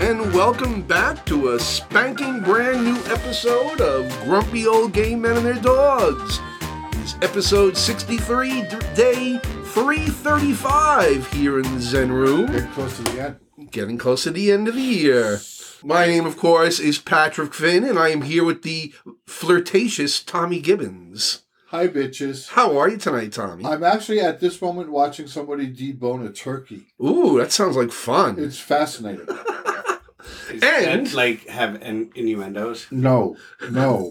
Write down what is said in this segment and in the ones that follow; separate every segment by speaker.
Speaker 1: and welcome back to a spanking brand new episode of Grumpy Old Gay Men and Their Dogs. It's episode 63, d- day 335 here in the Zen Room.
Speaker 2: Very close to the end.
Speaker 1: Getting close to the end of the year. My name, of course, is Patrick Finn, and I am here with the flirtatious Tommy Gibbons.
Speaker 2: Hi, bitches.
Speaker 1: How are you tonight, Tommy?
Speaker 2: I'm actually at this moment watching somebody debone a turkey.
Speaker 1: Ooh, that sounds like fun.
Speaker 2: It's fascinating.
Speaker 3: Is
Speaker 1: And-
Speaker 3: that, like have an innuendos.
Speaker 2: No, no.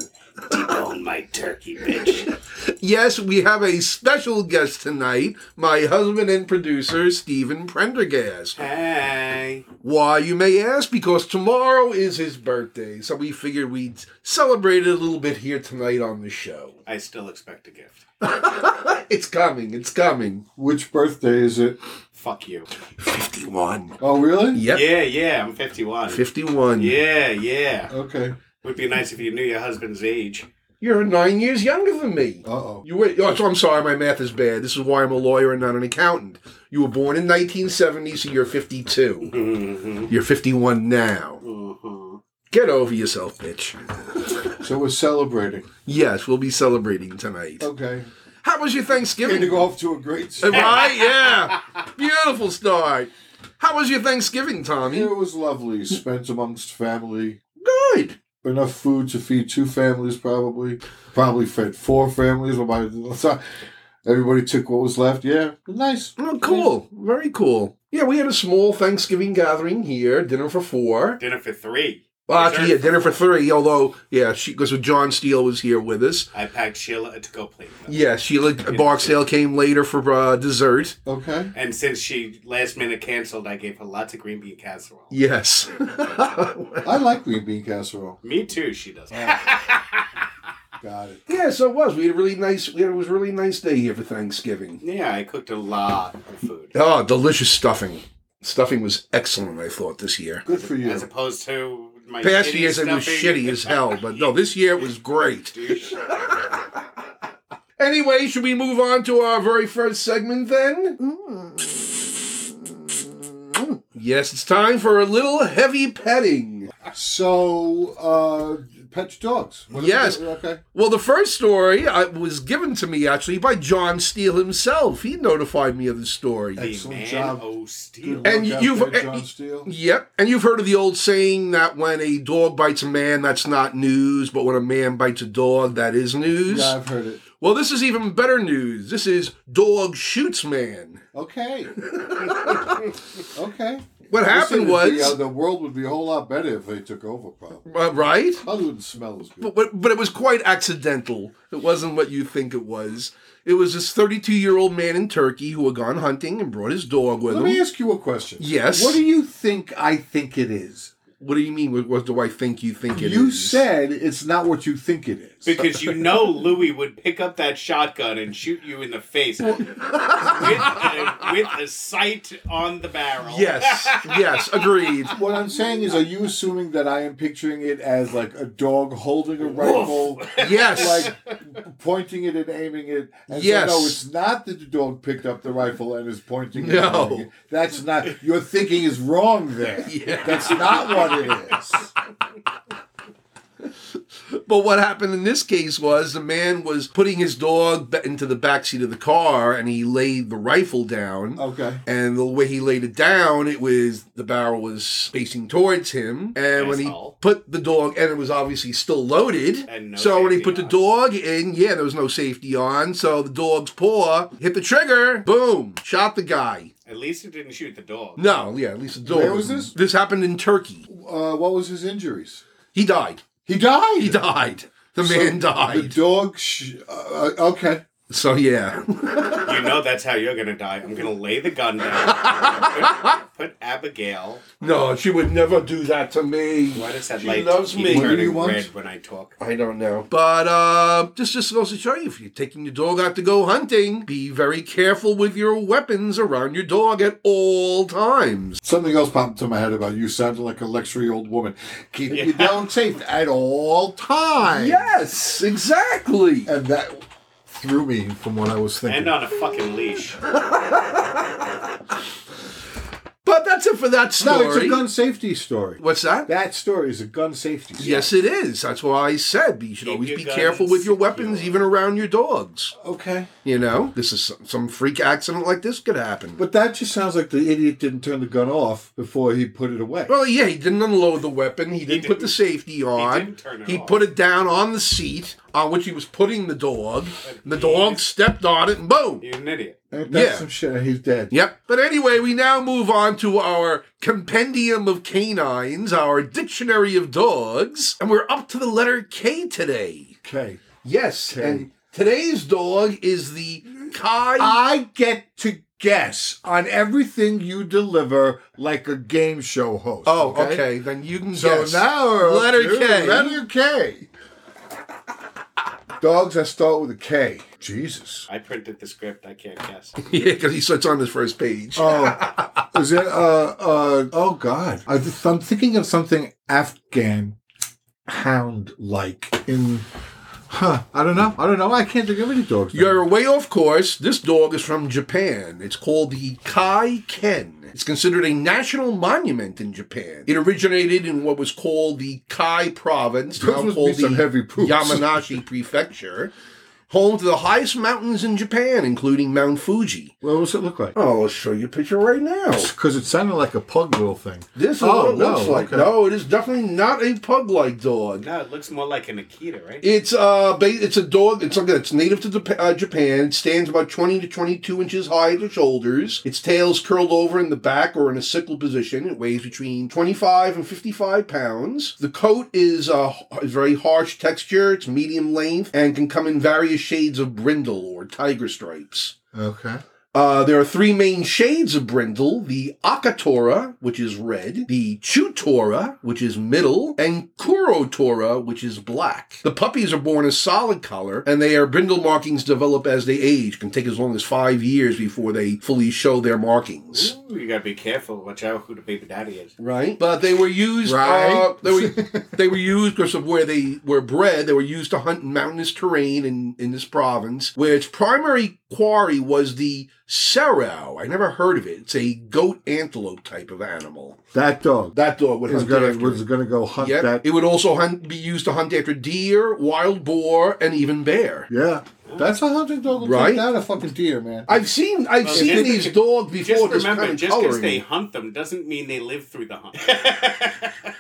Speaker 3: oh my turkey, bitch!
Speaker 1: Yes, we have a special guest tonight, my husband and producer, Stephen Prendergast.
Speaker 3: hey,
Speaker 1: Why, you may ask, because tomorrow is his birthday, so we figured we'd celebrate it a little bit here tonight on the show.
Speaker 3: I still expect a gift.
Speaker 1: It's coming, it's coming.
Speaker 2: Which birthday is it?
Speaker 3: Fuck you.
Speaker 1: 51.
Speaker 2: Oh, really?
Speaker 1: Yep.
Speaker 3: Yeah, yeah. I'm 51.
Speaker 1: 51.
Speaker 3: Yeah, yeah.
Speaker 2: Okay.
Speaker 3: Would be nice if you knew your husband's age.
Speaker 1: You're nine years younger than me.
Speaker 2: Uh oh.
Speaker 1: You were, oh, so I'm sorry, my math is bad. This is why I'm a lawyer and not an accountant. You were born in 1970, so you're 52.
Speaker 3: Mm-hmm.
Speaker 1: You're 51 now.
Speaker 3: Mm-hmm.
Speaker 1: Get over yourself, bitch.
Speaker 2: So we're celebrating.
Speaker 1: Yes, we'll be celebrating tonight.
Speaker 2: Okay.
Speaker 1: How was your
Speaker 2: Going to
Speaker 1: Thanksgiving?
Speaker 2: go off to a great start.
Speaker 1: Right? Yeah. Beautiful start. How was your Thanksgiving, Tommy?
Speaker 2: It was lovely. Spent amongst family.
Speaker 1: Good.
Speaker 2: Enough food to feed two families, probably. Probably fed four families. but by- Everybody took what was left. Yeah. Nice.
Speaker 1: Oh, cool. Very cool. Yeah, we had a small Thanksgiving gathering here, dinner for four.
Speaker 3: Dinner for three.
Speaker 1: Well,
Speaker 3: Dessert
Speaker 1: actually, yeah,
Speaker 3: for
Speaker 1: dinner for three, although, yeah, because John Steele was here with us.
Speaker 3: I packed Sheila a to-go plate.
Speaker 1: Yeah, Sheila Barksdale came later for uh, dessert.
Speaker 2: Okay.
Speaker 3: And since she last minute canceled, I gave her lots of green bean casserole.
Speaker 1: Yes.
Speaker 2: I like green bean casserole.
Speaker 3: Me too. She does.
Speaker 2: Got it.
Speaker 1: yeah, so it was. We had a really nice, we had, it was a really nice day here for Thanksgiving.
Speaker 3: yeah, I cooked a lot of food.
Speaker 1: Oh, delicious stuffing. Stuffing was excellent, I thought, this year.
Speaker 2: Good for you.
Speaker 3: As opposed to my
Speaker 1: Past
Speaker 3: shitty
Speaker 1: years it was
Speaker 3: stuffing.
Speaker 1: shitty as hell, but no, this year it was great. Anyway, should we move on to our very first segment then? Yes, it's time for a little heavy petting.
Speaker 2: So, uh, pet your dogs. What is
Speaker 1: Yes.
Speaker 2: it? Okay.
Speaker 1: Well, the first story uh, was given to me actually by John Steele himself. He notified me of the story.
Speaker 3: The
Speaker 2: Excellent
Speaker 3: man
Speaker 2: job.
Speaker 3: O' steel.
Speaker 1: And
Speaker 2: Look out
Speaker 1: you've-
Speaker 2: there,
Speaker 1: and-
Speaker 2: John Steele.
Speaker 1: Yep. And you've heard of the old saying that when a dog bites a man, that's not news, but when a man bites a dog, that is news.
Speaker 2: Yeah, I've heard it.
Speaker 1: Well, this is even better news. This is Dog Shoots Man.
Speaker 2: Okay. okay.
Speaker 1: What
Speaker 2: Listen,
Speaker 1: happened
Speaker 2: the, uh,
Speaker 1: was.
Speaker 2: the world would be a whole lot better if they took over, probably.
Speaker 1: Uh, right?
Speaker 2: Other than smell is good.
Speaker 1: But, but, but it was quite accidental. It wasn't what you think it was. It was this 32 year old man in Turkey who had gone hunting and brought his dog with
Speaker 2: Let
Speaker 1: him.
Speaker 2: me ask you a question.
Speaker 1: Yes.
Speaker 2: What do you think? I think it is.
Speaker 1: what do you mean? What, what do I think you think it is?
Speaker 2: you said it's not what you think it is.
Speaker 3: Because you know Louis would pick up that shotgun and shoot you in the face with, a, with a sight on the barrel.
Speaker 1: Yes, yes, agreed.
Speaker 2: What I'm saying is, are you assuming that I am picturing it as like a dog holding a rifle,
Speaker 1: Yes.
Speaker 2: like pointing it and aiming it? And so,
Speaker 1: Yes.
Speaker 2: no, it's not that the dog picked up the rifle and is pointing it.
Speaker 1: No.
Speaker 2: and aiming it. that's not. Your thinking is wrong there.
Speaker 1: Yeah.
Speaker 2: That's not what it is.
Speaker 1: But what happened in this case was the man was putting his dog ba- into the backseat of the car and he laid the rifle down.
Speaker 2: Okay.
Speaker 1: And the way he laid it down, it was the barrel was facing towards him. And when he
Speaker 3: Asshole.
Speaker 1: put the dog, and it was obviously still loaded.
Speaker 3: And no
Speaker 1: so when he
Speaker 3: safety
Speaker 1: put the
Speaker 3: on.
Speaker 1: dog in, yeah, there was no safety on. So the dog's paw hit the trigger, boom, shot the guy.
Speaker 3: At least it didn't shoot the dog.
Speaker 1: No, yeah, at least the dog.
Speaker 2: Where was this?
Speaker 1: This happened in Turkey.
Speaker 2: Uh, what was his injuries?
Speaker 1: He died.
Speaker 2: He died.
Speaker 1: He died. The man
Speaker 2: The
Speaker 1: died.
Speaker 2: dog. Sh- uh, uh, okay.
Speaker 1: so yeah.
Speaker 3: You know that's how you're going to die. I'm going to lay the gun down. Put, put Abigail.
Speaker 1: No, she would never do that to me.
Speaker 3: Why does that
Speaker 1: She
Speaker 3: light
Speaker 1: loves
Speaker 3: keep
Speaker 1: me.
Speaker 2: What do you
Speaker 3: turning
Speaker 2: want?
Speaker 3: red when I talk?
Speaker 1: I don't know. But uh this just goes to show you if you're taking your dog out to go hunting, be very careful with your weapons around your dog at all times.
Speaker 2: Something else popped into my head about you sounding like a luxury old woman. Keep
Speaker 3: Yeah.
Speaker 2: your dog safe at all times.
Speaker 1: Yes, exactly.
Speaker 2: And that threw me
Speaker 1: uh,
Speaker 2: from what I was thinking.
Speaker 3: And on a fucking leash.
Speaker 1: But But that's it for that story.
Speaker 2: No, it's a gun safety story.
Speaker 1: What's that?
Speaker 2: That story is a gun safety story.
Speaker 1: Yes, it is. That's why I said you should
Speaker 3: Keep
Speaker 1: always
Speaker 3: your
Speaker 1: be
Speaker 3: guns
Speaker 1: careful with your weapons,
Speaker 3: secure.
Speaker 1: even around your dogs.
Speaker 2: Okay.
Speaker 1: You know, this is some, some freak accident like this could happen.
Speaker 2: But that just sounds like the idiot didn't turn the gun off before he put it away.
Speaker 1: Well, yeah, he didn't unload the weapon. He didn't put the
Speaker 3: didn't.
Speaker 1: safety on.
Speaker 3: didn't turn it
Speaker 1: He
Speaker 3: off.
Speaker 1: put it down on the seat on which he was putting the dog. The
Speaker 3: he-
Speaker 1: dog stepped on it and boom.
Speaker 3: You're an idiot.
Speaker 2: Ain't that
Speaker 1: yeah.
Speaker 2: some shit? He's dead.
Speaker 1: Yep. But anyway, we now move on to our compendium of canines, our dictionary of dogs, and we're up to the letter K today.
Speaker 2: Okay.
Speaker 1: Yes.
Speaker 2: Okay.
Speaker 1: And today's dog is the Kai.
Speaker 2: I get to guess on everything you deliver like a game show host.
Speaker 1: oh, okay? Then you can
Speaker 2: So
Speaker 1: guess.
Speaker 2: now we're up
Speaker 1: Letter
Speaker 2: to
Speaker 1: K.
Speaker 2: Letter K. Dogs that start with a K. Jesus.
Speaker 3: I printed the script. I can't guess.
Speaker 1: yeah, because he sits on his first page.
Speaker 2: Oh, is it? Uh, uh, oh God! I just, I'm thinking of something Afghan hound-like. In, huh? I don't know. I don't know. I can't think of any dogs.
Speaker 1: You're way off course. This dog is from Japan. It's called the Kai Ken. It's considered a national monument in Japan. It originated in what was called the Kai province,
Speaker 2: Those
Speaker 1: now
Speaker 2: must
Speaker 1: called
Speaker 2: be some
Speaker 1: the
Speaker 2: heavy poops.
Speaker 1: Yamanashi prefecture, home to the highest mountains in Japan, including Mount Fuji.
Speaker 2: Well, what's it look like?
Speaker 1: Oh, I'll show you a picture right now.
Speaker 2: Because it sounded like a pug little thing.
Speaker 1: This is
Speaker 2: Oh,
Speaker 1: what it
Speaker 2: no,
Speaker 1: looks like.
Speaker 2: okay.
Speaker 1: No, it is definitely not a pug-like dog.
Speaker 3: No, it looks more like an Akita, right?
Speaker 1: It's uh, ba- it's a dog. It's something that's native to Jap- uh, Japan. It stands about twenty to twenty-two inches high at the shoulders. Its tail's curled over in the back or in a sickle position. It weighs between twenty-five and fifty-five pounds. The coat is uh, is very harsh texture. It's medium length and can come in various shades of brindle or tiger stripes.
Speaker 2: Okay.
Speaker 1: Uh, there are three main shades of brindle the Akatora, which is red, the Chutora, which is middle, and Kurotora, which is black. The puppies are born a solid color, and their brindle markings develop as they age, can take as long as five years before they fully show their markings.
Speaker 3: Ooh, you gotta be careful. Watch out who the baby daddy is.
Speaker 1: Right, but they were used. Uh,
Speaker 2: Right.
Speaker 1: they were they were used because of where they were bred. They were used to hunt in mountainous terrain in in this province, where its primary quarry was the serau. I never heard of it. It's a goat antelope type of animal.
Speaker 2: That dog
Speaker 1: That dog would
Speaker 2: is
Speaker 1: hunt
Speaker 2: gonna
Speaker 1: after.
Speaker 2: was
Speaker 1: it.
Speaker 2: gonna go hunt
Speaker 1: Yep.
Speaker 2: that.
Speaker 1: It would also hunt, be used to hunt after deer, wild boar, and even bear.
Speaker 2: yeah, that's a hunting dog. will
Speaker 1: Right?
Speaker 2: Take down a fucking deer, man.
Speaker 1: I've seen I've
Speaker 3: Well,
Speaker 1: seen
Speaker 3: just-
Speaker 1: these dogs before.
Speaker 3: Just
Speaker 1: this
Speaker 3: remember,
Speaker 1: kind of
Speaker 3: just because
Speaker 1: coloring.
Speaker 3: they hunt them doesn't mean they live through the hunt.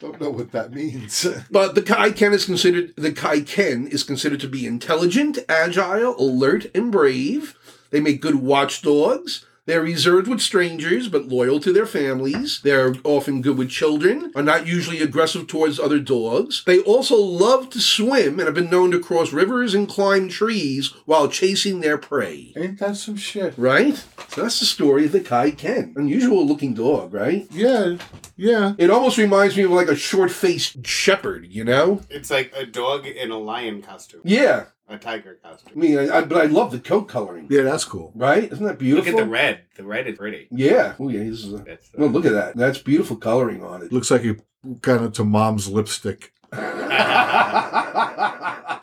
Speaker 2: don't know what that means.
Speaker 1: But the Kai Ken is considered the Kai Ken is considered to be intelligent, agile, alert, and brave. They make good watchdogs. They're reserved with strangers, but loyal to their families. They're often good with children, are not usually aggressive towards other dogs. They also love to swim and have been known to cross rivers and climb trees while chasing their prey.
Speaker 2: Ain't that some shit?
Speaker 1: Right? So that's the story of the Kai Ken. Unusual looking dog, right?
Speaker 2: Yeah, yeah.
Speaker 1: It almost reminds me of like a short faced shepherd, you know?
Speaker 3: it's like a dog in a lion costume,
Speaker 1: Yeah.
Speaker 3: a tiger
Speaker 1: I
Speaker 3: costume.
Speaker 1: mean, I, I, but I love the coat coloring.
Speaker 2: Yeah, that's cool.
Speaker 1: Right? Isn't that
Speaker 3: Look
Speaker 1: beautiful?
Speaker 3: at the red. The red is pretty.
Speaker 1: Yeah. Oh, yeah. This is a,
Speaker 3: That's, uh,
Speaker 1: well, look at that. That's beautiful coloring on it.
Speaker 2: Looks like you got into mom's lipstick.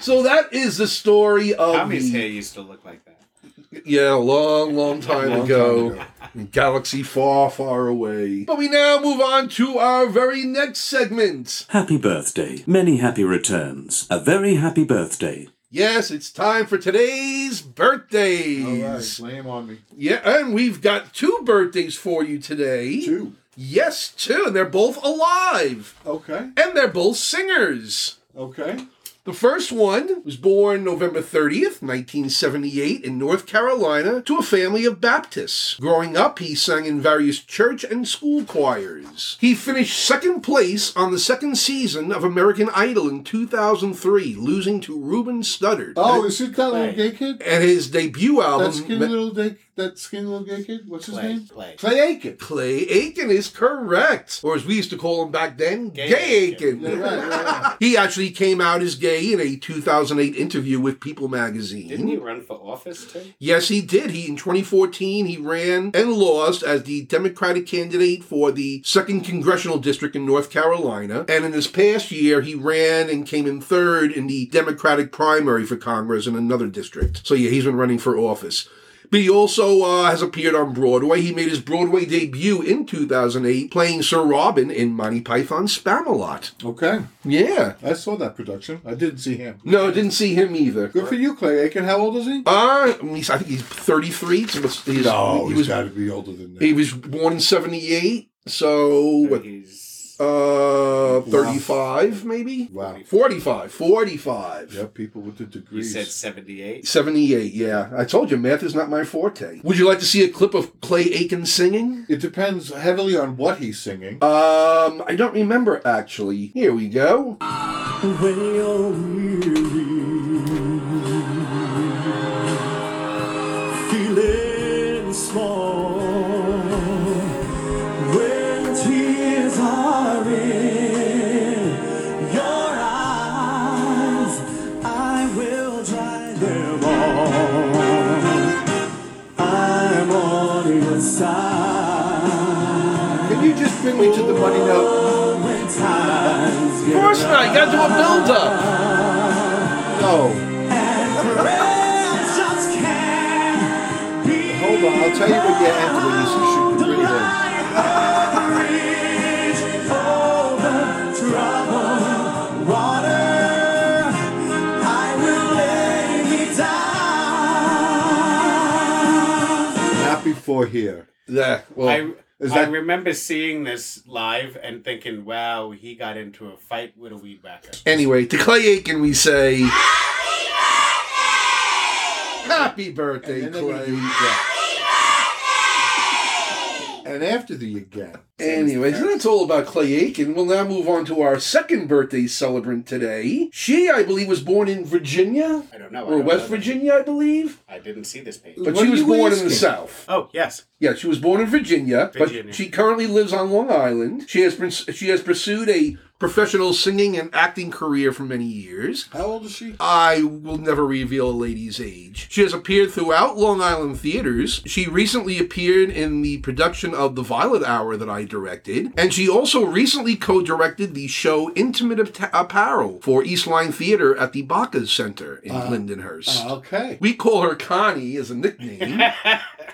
Speaker 1: So that is the story of
Speaker 3: Tommy's
Speaker 1: the-
Speaker 3: hair used to look like that.
Speaker 1: yeah, a long, long time
Speaker 2: Long time
Speaker 1: ago.
Speaker 2: ago.
Speaker 1: in Galaxy far, far away. But we now move on to our very next segment.
Speaker 4: Happy birthday. Many happy returns. A very happy birthday.
Speaker 1: Yes, it's time for today's birthdays.
Speaker 2: lame on me.
Speaker 1: Yeah, and we've got two birthdays for you today.
Speaker 2: Two.
Speaker 1: Yes, two, and they're both alive.
Speaker 2: Okay.
Speaker 1: And they're both singers.
Speaker 2: Okay.
Speaker 1: The first one was born November 30th, 1978, in North Carolina to a family of Baptists. Growing up, he sang in various church and school choirs. He finished second place on the second season of American Idol in 2003, losing to Ruben Studdard.
Speaker 2: Oh, is it that little
Speaker 3: Clay.
Speaker 2: gay kid?
Speaker 1: And his debut
Speaker 2: That
Speaker 1: album,
Speaker 2: skinny little dick, that skinny little gay kid. What's his
Speaker 3: Clay,
Speaker 2: name?
Speaker 3: Clay.
Speaker 2: Um, Clay Aiken.
Speaker 1: Clay Aiken, is correct. Or as we used to call him back then, Gay,
Speaker 3: Gay
Speaker 1: Aiken.
Speaker 3: Aiken.
Speaker 2: Yeah, right, right, right.
Speaker 1: He actually came out as gay in a 2008 interview with People magazine.
Speaker 3: Didn't he run for office too?
Speaker 1: Yes, he did. He in 2014 he ran and lost as the Democratic candidate for the second congressional district in North Carolina, and in this past year he ran and came in third in the Democratic primary for Congress in another district. So yeah, he's been running for office. But he also uh, has appeared on Broadway. He made his Broadway debut in 2008 playing Sir Robin in Monty Python's Spamalot.
Speaker 2: Okay.
Speaker 1: Yeah.
Speaker 2: I saw that production. I didn't see him.
Speaker 1: No, didn't see him either.
Speaker 2: Good for you, Clay Aiken. How old is he?
Speaker 1: Uh, I mean, he's- I think he's 33. So he's, he's- he, was,
Speaker 2: got to be older than
Speaker 1: he was born in 78, so what,
Speaker 3: He's
Speaker 1: uh, 35 maybe?
Speaker 2: Wow.
Speaker 1: 45, 45.
Speaker 2: Yeah, people with the
Speaker 3: he
Speaker 2: degrees.
Speaker 3: said seventy-eight.
Speaker 1: 78, yeah. I told you, math is not my forte. Would you like to see a clip of Clay Aiken singing?
Speaker 2: it depends heavily on what he's singing.
Speaker 1: Um, I don't remember actually. Here we go.
Speaker 4: Well, weary, feeling small when tears are in your eyes. I will dry them all. I'm on your side.
Speaker 2: Can you just bring me to the money note?
Speaker 4: When times
Speaker 1: Of
Speaker 4: get
Speaker 1: course not. You gotta do a build up.
Speaker 2: No.
Speaker 4: Perhaps just can't be
Speaker 2: Hold on. I'll tell you when you end when you shoot the green one.
Speaker 4: bridge over troubled water. I will lay me down.
Speaker 2: Not before here.
Speaker 1: Yeah, well,
Speaker 3: I
Speaker 2: Is
Speaker 3: I
Speaker 2: that-
Speaker 3: remember seeing this live and thinking, "Wow, he got into a fight with a weed whacker."
Speaker 1: anyway, to Clay Aiken we say. Happy birthday! Happy
Speaker 2: And then they're
Speaker 1: birthday, Clay.
Speaker 2: gonna do again. And after the again.
Speaker 1: Anyway, so that's all about Clay Aiken. We'll now move on to our second birthday celebrant today. She, I believe, was born in Virginia
Speaker 3: I don't know. I
Speaker 1: or
Speaker 3: don't
Speaker 1: West
Speaker 3: know.
Speaker 1: Virginia, I believe,
Speaker 3: I didn't see this page.
Speaker 1: but
Speaker 2: What
Speaker 1: she
Speaker 2: are
Speaker 1: was
Speaker 2: you
Speaker 1: born in
Speaker 2: asking?
Speaker 1: the South.
Speaker 3: Oh yes,
Speaker 1: Yeah, she was born in Virginia,
Speaker 3: Virginia.
Speaker 1: but she currently lives on Long Island. She has pers- she has pursued a professional singing and acting career for many years.
Speaker 2: How old is she?
Speaker 1: I will never reveal a lady's age. She has appeared throughout Long Island theaters. She recently appeared in the production of The Violet Hour that I directed, and she also recently co directed the show Intimate App- Apparel for East Line Theater at the Bacchus Center in Lindenhurst.
Speaker 2: Okay.
Speaker 1: we call her Connie as a nickname.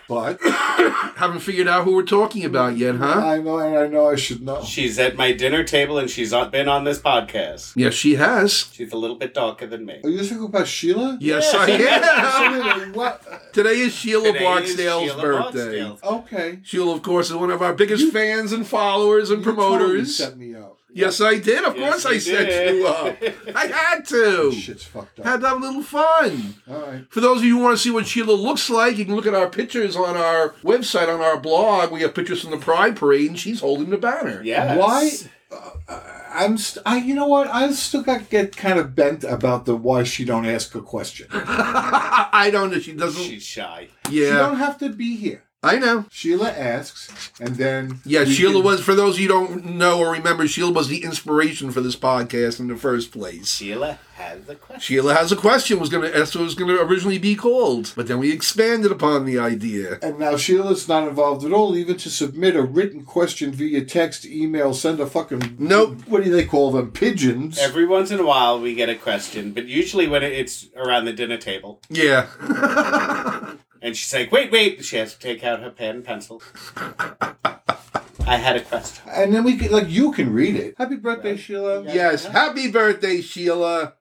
Speaker 2: But
Speaker 1: Haven't figured out who we're talking about yet, huh?
Speaker 2: I know and I know I should know.
Speaker 3: she's at my dinner table and she's on- been on this podcast.
Speaker 1: Yes, she has.
Speaker 3: She's a little bit darker than me.
Speaker 2: Are you talking about Sheila?
Speaker 1: Yes, I am.
Speaker 2: Wait a minute, what?
Speaker 1: Today is Sheila
Speaker 3: Today is
Speaker 1: Barksdale's
Speaker 3: Sheila
Speaker 1: birthday.
Speaker 3: Barksdale.
Speaker 2: Okay.
Speaker 1: Sheila, of course, is one of our biggest fans and followers and
Speaker 2: You totally
Speaker 1: promoters.
Speaker 2: set me up.
Speaker 1: yes, I did. Of
Speaker 3: Yes,
Speaker 1: course, I
Speaker 3: you
Speaker 1: set
Speaker 3: did.
Speaker 1: you up. I had to.
Speaker 2: Shit's fucked
Speaker 1: Had
Speaker 2: up.
Speaker 1: to have a little fun.
Speaker 2: All right.
Speaker 1: For those of you who want to see what Sheila looks like, you can look at our pictures on our website, on our blog. We have pictures from the Pride Parade, and she's holding the banner.
Speaker 3: Oh, Yes.
Speaker 2: Why? uh, I'm. St- I. You know what? I still got get kind of bent about the why she don't ask a question.
Speaker 1: I don't know. She doesn't.
Speaker 3: She's shy.
Speaker 2: You
Speaker 1: yeah,
Speaker 2: don't have to be here.
Speaker 1: I know.
Speaker 2: Sheila asks, and then
Speaker 1: Yeah,
Speaker 2: we
Speaker 1: Sheila
Speaker 2: can-
Speaker 1: was, for those of you who don't know or remember, Sheila was the inspiration for this podcast in the first place.
Speaker 3: Sheila has the question.
Speaker 1: Sheila has a question was gonna that's what it was gonna originally be called, but then we expanded upon the idea.
Speaker 2: And now Sheila's not involved at all, even to submit a written question via text, email, send a fucking
Speaker 1: Nope.
Speaker 2: What do they call them? Pigeons.
Speaker 3: Every once in a while, we get a question, but usually when it- it's around the dinner table,
Speaker 1: Yeah.
Speaker 3: and she's like, "Wait, wait," she has to take out her pen and pencil. I had a question.
Speaker 2: and then we could, like you can read it. Happy birthday, Sheila.
Speaker 1: yes. Happy birthday, Sheila.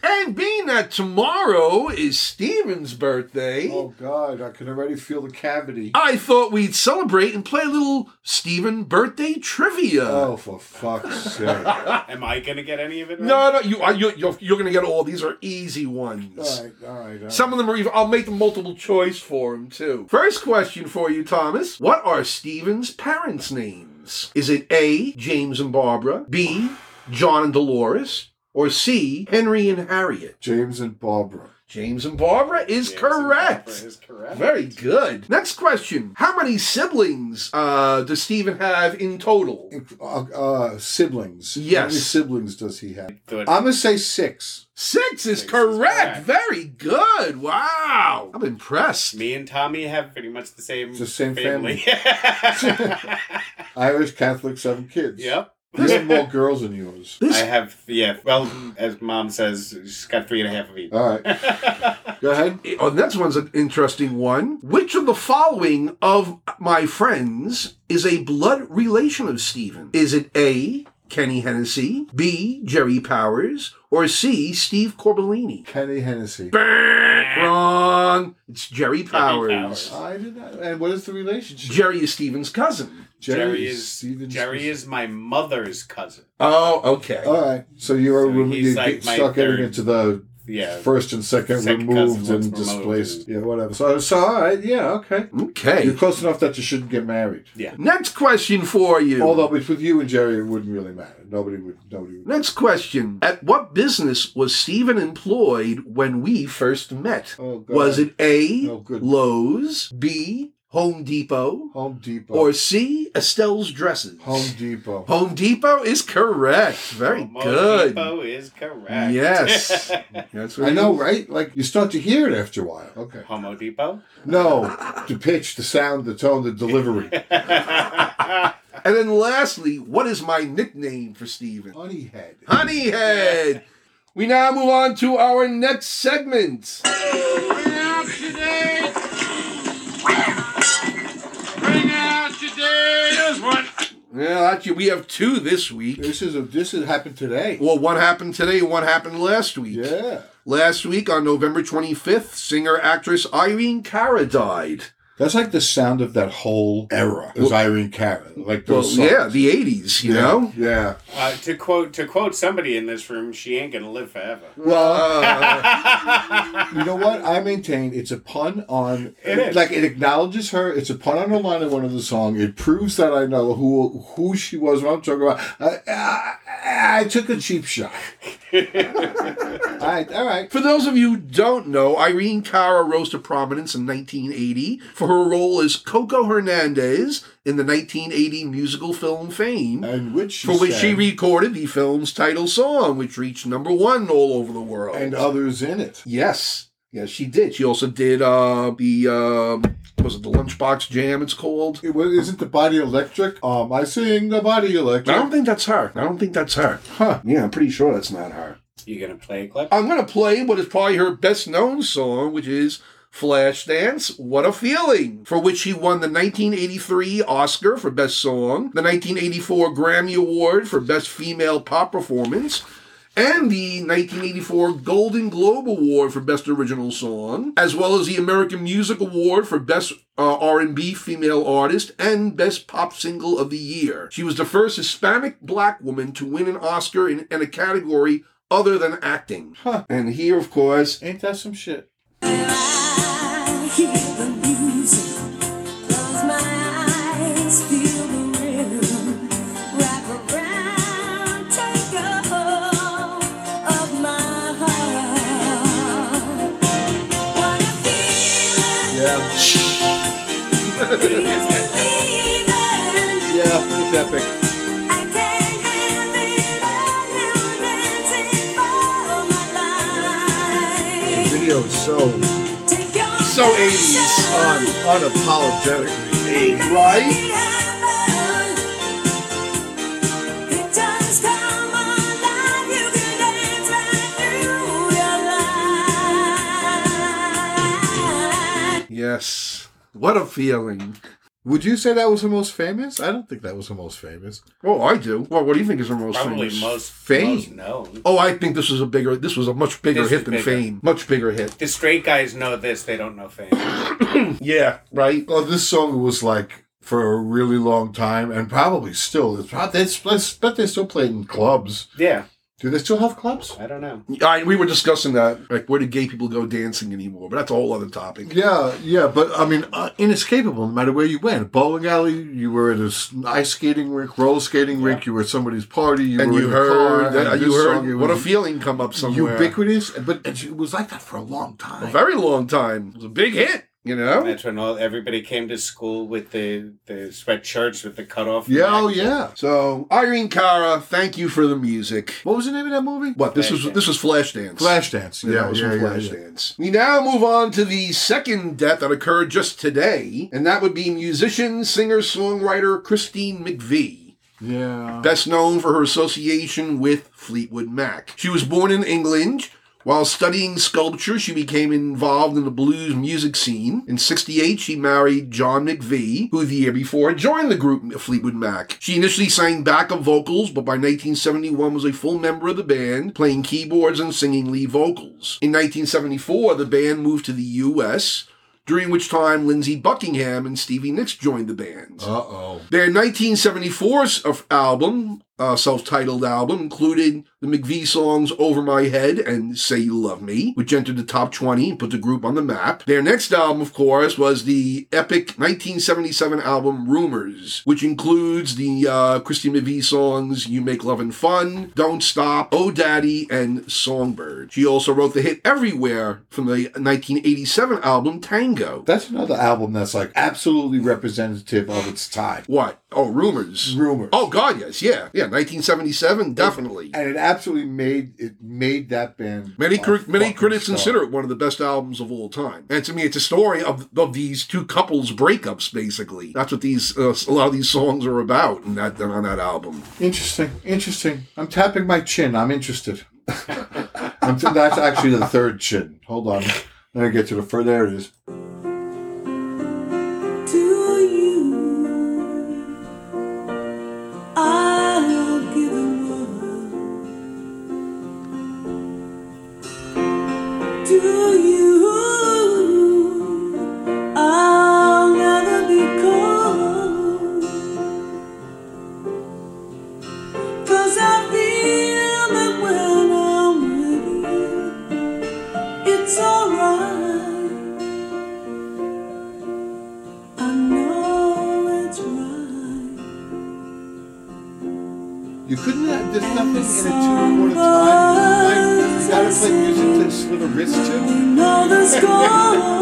Speaker 1: And being that tomorrow is Steven's birthday,
Speaker 2: Oh God, I can already feel the cavity.
Speaker 1: I thought we'd celebrate and play a little Steven birthday trivia.
Speaker 2: Oh, for fuck's sake!
Speaker 3: Am I gonna get any of it? right?
Speaker 1: No, no, you, I- you, you're, you're going to get all these are easy ones.
Speaker 2: All right, all right. all right.
Speaker 1: Some of them are even. I'll make them multiple choice for him too. First question for you, Thomas. What are Steven's parents' names? Is it A. James and Barbara, B. John and Dolores, or C. Henry and Harriet?
Speaker 2: James and Barbara.
Speaker 1: James and Barbara is
Speaker 3: James and
Speaker 1: correct.
Speaker 3: Barbara Is correct.
Speaker 1: Very good. Next question. How many siblings uh, does Steven have in total?
Speaker 2: Uh, uh, siblings.
Speaker 1: Yes.
Speaker 2: How many siblings does he have?
Speaker 3: Good.
Speaker 2: I'm gonna say six.
Speaker 1: Six is
Speaker 3: Six is
Speaker 1: correct.
Speaker 3: correct.
Speaker 1: Very good. Wow. I'm impressed.
Speaker 3: Me and Tommy have pretty much the same.
Speaker 2: It's the same
Speaker 3: family.
Speaker 2: Irish Catholic, seven kids.
Speaker 3: yep.
Speaker 2: There's more girls than yours.
Speaker 3: I
Speaker 1: This
Speaker 3: have, yeah. Well, as mom says, she's got three and a half of each.
Speaker 2: All right. Go ahead.
Speaker 1: Oh, the next one's an interesting one. Which of the following of my friends is a blood relation of Stephen? Is it A. Kenny Hennessy, B. Jerry Powers, or C. Steve Corbellini?
Speaker 2: Kenny Hennessy.
Speaker 1: Wrong. It's Jerry Powers.
Speaker 3: Powers.
Speaker 2: I did not. And what is the relationship?
Speaker 1: Jerry is Stephen's cousin.
Speaker 3: Jerry is
Speaker 2: Stevens-
Speaker 3: Jerry is my mother's cousin.
Speaker 1: Oh, okay.
Speaker 2: All right. So you're
Speaker 3: So
Speaker 2: remo-
Speaker 3: he's
Speaker 2: you
Speaker 3: like
Speaker 2: get
Speaker 3: my
Speaker 2: stuck
Speaker 3: third-
Speaker 2: getting into the
Speaker 3: Yeah.
Speaker 2: first and second,
Speaker 3: Second
Speaker 2: removed
Speaker 3: cousin, once
Speaker 2: and
Speaker 3: removed
Speaker 2: displaced.
Speaker 3: and-
Speaker 2: Yeah, whatever. So, so all right. Yeah, okay. You're
Speaker 1: okay.
Speaker 2: close enough that you shouldn't get married.
Speaker 1: Next question for you.
Speaker 2: Although with with you and Jerry, it wouldn't really matter. Nobody would. Nobody would.
Speaker 1: Next question. At what business was Stephen employed when we first met?
Speaker 2: Oh, God.
Speaker 1: Was it A,
Speaker 2: Oh, good.
Speaker 1: Lowe's, B, Home Depot,
Speaker 2: Home Depot?
Speaker 1: or C, Estelle's Dresses?
Speaker 2: Home Depot?
Speaker 1: Home Depot is correct. Very
Speaker 3: Homo
Speaker 1: good.
Speaker 3: Depot is correct.
Speaker 1: Yes. That's what
Speaker 2: I
Speaker 1: it
Speaker 2: know,
Speaker 1: is.
Speaker 2: right? Like you start to hear it after a while. Okay.
Speaker 3: Homo Depot.
Speaker 2: No, the pitch, the sound, the tone, the delivery.
Speaker 1: And then lastly, what is my nickname for Stephen?
Speaker 2: Honeyhead.
Speaker 1: Honeyhead. We now move on to our next segment. Well, actually, we have two this week.
Speaker 2: This is a, this has happened today.
Speaker 1: Well, one happened today, one happened last week.
Speaker 2: Yeah,
Speaker 1: Last week on November 25th, singer actress Irene Cara died.
Speaker 2: that's like the sound of that whole era. Is Irene Cara like
Speaker 1: Well,
Speaker 2: those songs.
Speaker 1: yeah, the 80s, you know?
Speaker 2: Yeah.
Speaker 3: Uh, to quote to quote somebody in this room, she ain't gonna live forever.
Speaker 2: Well,
Speaker 1: Uh,
Speaker 2: you know what? I maintain it's a pun on.
Speaker 3: It is.
Speaker 2: Like it acknowledges her. It's a pun on her line in one of the song. It proves that I know who who she was. What I'm talking about. I, I, I took a cheap shot. all right, all right.
Speaker 1: For those of you who don't know, Irene Cara rose to prominence in 1980 for her role as Coco Hernandez in the 1980 musical film Fame,
Speaker 2: And which she
Speaker 1: for which she
Speaker 2: sang,
Speaker 1: recorded the film's title song, which reached number one all over the world.
Speaker 2: and others in it.
Speaker 1: uh, yes, yes, she did. She also did uh, the um was it the Lunchbox Jam? It's called.
Speaker 2: It, well, isn't the body electric? Um, I sing the body
Speaker 1: I
Speaker 2: electric.
Speaker 1: don't think that's her. I don't think that's her.
Speaker 2: Huh.
Speaker 1: Yeah, I'm pretty sure that's not her.
Speaker 3: You gonna play a clip?
Speaker 1: I'm going to play what is probably her best known song, which is Flashdance, What a Feeling, for which she won the 1983 Oscar for Best Song, the 1984 Grammy Award for Best Female Pop Performance, and the 1984 Golden Globe Award for Best Original Song, as well as the American Music Award for Best uh, R&B Female Artist and Best Pop Single of the Year. She was the first Hispanic black woman to win an Oscar in, in a category other than acting.
Speaker 2: Huh.
Speaker 1: And here, of course,
Speaker 2: Ain't that some shit?
Speaker 5: I hear the music, close my eyes, feel the rhythm, wrap around, take a hold of my heart. What a feeling,
Speaker 2: Yeah,
Speaker 5: believing
Speaker 2: yeah, it's epic.
Speaker 5: I can't have it all, I'm dancing for my life.
Speaker 2: Video is so
Speaker 5: Take your
Speaker 1: so 80s.
Speaker 2: un- unapologetically.
Speaker 1: Right? Yes. What a feeling.
Speaker 2: Would you say that was the most famous? I don't think that was the most famous.
Speaker 1: Oh, I do. Well, what do you think is her most
Speaker 3: Probably
Speaker 1: famous?
Speaker 3: most
Speaker 2: Fame.
Speaker 3: most known.
Speaker 1: Oh, I think this was a bigger. This was a much bigger
Speaker 3: This
Speaker 1: hit
Speaker 3: is
Speaker 1: than
Speaker 3: bigger.
Speaker 1: Fame. Much bigger hit.
Speaker 3: The straight guys know this; they don't know fame.
Speaker 1: Yeah. Right.
Speaker 2: Well, this song was like for a really long time, and probably still. It's probably, it's, let's bet they still play in clubs.
Speaker 3: Yeah,
Speaker 2: Do they still have clubs?
Speaker 3: I don't know.
Speaker 1: I, we were discussing that. Like, where do gay people go dancing anymore? But that's a whole other topic.
Speaker 2: Yeah, yeah, but I mean, uh, inescapable. No matter where you went, bowling alley, you were at a s- ice skating rink, roller skating rink, you were at somebody's party, you
Speaker 1: And
Speaker 2: were
Speaker 1: you
Speaker 2: in a car,
Speaker 1: heard that,
Speaker 2: and
Speaker 1: you
Speaker 2: this song, it
Speaker 1: heard what a
Speaker 2: was
Speaker 1: feeling come up somewhere.
Speaker 2: ubiquitous. But it was like that for a long
Speaker 1: A
Speaker 2: time.
Speaker 1: very long time. It was a big hit. You know.
Speaker 3: That's when all everybody came to school with the the sweatshirts with the cutoff.
Speaker 2: Yeah, oh
Speaker 3: neck.
Speaker 2: yeah.
Speaker 1: So Irene Cara, thank you for the music.
Speaker 2: What was the name of that movie?
Speaker 1: What this was
Speaker 3: Flashdance.
Speaker 1: this was Flashdance.
Speaker 2: Flashdance.
Speaker 1: Yeah,
Speaker 2: Yeah,
Speaker 1: it was
Speaker 2: yeah,
Speaker 1: from
Speaker 2: yeah, yeah.
Speaker 1: Flashdance. We now move on to the second death that occurred just today, and that would be musician, singer, songwriter Christine McVie.
Speaker 2: Yeah.
Speaker 1: best known for her association with Fleetwood Mac. She was born in England. While studying sculpture, she became involved in the blues music scene. In 68, she married John McVie, who the year before had joined the group Fleetwood Mac. She initially sang backup vocals, but by 1971 was a full member of the band, playing keyboards and singing lead vocals. In 1974, the band moved to the US, during which time Lindsey Buckingham and Stevie Nicks joined the band.
Speaker 2: Uh oh.
Speaker 1: Their 1974 s- of- album, uh, self-titled album, included the McVie songs "Over My Head" and "Say You Love Me," which entered the top 20 and put the group on the map. Their next album, of course, was the epic 1977 album "Rumors," which includes the uh, Christy McVie songs "You Make Love and Fun," "Don't Stop," "Oh Daddy," and "Songbird." She also wrote the hit "Everywhere" from the 1987 album "Tango."
Speaker 2: That's another album that's like absolutely representative of its time.
Speaker 1: What? Oh, rumors.
Speaker 2: Rumors.
Speaker 1: Oh God, yes, yeah, yeah. 1977, definitely.
Speaker 2: And it absolutely made it made that band.
Speaker 1: Many
Speaker 2: a
Speaker 1: cri- many
Speaker 2: fucking
Speaker 1: critics
Speaker 2: star.
Speaker 1: consider it one of the best albums of all time. And to me, it's a story of of these two couples' breakups. Basically, that's what these uh, a lot of these songs are about. And that on that album.
Speaker 2: Interesting, interesting. I'm tapping my chin. I'm interested. I'm t- that's actually the third chin. Hold on. Let me get to the first. There it is.
Speaker 5: To you, I will give a world. To you, I'll never be cold. 'Cause I feel that when I'm with you, it's alright. I know it's right.
Speaker 2: You couldn't. Have, there's nothing in a two quarter time. Like, you gotta play music that's with a wrist too.
Speaker 5: Know the score.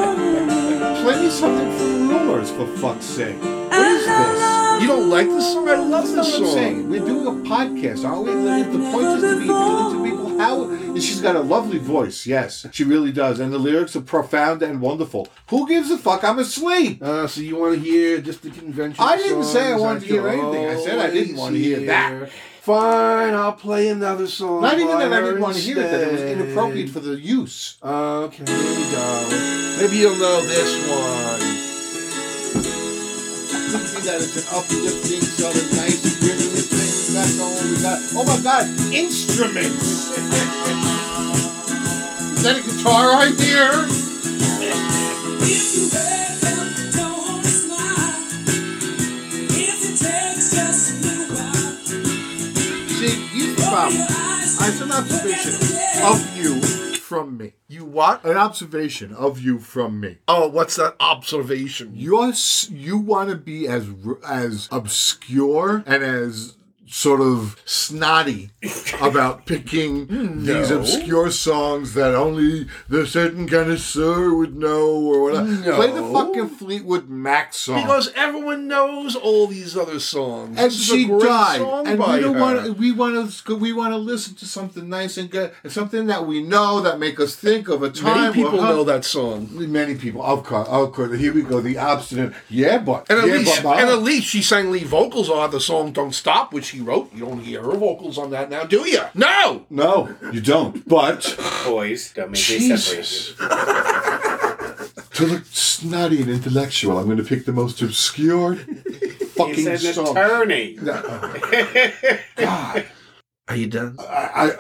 Speaker 2: Play me something from Rumors, for fuck's sake. What is this?
Speaker 5: And
Speaker 1: You don't like this song? I love
Speaker 2: That's
Speaker 1: this
Speaker 2: not what I'm
Speaker 1: song.
Speaker 2: saying. We're doing a podcast, aren't we? The- The point is to be appealing to people. How? and She's got a lovely voice. Yes, she really does. And the lyrics are profound and wonderful. Who gives a fuck? I'm asleep.
Speaker 1: Uh, so you want to hear just the convention?
Speaker 2: I didn't say I
Speaker 1: songs
Speaker 2: wanted to hear
Speaker 1: you'll
Speaker 2: anything. I said I didn't want to hear
Speaker 1: always
Speaker 2: that.
Speaker 1: hear. Fine, I'll play another song.
Speaker 2: Not even
Speaker 1: by
Speaker 2: that I
Speaker 1: her
Speaker 2: didn't want to hear it, that it was
Speaker 1: instead.
Speaker 2: inappropriate for the use.
Speaker 1: Okay, here we go. Maybe you'll know this one.
Speaker 2: Could be that it's an uplifting, southern nice, giving the things back on we got. Oh my god, instruments! Is that a guitar right there? See, you the problem. It's an observation of you from me.
Speaker 1: You what?
Speaker 2: An observation of you from me.
Speaker 1: Oh, what's that observation?
Speaker 2: You're, s- you want to be as r- as obscure and as sort of snotty about picking
Speaker 1: Hmm.
Speaker 2: these obscure songs that only the certain kind of sir would know or whatever. Play the
Speaker 1: No.
Speaker 2: fucking Fleetwood Mac song.
Speaker 1: Because everyone knows all these other songs.
Speaker 2: Oh. and
Speaker 1: This is
Speaker 2: she
Speaker 1: a great
Speaker 2: died,
Speaker 1: song
Speaker 2: and
Speaker 1: by
Speaker 2: we don't
Speaker 1: her.
Speaker 2: want to. We want to. We want to listen to something nice and good, and something that we know that make us think of a
Speaker 1: Many
Speaker 2: time.
Speaker 1: people
Speaker 2: or how-
Speaker 1: know that song,
Speaker 2: Many people, of course, of course. Here we go. The obstinate. Yeah, but
Speaker 1: and at
Speaker 2: yeah,
Speaker 1: least,
Speaker 2: but,
Speaker 1: and at least she sang lead vocals on the song "Don't Stop," which she wrote. You don't hear her vocals on that now, do you? No.
Speaker 2: No, you don't. But
Speaker 3: Boys, don't make me
Speaker 2: Jesus.
Speaker 3: separate you.
Speaker 2: to look snotty and intellectual, I'm going to pick the most obscure
Speaker 3: He's
Speaker 2: fucking
Speaker 3: an
Speaker 2: song.
Speaker 3: attorney.
Speaker 1: Are you done?
Speaker 2: I,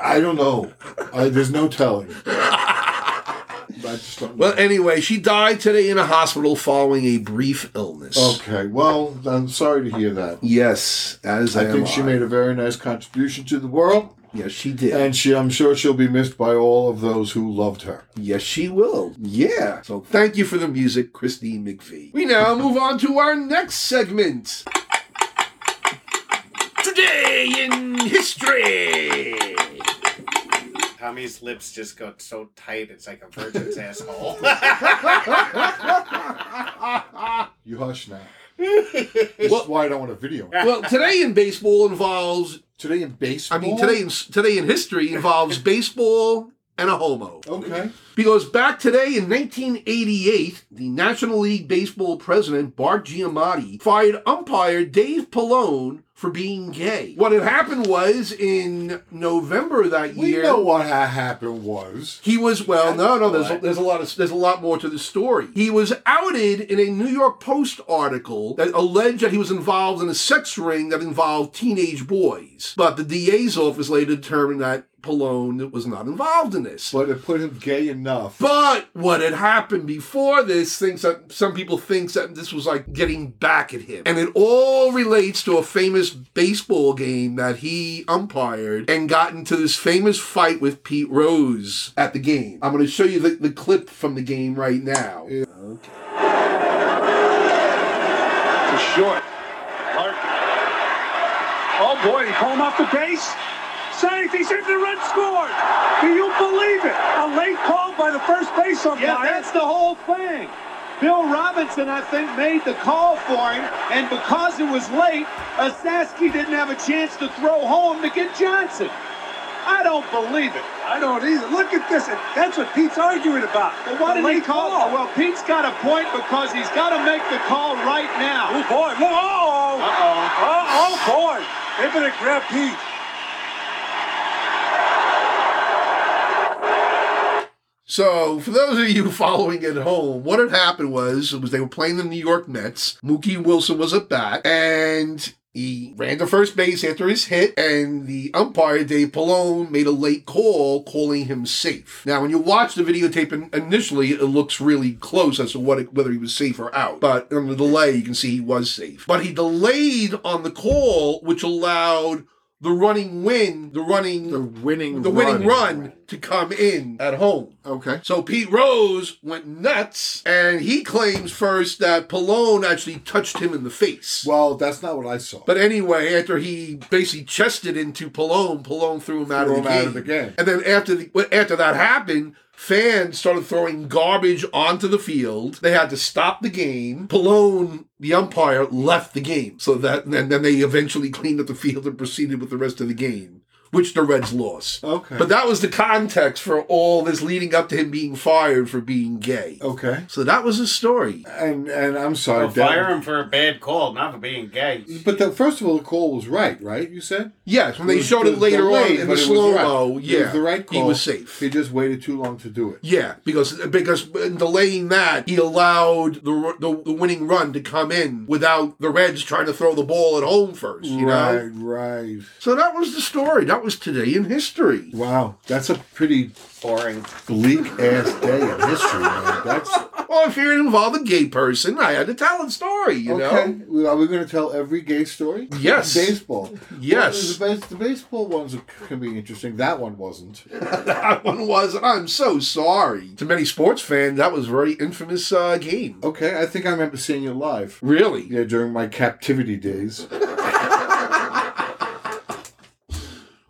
Speaker 2: I, I don't know. I, there's no telling. I just don't know.
Speaker 1: Well, anyway, she died today in a hospital following a brief illness.
Speaker 2: okay. Well, I'm sorry to hear that.
Speaker 1: Yes, as I,
Speaker 2: I think she made a very nice contribution to the world,
Speaker 1: Yes, she did.
Speaker 2: and she, I'm sure she'll be missed by all of those who loved her.
Speaker 1: Yes, she will. Yeah. So thank you for the music, Christine McVie. We now move on to our next segment. Today in history.
Speaker 3: Tommy's lips just got so tight, it's like a virgin's asshole.
Speaker 2: You hush now. this is why I don't want a video.
Speaker 1: Well, today in baseball involves.
Speaker 2: Today in baseball.
Speaker 1: I mean, today in today in history involves baseball and a homo.
Speaker 2: Okay.
Speaker 1: Because back today in 1988, the National League Baseball president Bart Giamatti fired umpire Dave Pallone for being gay. What had happened was in November that
Speaker 2: We
Speaker 1: year.
Speaker 2: know what ha- happened was.
Speaker 1: He was well, no, no. There's there's a lot of there's a lot more to the story. He was outed in a New York Post article that alleged that he was involved in a sex ring that involved teenage boys. But the DA's office later determined that Pallone was not involved in this.
Speaker 2: But it put him gay enough.
Speaker 1: But what had happened before this thinks that some people thinks that this was like getting back at him. And it all relates to a famous baseball game that he umpired and got into this famous fight with Pete Rose at the game. I'm gonna show you the, the clip from the game right now.
Speaker 6: to short. Clark. Oh boy, they pull him off the base. Safe, he's into the run scored. Do you believe it? A late call by the first base umpire.
Speaker 7: Yeah, that's the whole thing. Bill Robinson, I think, made the call for him, and because it was late, Osaski didn't have a chance to throw home to get Johnson. I don't believe it.
Speaker 6: I don't either. Look at this. That's what Pete's arguing about.
Speaker 7: But why
Speaker 6: The
Speaker 7: did he
Speaker 6: late
Speaker 7: call?
Speaker 6: call.
Speaker 7: Well, Pete's got a point because he's got to make the call right now.
Speaker 6: Oh boy. Whoa. Oh.
Speaker 7: Uh-oh.
Speaker 6: Oh, oh boy. They better grab Pete.
Speaker 1: So, for those of you following at home, what had happened was, was they were playing the New York Mets. Mookie Wilson was at bat, and he ran to first base after his hit, and the umpire, Dave Pallone, made a late call calling him safe. Now, when you watch the videotape in- initially, it looks really close as to what it, whether he was safe or out. But on the delay, you can see he was safe. But he delayed on the call, which allowed the running win, the running
Speaker 2: The winning
Speaker 1: the
Speaker 2: run.
Speaker 1: winning run to come in at home.
Speaker 2: Okay.
Speaker 1: So Pete Rose went nuts, and he claims first that Pallone actually touched him in the face.
Speaker 2: Well, that's not what I saw.
Speaker 1: but anyway, after he basically chested into Pallone, Pallone threw him out,
Speaker 2: Threw
Speaker 1: of, the
Speaker 2: him out
Speaker 1: game.
Speaker 2: of the game.
Speaker 1: And then after the, well, after that happened, fans started throwing garbage onto the field. They had to stop the game. Pallone, the umpire, left the game. So that and then they eventually cleaned up the field and proceeded with the rest of the game. Which the Reds lost.
Speaker 2: Okay.
Speaker 1: But that was the context for all this leading up to him being fired for being gay.
Speaker 2: okay.
Speaker 1: So that was his story.
Speaker 2: And and I'm sorry.
Speaker 3: They'll Oh, fire
Speaker 2: Devin.
Speaker 3: him for a bad call, not for being gay.
Speaker 2: But the, first of all, the call was right, right? You said.
Speaker 1: Yes, when they
Speaker 2: It was-
Speaker 1: showed
Speaker 2: it
Speaker 1: it
Speaker 2: was
Speaker 1: later
Speaker 2: delayed,
Speaker 1: on in
Speaker 2: but
Speaker 1: the
Speaker 2: it was
Speaker 1: slow mo,
Speaker 2: right.
Speaker 1: yeah,
Speaker 2: it was the right call.
Speaker 1: He was safe.
Speaker 2: He just waited too long to do it.
Speaker 1: yeah, because because in delaying that, he allowed the, the the winning run to come in without the Reds trying to throw the ball at home first. You know,
Speaker 2: right, right.
Speaker 1: so that was the story. That was today in history.
Speaker 2: Wow, that's a pretty
Speaker 3: Boring.
Speaker 2: bleak ass day in history, man. That's
Speaker 1: Well, if you're involved a gay person, I had to tell a story. You know,
Speaker 2: Well, Are we going to tell every gay story?
Speaker 1: Yes.
Speaker 2: Baseball.
Speaker 1: Yes.
Speaker 2: Well, the, bas- the baseball ones are- can be interesting. That one wasn't.
Speaker 1: that one was. I'm so sorry to many sports fans. That was a very infamous uh, game.
Speaker 2: Okay, I think I remember seeing you live.
Speaker 1: Really?
Speaker 2: Yeah, during my captivity days.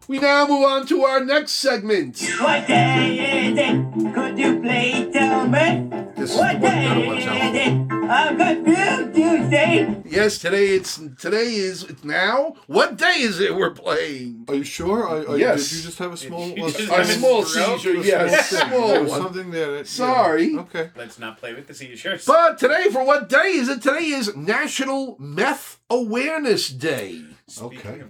Speaker 1: We now move on to our next segment.
Speaker 5: What day is it? Could you please tell me?
Speaker 2: This is the one
Speaker 5: What day
Speaker 2: better one's
Speaker 5: is
Speaker 2: out.
Speaker 5: it? I'm confused, you say.
Speaker 1: Yes, today it's today is it's now. What day is it we're playing?
Speaker 2: Are you sure? Are, are,
Speaker 1: Yes.
Speaker 2: Did you just have a small?
Speaker 3: You just
Speaker 1: A
Speaker 3: have
Speaker 1: small
Speaker 3: stroke?
Speaker 1: seizure, yes,
Speaker 2: thing.
Speaker 1: small
Speaker 2: There was
Speaker 1: one.
Speaker 2: something there. that-
Speaker 1: Sorry.
Speaker 2: yeah. Okay.
Speaker 3: Let's not play with the seizures.
Speaker 1: But today, for what day is it? Today is National Meth Awareness Day,
Speaker 2: Okay.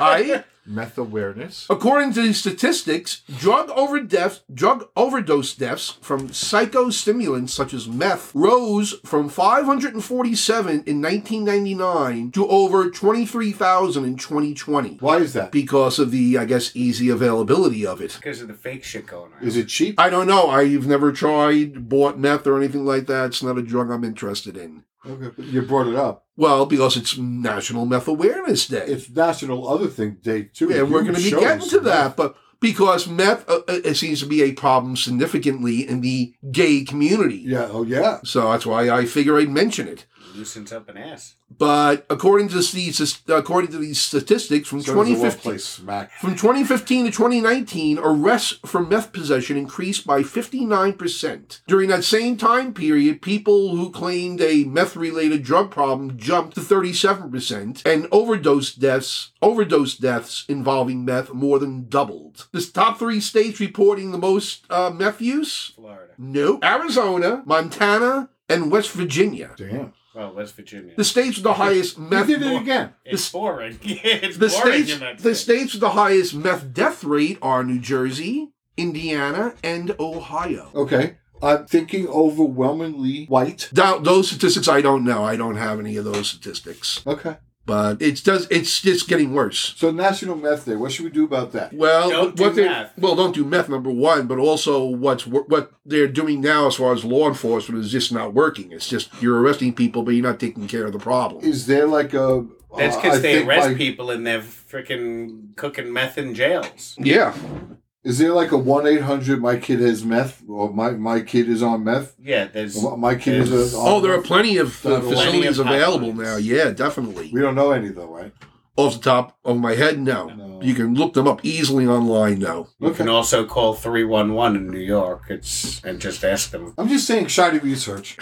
Speaker 1: right?
Speaker 2: Meth awareness.
Speaker 1: According to the statistics, drug overdose, drug overdose deaths from psychostimulants such as meth rose from 547 in 1999 to over 23,000 in 2020
Speaker 2: Why is that?
Speaker 1: because of the, I guess, easy availability of it.
Speaker 3: because of the fake shit going on.
Speaker 2: Is it cheap?
Speaker 1: I don't know. I've never tried, bought meth or anything like that. It's not a drug I'm interested in.
Speaker 2: Okay, but you brought it up.
Speaker 1: Well, because it's National Meth Awareness Day.
Speaker 2: It's National Other Thing Day too.
Speaker 1: and we're
Speaker 2: You
Speaker 1: going to be
Speaker 2: showed
Speaker 1: getting
Speaker 2: us
Speaker 1: to that, but because meth uh, uh, it seems to be a problem significantly in the gay community.
Speaker 2: Yeah. Oh yeah.
Speaker 1: So that's why I figure I'd mention it.
Speaker 3: Loosens up an ass.
Speaker 1: But according to these according to these statistics from
Speaker 2: So does the
Speaker 1: 2015
Speaker 2: workplace smack.
Speaker 1: From 2015 to 2019, arrests for meth possession increased by 59%. During that same time period, people who claimed a meth related drug problem jumped to 37%, and overdose deaths, overdose deaths involving meth more than doubled. The top three states reporting the most uh, meth use?
Speaker 3: Florida.
Speaker 1: No. Arizona, Montana, and West Virginia.
Speaker 2: Damn.
Speaker 3: Well, West Virginia.
Speaker 1: The states with the highest meth.
Speaker 2: He did it again.
Speaker 3: It's boring. it's
Speaker 1: The
Speaker 3: boring
Speaker 1: states,
Speaker 3: in that
Speaker 1: the
Speaker 3: state.
Speaker 1: states with the highest meth death rate are New Jersey, Indiana, and Ohio.
Speaker 2: Okay. I'm thinking overwhelmingly white.
Speaker 1: Now, those statistics I don't know. I don't have any of those statistics,
Speaker 2: Okay.
Speaker 1: but it's does it's just getting worse.
Speaker 2: So National Meth Day. What should we do about that?
Speaker 1: Well,
Speaker 3: Don't do
Speaker 1: what they-
Speaker 3: meth.
Speaker 1: well, don't do meth number one, but also what's wor- what they're doing now as far as law enforcement is just not working. It's just you're arresting people, but you're not taking care of the problem.
Speaker 2: Is there like a?
Speaker 3: That's
Speaker 2: uh,
Speaker 3: because
Speaker 2: I
Speaker 3: they
Speaker 2: think
Speaker 3: arrest
Speaker 2: like-
Speaker 3: people and they're freaking cooking meth in jails.
Speaker 1: yeah,
Speaker 2: Is there like a one eight hundred? My kid has meth, or my my kid is on meth.
Speaker 3: Yeah, there's
Speaker 2: My kid is.
Speaker 3: there's-
Speaker 2: A, on
Speaker 1: Oh, there are
Speaker 2: meth?
Speaker 1: plenty of uh,
Speaker 2: Plenty of
Speaker 1: facilities available
Speaker 3: hotlines.
Speaker 1: now. Yeah, definitely.
Speaker 2: We don't know any though, right?
Speaker 1: Off the top of my head, no.
Speaker 2: No.
Speaker 1: You can look them up easily online now.
Speaker 3: You
Speaker 2: Okay.
Speaker 3: can also call 311 in New York it's, and just ask them.
Speaker 2: I'm just saying, shoddy research.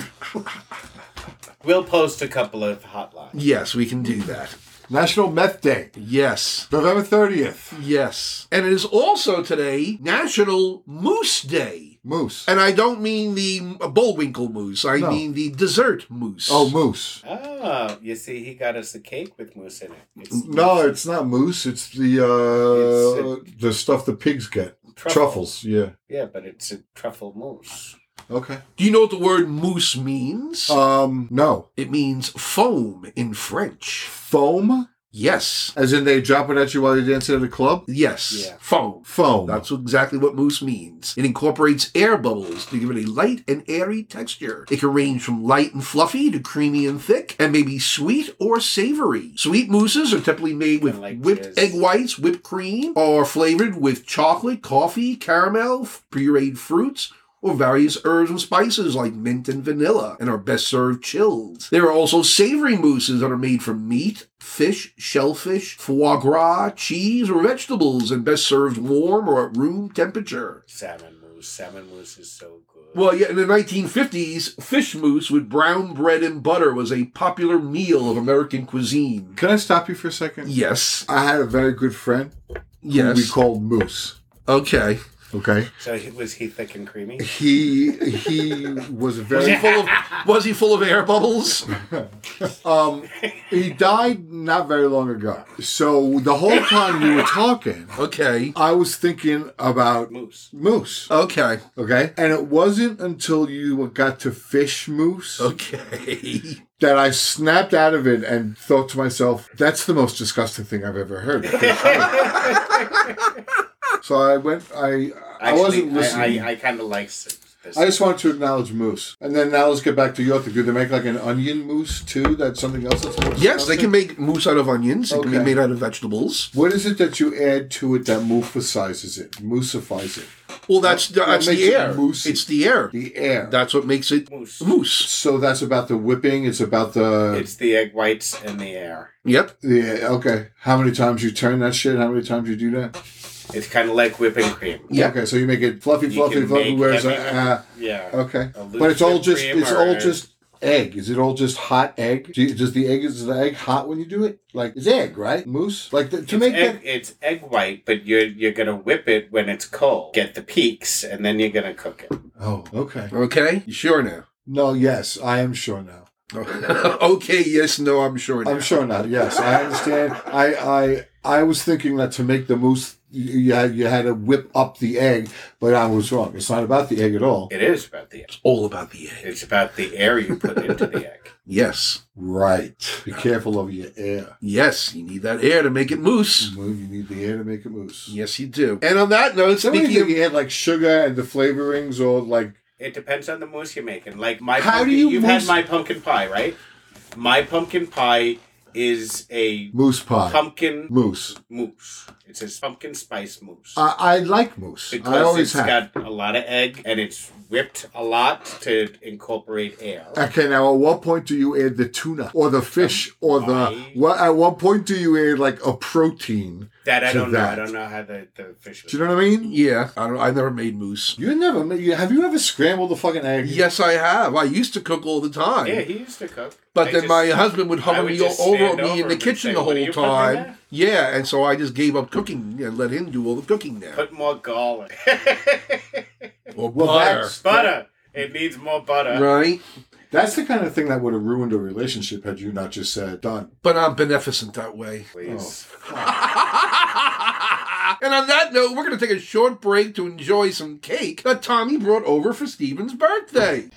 Speaker 3: We'll post a couple of hotlines.
Speaker 1: Yes, we can do
Speaker 2: Mm-hmm.
Speaker 1: that.
Speaker 2: National Meth Day,
Speaker 1: Yes.
Speaker 2: November thirtieth.
Speaker 1: Yes. And it is also today National Moose Day.
Speaker 2: Moose.
Speaker 1: And I don't mean the bullwinkle moose. I
Speaker 2: No.
Speaker 1: mean the dessert moose.
Speaker 2: Oh, moose.
Speaker 3: Oh, you see, he got us a cake with moose in it. It's
Speaker 2: No, it's not moose. It's the uh,
Speaker 3: It's
Speaker 2: the stuff the pigs get. Truffles. Yeah.
Speaker 3: Yeah, but it's a truffle moose.
Speaker 2: Okay.
Speaker 1: Do you know what the word moose means?
Speaker 2: Um. No.
Speaker 1: it means foam in French.
Speaker 2: Foam,
Speaker 1: Yes.
Speaker 2: as in they drop it at you while you're dancing at a club.
Speaker 1: Yes.
Speaker 3: Yeah.
Speaker 1: Foam.
Speaker 2: Foam.
Speaker 1: That's exactly what mousse means. It incorporates air bubbles to give it a light and airy texture. It can range from light and fluffy to creamy and thick, and maybe sweet or savory. Sweet mousses are typically made with
Speaker 3: like
Speaker 1: whipped
Speaker 3: jizz.
Speaker 1: egg whites, whipped cream, or flavored with chocolate, coffee, caramel, f- pureed fruits. Or various herbs and spices like mint and vanilla, and are best served chilled. There are also savory mousses that are made from meat, fish, shellfish, foie gras, cheese, or vegetables, and best served warm or at room temperature.
Speaker 3: Salmon moose. Salmon moose is so good.
Speaker 1: Well, yeah, in the 1950s, fish mousse with brown bread and butter was a popular meal of American cuisine.
Speaker 2: Can I stop you for a second?
Speaker 1: Yes.
Speaker 2: I had a very good friend who we
Speaker 1: Yes.
Speaker 2: called Moose.
Speaker 1: Okay.
Speaker 2: Okay.
Speaker 3: so he, was he thick and creamy?
Speaker 2: He he was
Speaker 1: Was he
Speaker 2: very
Speaker 1: full of was he full of air bubbles?
Speaker 2: um he died not very long ago. So the whole time we were talking,
Speaker 1: Okay.
Speaker 2: I was thinking about
Speaker 3: Moose.
Speaker 2: moose.
Speaker 1: Okay.
Speaker 2: Okay. And it wasn't until you got to fish moose
Speaker 1: Okay.
Speaker 2: that I snapped out of it and thought to myself, that's the most disgusting thing I've ever heard. so I went I I wasn't listening.
Speaker 3: I, I, I kind of like this.
Speaker 2: I just wanted to acknowledge moose, and then now let's get back to your thing. Do they make like an onion mousse too? That's something else. That's more
Speaker 1: Yes, they
Speaker 2: disgusting?
Speaker 1: can make mousse out of onions. It can
Speaker 2: Okay.
Speaker 1: be made out of vegetables.
Speaker 2: What is it that you add to it that moosifies it? Moosifies it.
Speaker 1: Well, that's that's
Speaker 2: makes
Speaker 1: the
Speaker 2: it
Speaker 1: air.
Speaker 2: moussey?
Speaker 1: It's the air.
Speaker 2: The air.
Speaker 1: That's what makes it
Speaker 3: Mousse.
Speaker 1: mousse.
Speaker 2: so that's about the whipping. It's about the
Speaker 3: It's the egg whites and the air.
Speaker 1: Yep.
Speaker 2: yeah. Okay. How many times you turn that shit? How many times you do that?
Speaker 3: It's kind of like whipping cream.
Speaker 1: Yeah.
Speaker 2: Okay. So you make it fluffy,
Speaker 3: You
Speaker 2: fluffy,
Speaker 3: can
Speaker 2: fluffy.
Speaker 3: make
Speaker 2: Whereas
Speaker 3: every-
Speaker 2: uh,
Speaker 3: Yeah.
Speaker 2: okay,
Speaker 3: A loose
Speaker 2: but it's all
Speaker 3: whipped
Speaker 2: just
Speaker 3: cream
Speaker 2: it's
Speaker 3: or
Speaker 2: all
Speaker 3: a-
Speaker 2: just egg. Is it all just hot egg? Do you, does the egg is the egg hot when you do it? Like it's egg, right? Moose. Like the, to
Speaker 3: It's
Speaker 2: make
Speaker 3: egg,
Speaker 2: that
Speaker 3: it's egg white, but you're you're gonna whip it when it's cold. Get the peaks, and then you're gonna cook it.
Speaker 2: Oh, okay.
Speaker 1: Okay. You sure now?
Speaker 2: No, yes, I am sure now.
Speaker 1: okay. Yes. No. I'm sure now.
Speaker 2: I'm sure now. Yes, I understand. I I I was thinking that to make the moose, you you had, you had to whip up the egg, but I was wrong. It's not about the egg at all.
Speaker 3: It is about the egg.
Speaker 1: It's all about the air.
Speaker 3: It's about the air you put into the egg.
Speaker 1: Yes.
Speaker 2: Right. Be careful of your air.
Speaker 1: Yes, you need that air to make it moose.
Speaker 2: Moo, You need the air to make a moose.
Speaker 1: Yes, you do. And on that note,
Speaker 2: So what do
Speaker 1: speaking
Speaker 2: you
Speaker 1: of
Speaker 2: think you had like sugar and the flavorings, or like
Speaker 3: It depends on the mousse you're making. Like my
Speaker 2: How do
Speaker 3: pumpkin,
Speaker 2: you
Speaker 3: you've
Speaker 2: mousse-
Speaker 3: had my pumpkin pie, right? My pumpkin pie is a
Speaker 2: moose pie,
Speaker 3: pumpkin
Speaker 2: moose.
Speaker 3: mousse. It's a pumpkin spice mousse.
Speaker 2: I, I like moose.
Speaker 3: because
Speaker 2: I always
Speaker 3: it's
Speaker 2: have.
Speaker 3: got a lot of egg and it's whipped a lot to incorporate air.
Speaker 2: Okay, now at what point do you add the tuna or the fish or the
Speaker 3: I-
Speaker 2: what? At what point do you add like a protein?
Speaker 3: That I
Speaker 2: to
Speaker 3: don't
Speaker 2: that.
Speaker 3: know. I don't know how the, the fish was.
Speaker 2: Do you know what I mean?
Speaker 1: yeah, I don't. I've never made moose.
Speaker 2: You never ma- you have you ever scrambled a fucking egg?
Speaker 1: Yes, I have. I used to cook all the time.
Speaker 3: yeah, he used to cook.
Speaker 1: but
Speaker 3: I
Speaker 1: then
Speaker 3: just-
Speaker 1: my
Speaker 2: uh,
Speaker 1: husband would
Speaker 3: I
Speaker 1: hover
Speaker 3: would
Speaker 1: me
Speaker 3: just
Speaker 1: over
Speaker 3: stand
Speaker 1: me in
Speaker 3: over
Speaker 1: the
Speaker 3: him
Speaker 1: kitchen
Speaker 3: and
Speaker 1: the
Speaker 3: say, "What are
Speaker 1: whole
Speaker 3: you putting in
Speaker 1: time.
Speaker 3: there?"
Speaker 1: Yeah, and so I just gave up cooking and let him do all the cooking now.
Speaker 3: Put more garlic.
Speaker 1: Or
Speaker 2: Well,
Speaker 1: butter,
Speaker 2: that's
Speaker 3: butter. It needs more butter.
Speaker 1: right?
Speaker 2: That's the kind of thing that would have ruined a relationship had you not just said done.
Speaker 1: But I'm beneficent that way.
Speaker 3: Please.
Speaker 2: Oh.
Speaker 1: and on that note, we're going to take a short break to enjoy some cake that Tommy brought over for Steven's birthday.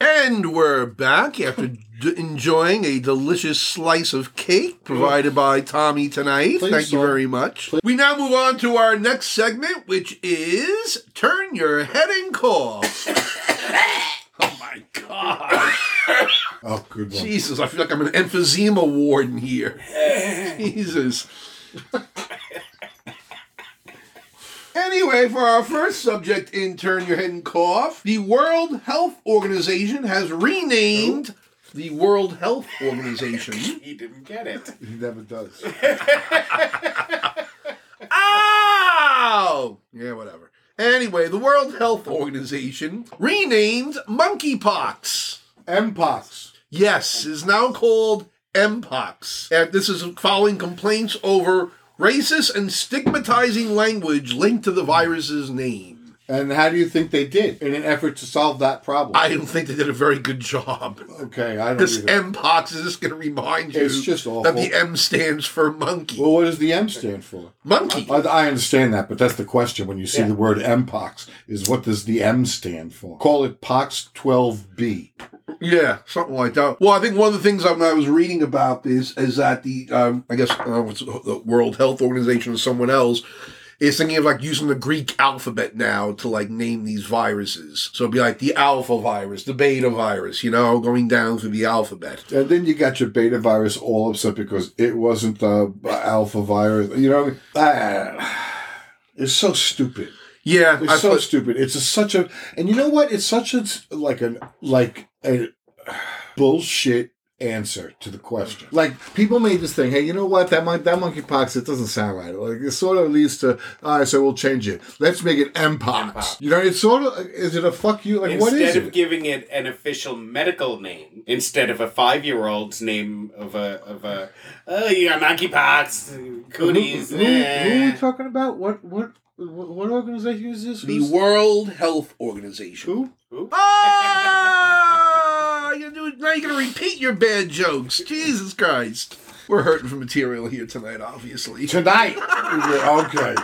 Speaker 1: And we're back after d- enjoying a delicious slice of cake provided by Tommy tonight.
Speaker 2: Please,
Speaker 1: Thank you
Speaker 2: sir.
Speaker 1: very much. We now move on to our next segment, which is Turn Your Head and Call.
Speaker 2: Oh, good one.
Speaker 1: Jesus, I feel like I'm an emphysema warden here. Jesus. Anyway, for our first subject in Turn Your Head and Cough, the World Health Organization has
Speaker 2: Oh.
Speaker 1: renamed the World Health Organization.
Speaker 3: He didn't get it.
Speaker 2: He never does.
Speaker 1: Ow! Yeah, whatever. Anyway, the World Health Organization renamed monkeypox.
Speaker 2: Mpox.
Speaker 1: Yes, is now called Mpox. And this is following complaints over racist and stigmatizing language linked to the virus's name.
Speaker 2: And how do you think they did in an effort to solve that problem?
Speaker 1: I don't think they did a very good job.
Speaker 2: okay, I don't
Speaker 1: This
Speaker 2: either.
Speaker 1: Mpox is just going to remind you
Speaker 2: Oh, It's just awful.
Speaker 1: that the M stands for monkey.
Speaker 2: well, what does the M stand for?
Speaker 1: monkey.
Speaker 2: I, I understand that, but that's the question when you see the word Mpox is what does the M stand for? Call it Pox 12B.
Speaker 1: Yeah, something like that. Well, I think one of the things I, when I was reading about this is that the, um, I guess, uh, what's it- the World Health Organization or someone else is thinking of like using the Greek alphabet now to like name these viruses. So it'd be like the alpha virus, the beta virus, you know, going down through the alphabet.
Speaker 2: And then you got your beta virus all upset because it wasn't the alpha virus. You know, ah, it's so stupid.
Speaker 1: Yeah,
Speaker 2: It's
Speaker 1: I
Speaker 2: so
Speaker 1: put-
Speaker 2: stupid. It's a, such a, and you know what? It's such a like an like a bullshit answer to the question. Like people made this thing. Hey, you know what? That mon- that monkeypox. It doesn't sound right. Like it sort of leads to. All right, so we'll change it. Let's make it mpox. You know, it's sort of. Is it a fuck you? Like what is
Speaker 3: instead of
Speaker 2: it?
Speaker 3: giving it an official medical name, instead of a five-year-old's name of a of a oh you got monkeypox, cooties.
Speaker 2: Who, who, who are
Speaker 3: eh."
Speaker 2: we talking about? What what what, what organization is this?
Speaker 1: the
Speaker 2: Who's-
Speaker 1: World Health Organization.
Speaker 2: who?
Speaker 3: Who?
Speaker 1: Ah! You're doing, now you're going to repeat your bad jokes. Jesus Christ. We're hurting for material here tonight, obviously.
Speaker 2: Tonight. okay.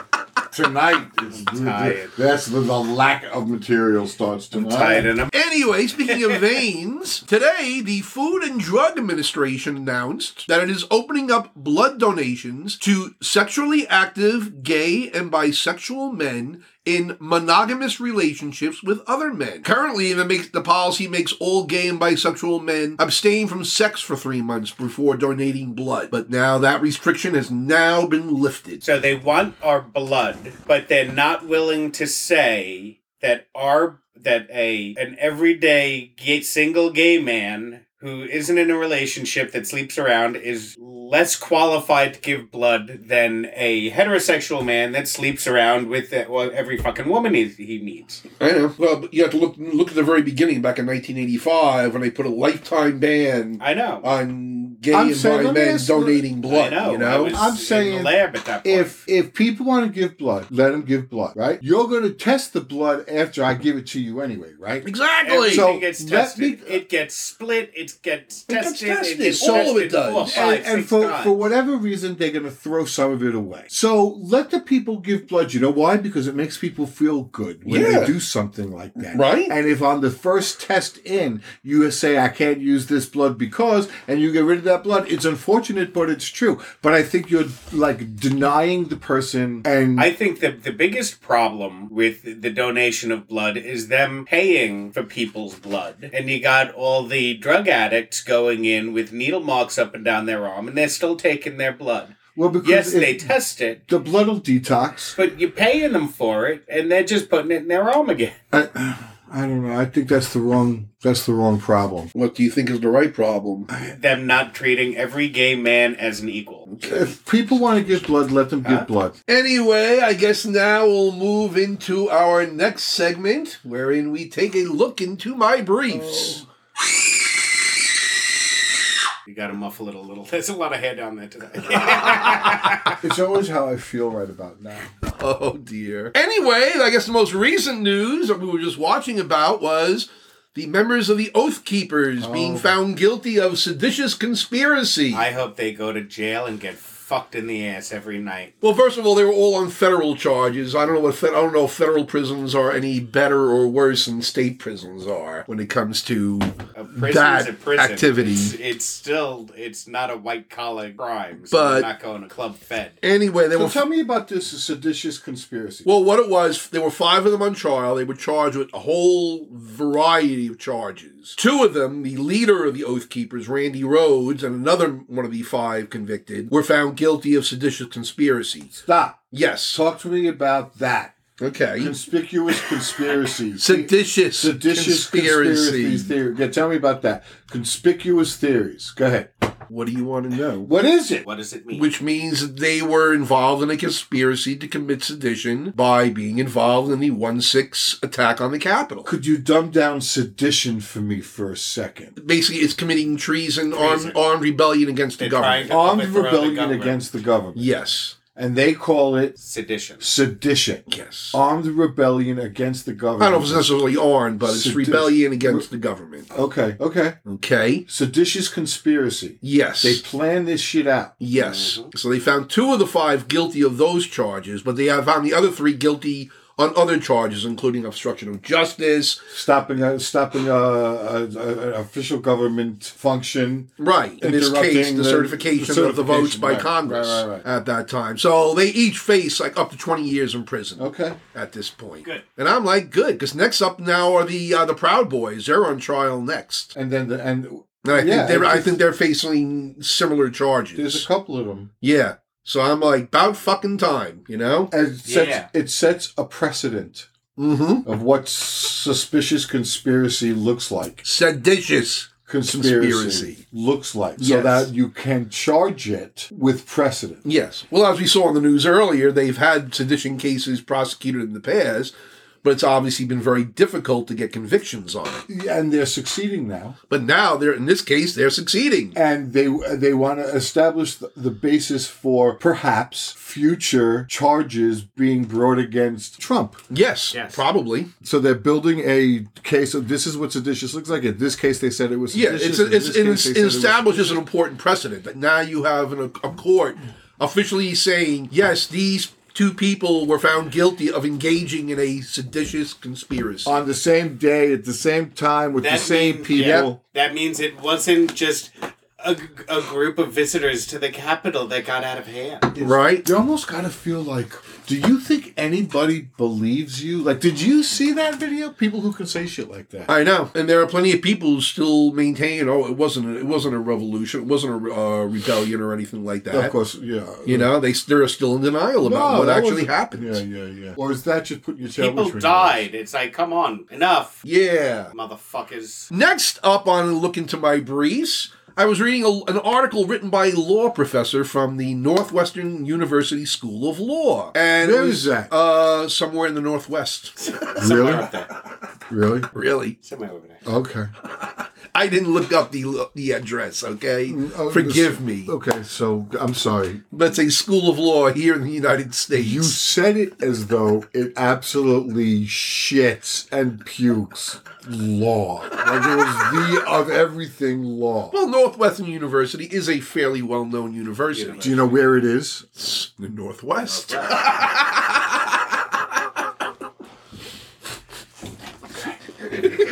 Speaker 2: Tonight is
Speaker 3: tired.
Speaker 2: That's the, the lack of material starts tonight.
Speaker 3: Tied in a-
Speaker 1: Anyway, speaking of veins, today the Food and Drug Administration announced that it is opening up blood donations to sexually active gay and bisexual men in monogamous relationships with other men. Currently, the, makes, the policy makes all gay and bisexual men abstain from sex for three months before donating blood, but now that restriction has now been lifted.
Speaker 3: So they want our blood, but they're not willing to say that our that a an everyday gay, single gay man who isn't in a relationship that sleeps around is less qualified to give blood than a heterosexual man that sleeps around with uh, well, every fucking woman he, he meets.
Speaker 1: I know. Well, but you have to look look at the very beginning back in 1985 when they put a lifetime ban
Speaker 3: I know.
Speaker 1: on gay
Speaker 2: I'm
Speaker 1: and
Speaker 2: saying,
Speaker 1: bi
Speaker 2: let me
Speaker 1: men
Speaker 2: ask you-
Speaker 1: donating blood.
Speaker 3: I know.
Speaker 1: Uh, You
Speaker 3: I
Speaker 1: know.
Speaker 3: was
Speaker 2: I'm
Speaker 3: in
Speaker 2: saying
Speaker 3: the lab at that point.
Speaker 2: If if people want to give blood, let them give blood, right? You're going to test the blood after I give it to you anyway, right?
Speaker 1: exactly.
Speaker 3: Everything
Speaker 2: So-
Speaker 3: gets
Speaker 2: let
Speaker 3: tested.
Speaker 2: me-
Speaker 3: it gets split. It gets
Speaker 1: It gets
Speaker 3: tested. It
Speaker 1: tested.
Speaker 3: gets
Speaker 1: All of it
Speaker 3: tested four,
Speaker 1: does.
Speaker 2: and,
Speaker 3: five,
Speaker 2: and
Speaker 3: six
Speaker 2: for,
Speaker 3: times.
Speaker 2: for whatever reason, they're going to throw some of it away. So let the people give blood. You know why? Because it makes people feel good when
Speaker 1: Yeah.
Speaker 2: they do something like that.
Speaker 1: Right.
Speaker 2: And if on the first test in, you say, I can't use this blood because, and you get rid of that blood, it's unfortunate, but it's true. But I think you're like denying the person and.
Speaker 3: I think that the biggest problem with the donation of blood is them paying for people's blood. And you got all the drug addicts going in with needle marks up and down their arm, and they're still taking their blood.
Speaker 2: well, because
Speaker 3: Yes,
Speaker 2: it-
Speaker 3: they test it,
Speaker 2: the blood will detox.
Speaker 3: but you're paying them for it, and they're just putting it in their arm again.
Speaker 2: I, I don't know. I think that's the wrong. That's the wrong problem.
Speaker 1: what do you think is the right problem?
Speaker 3: Them not treating every gay man as an equal.
Speaker 2: If people want to give blood, let them
Speaker 3: Uh,
Speaker 2: give blood.
Speaker 1: Anyway, I guess now we'll move
Speaker 2: Oh.
Speaker 1: into our next segment, wherein we take a look into my briefs.
Speaker 3: You got to muffle it a little. There's a lot of hair down there today.
Speaker 2: It's always how I feel right about now.
Speaker 1: Oh dear. Anyway, I guess the most recent news that we were just watching about was the members of the Oath Keepers being
Speaker 2: Oh.
Speaker 1: found guilty of seditious conspiracy.
Speaker 3: I hope they go to jail and get fucked in the ass every night.
Speaker 1: well, first of all, they were all on federal charges. I don't know what fed- I don't know if federal prisons are any better or worse than state prisons are when it comes to
Speaker 3: A prison's
Speaker 1: That
Speaker 3: a prison.
Speaker 1: activity.
Speaker 3: It's, it's still it's not a white collar crime. So
Speaker 1: But-
Speaker 3: you're not going to club fed.
Speaker 1: Anyway, they
Speaker 2: So
Speaker 1: were
Speaker 2: tell me about this seditious conspiracy.
Speaker 1: Well, what it was, there were five of them on trial. They were charged with a whole variety of charges. Two of them, the leader of the Oath Keepers, Randy Rhodes, and another one of the five convicted, were found guilty of seditious conspiracy.
Speaker 2: Stop.
Speaker 1: Yes.
Speaker 2: Talk to me about that.
Speaker 1: Okay.
Speaker 2: Conspicuous conspiracy.
Speaker 1: Seditious,
Speaker 2: Seditious
Speaker 1: conspiracy.
Speaker 2: conspiracy theory. Yeah, tell me about that. Conspicuous theories. Go ahead.
Speaker 1: What do you want to know?
Speaker 2: What is it?
Speaker 3: What does it mean?
Speaker 1: Which means that they were involved in a conspiracy to commit sedition by being involved in the 1 6 attack on the Capitol.
Speaker 2: Could you dumb down sedition for me for a second?
Speaker 1: Basically, it's committing treason, Armed,
Speaker 3: Treason.
Speaker 1: armed rebellion against the
Speaker 3: They're
Speaker 1: government.
Speaker 3: trying to
Speaker 2: Armed
Speaker 3: overthrow the
Speaker 2: rebellion
Speaker 3: government.
Speaker 2: against the government.
Speaker 1: Yes.
Speaker 2: And they call it
Speaker 3: sedition.
Speaker 2: sedition.
Speaker 1: Yes.
Speaker 2: Armed rebellion against the
Speaker 1: I don't know
Speaker 2: government.
Speaker 1: if it's necessarily armed, but it's
Speaker 2: Seditious.
Speaker 1: rebellion against the government.
Speaker 2: okay, okay.
Speaker 1: Okay?
Speaker 2: Seditious conspiracy.
Speaker 1: Yes.
Speaker 2: They plan this shit out.
Speaker 1: yes. So they found two of the five guilty of those charges, but they have found the other three guilty on other charges, including obstruction of justice.
Speaker 2: Stopping a stopping a, a, a- an official government function.
Speaker 1: Right. In this case,
Speaker 2: Interrupting
Speaker 1: the,
Speaker 2: the-
Speaker 1: certification
Speaker 2: the
Speaker 1: of the votes by
Speaker 2: certification, right,
Speaker 1: Congress
Speaker 2: right, right, right.
Speaker 1: at that time. So they each face like up to 20 years in prison.
Speaker 2: Okay.
Speaker 1: At this point,
Speaker 3: Good.
Speaker 1: and I'm like, good, because next up now are the uh, the Proud Boys. They're on trial next.
Speaker 2: And then the, and
Speaker 1: And I
Speaker 2: Yeah,
Speaker 1: think they're I
Speaker 2: it's-
Speaker 1: think they're facing similar
Speaker 2: there's
Speaker 1: charges.
Speaker 2: a couple of them.
Speaker 1: yeah. So I'm like, about fucking time, you know?
Speaker 2: And it sets,
Speaker 3: Yeah.
Speaker 2: it sets a precedent
Speaker 1: Mm-hmm.
Speaker 2: of what suspicious conspiracy looks like.
Speaker 1: Seditious.
Speaker 2: Conspiracy,
Speaker 1: Conspiracy.
Speaker 2: looks like, so
Speaker 1: Yes.
Speaker 2: that you can charge it with precedent.
Speaker 1: Yes. Well, as we saw in the news earlier, they've had sedition cases prosecuted in the past, but it's obviously been very difficult to get convictions on it.
Speaker 2: and they're succeeding now
Speaker 1: But now they're in this case they're succeeding.
Speaker 2: and they they want to establish the, the basis for perhaps future charges being brought against Trump
Speaker 1: Yes,
Speaker 3: Yes.
Speaker 1: probably.
Speaker 2: so they're building a case of this is what seditious looks like in this case they said it was
Speaker 1: Yeah,
Speaker 2: seditious.
Speaker 1: it's,
Speaker 2: In
Speaker 1: it's,
Speaker 2: this
Speaker 1: it
Speaker 2: case, they said it was-
Speaker 1: establishes an important precedent that now you have an, a court officially saying, yes, these two people were found guilty of engaging in a seditious conspiracy.
Speaker 2: on the same day at the same time with the same
Speaker 3: mean-
Speaker 2: people
Speaker 3: yeah, that means it wasn't just a, a group of visitors to the Capitol that got out of hand.
Speaker 1: right?
Speaker 2: You almost gotta feel like, do you think anybody believes you? Like, did you see that video? People who can say shit like that.
Speaker 1: I know, and there are plenty of people who still maintain, oh, it wasn't, a, it wasn't a revolution, it wasn't a uh, rebellion or anything like that.
Speaker 2: of course, yeah.
Speaker 1: you know, they they're still in denial about what
Speaker 2: that
Speaker 1: actually
Speaker 2: wasn't-
Speaker 1: happened.
Speaker 2: Yeah, yeah, yeah. Or is that just putting your tail
Speaker 3: People
Speaker 2: between
Speaker 3: died. It's like, come on, enough,
Speaker 1: yeah.
Speaker 3: motherfuckers.
Speaker 1: Next up on Look Into My Briefs, I was reading a, an article written by a law professor from the Northwestern University School of Law. And it
Speaker 2: Where
Speaker 1: was,
Speaker 2: is that?
Speaker 1: Uh, somewhere in the Northwest.
Speaker 3: Oh, Somewhere up there.
Speaker 2: Really?
Speaker 1: really?
Speaker 3: Somewhere over there.
Speaker 2: Okay.
Speaker 1: I didn't look up the, the address, okay?
Speaker 2: Oh,
Speaker 1: Forgive
Speaker 2: this-
Speaker 1: me.
Speaker 2: Okay, so I'm sorry.
Speaker 1: But it's a School of Law here in the United States.
Speaker 2: You said it as though it absolutely shits and pukes law. Like it was the of everything law.
Speaker 1: well, Northwestern University is a fairly well known university.
Speaker 2: Do you know where it is?
Speaker 1: The Northwest.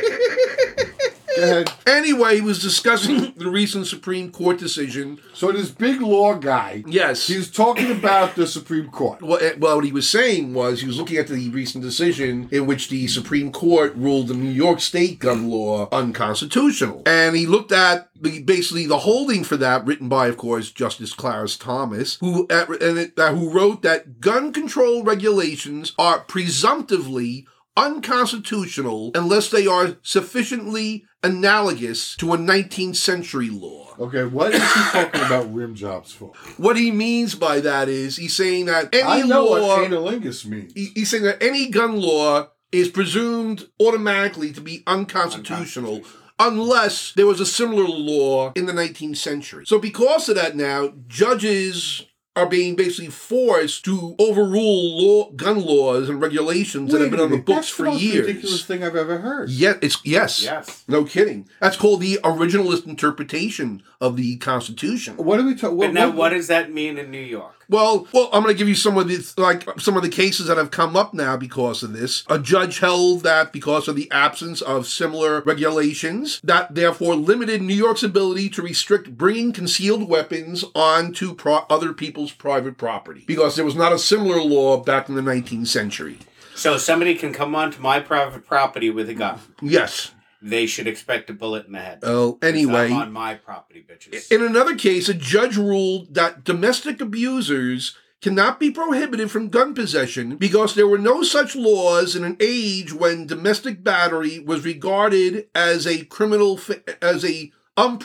Speaker 2: Go ahead.
Speaker 1: Anyway, he was discussing the recent Supreme Court decision.
Speaker 2: So this big law guy,
Speaker 1: Yes.
Speaker 2: he's talking about the Supreme Court.
Speaker 1: What, eh, well, what he was saying was he was looking at the recent decision in which the Supreme Court ruled the New York state gun law unconstitutional. And he looked at the, basically the holding for that, written by, of course, Justice Clarence Thomas, who, at, and it, uh, who wrote that gun control regulations are presumptively unconstitutional unless they are sufficiently analogous to a 19th century law.
Speaker 2: Okay, what is he talking about rim jobs for?
Speaker 1: What he means by that is he's saying that any
Speaker 2: I know
Speaker 1: law
Speaker 2: what analingus means.
Speaker 1: he- E, he's saying that any gun law is presumed automatically to be unconstitutional unless there was a similar law in the 19th century. So, because of that, now judges are being basically forced to overrule law, gun laws and regulations that have been on the books for years.
Speaker 2: Ridiculous thing I've ever heard.
Speaker 1: Yeah, it's yes.
Speaker 3: Yes.
Speaker 1: No kidding. That's called the originalist interpretation of the Constitution.
Speaker 2: What are we talking?
Speaker 3: But now, what does that mean in New York?
Speaker 1: Well, well, I'm going to give you some of the like some of the cases that have come up now because of this. A judge held that because of the absence of similar regulations, that therefore limited New York's ability to restrict bringing concealed weapons onto pro- other people's private property because there was not a similar law back in the 19th century.
Speaker 3: So somebody can come onto my private property with a gun.
Speaker 1: Yes.
Speaker 3: They should expect a bullet in the head.
Speaker 1: Oh, anyway.
Speaker 3: I'm on my property, bitches.
Speaker 1: In another case, a judge ruled that domestic abusers cannot be prohibited from gun possession because there were no such laws in an age when domestic battery was regarded as a criminal fa- as a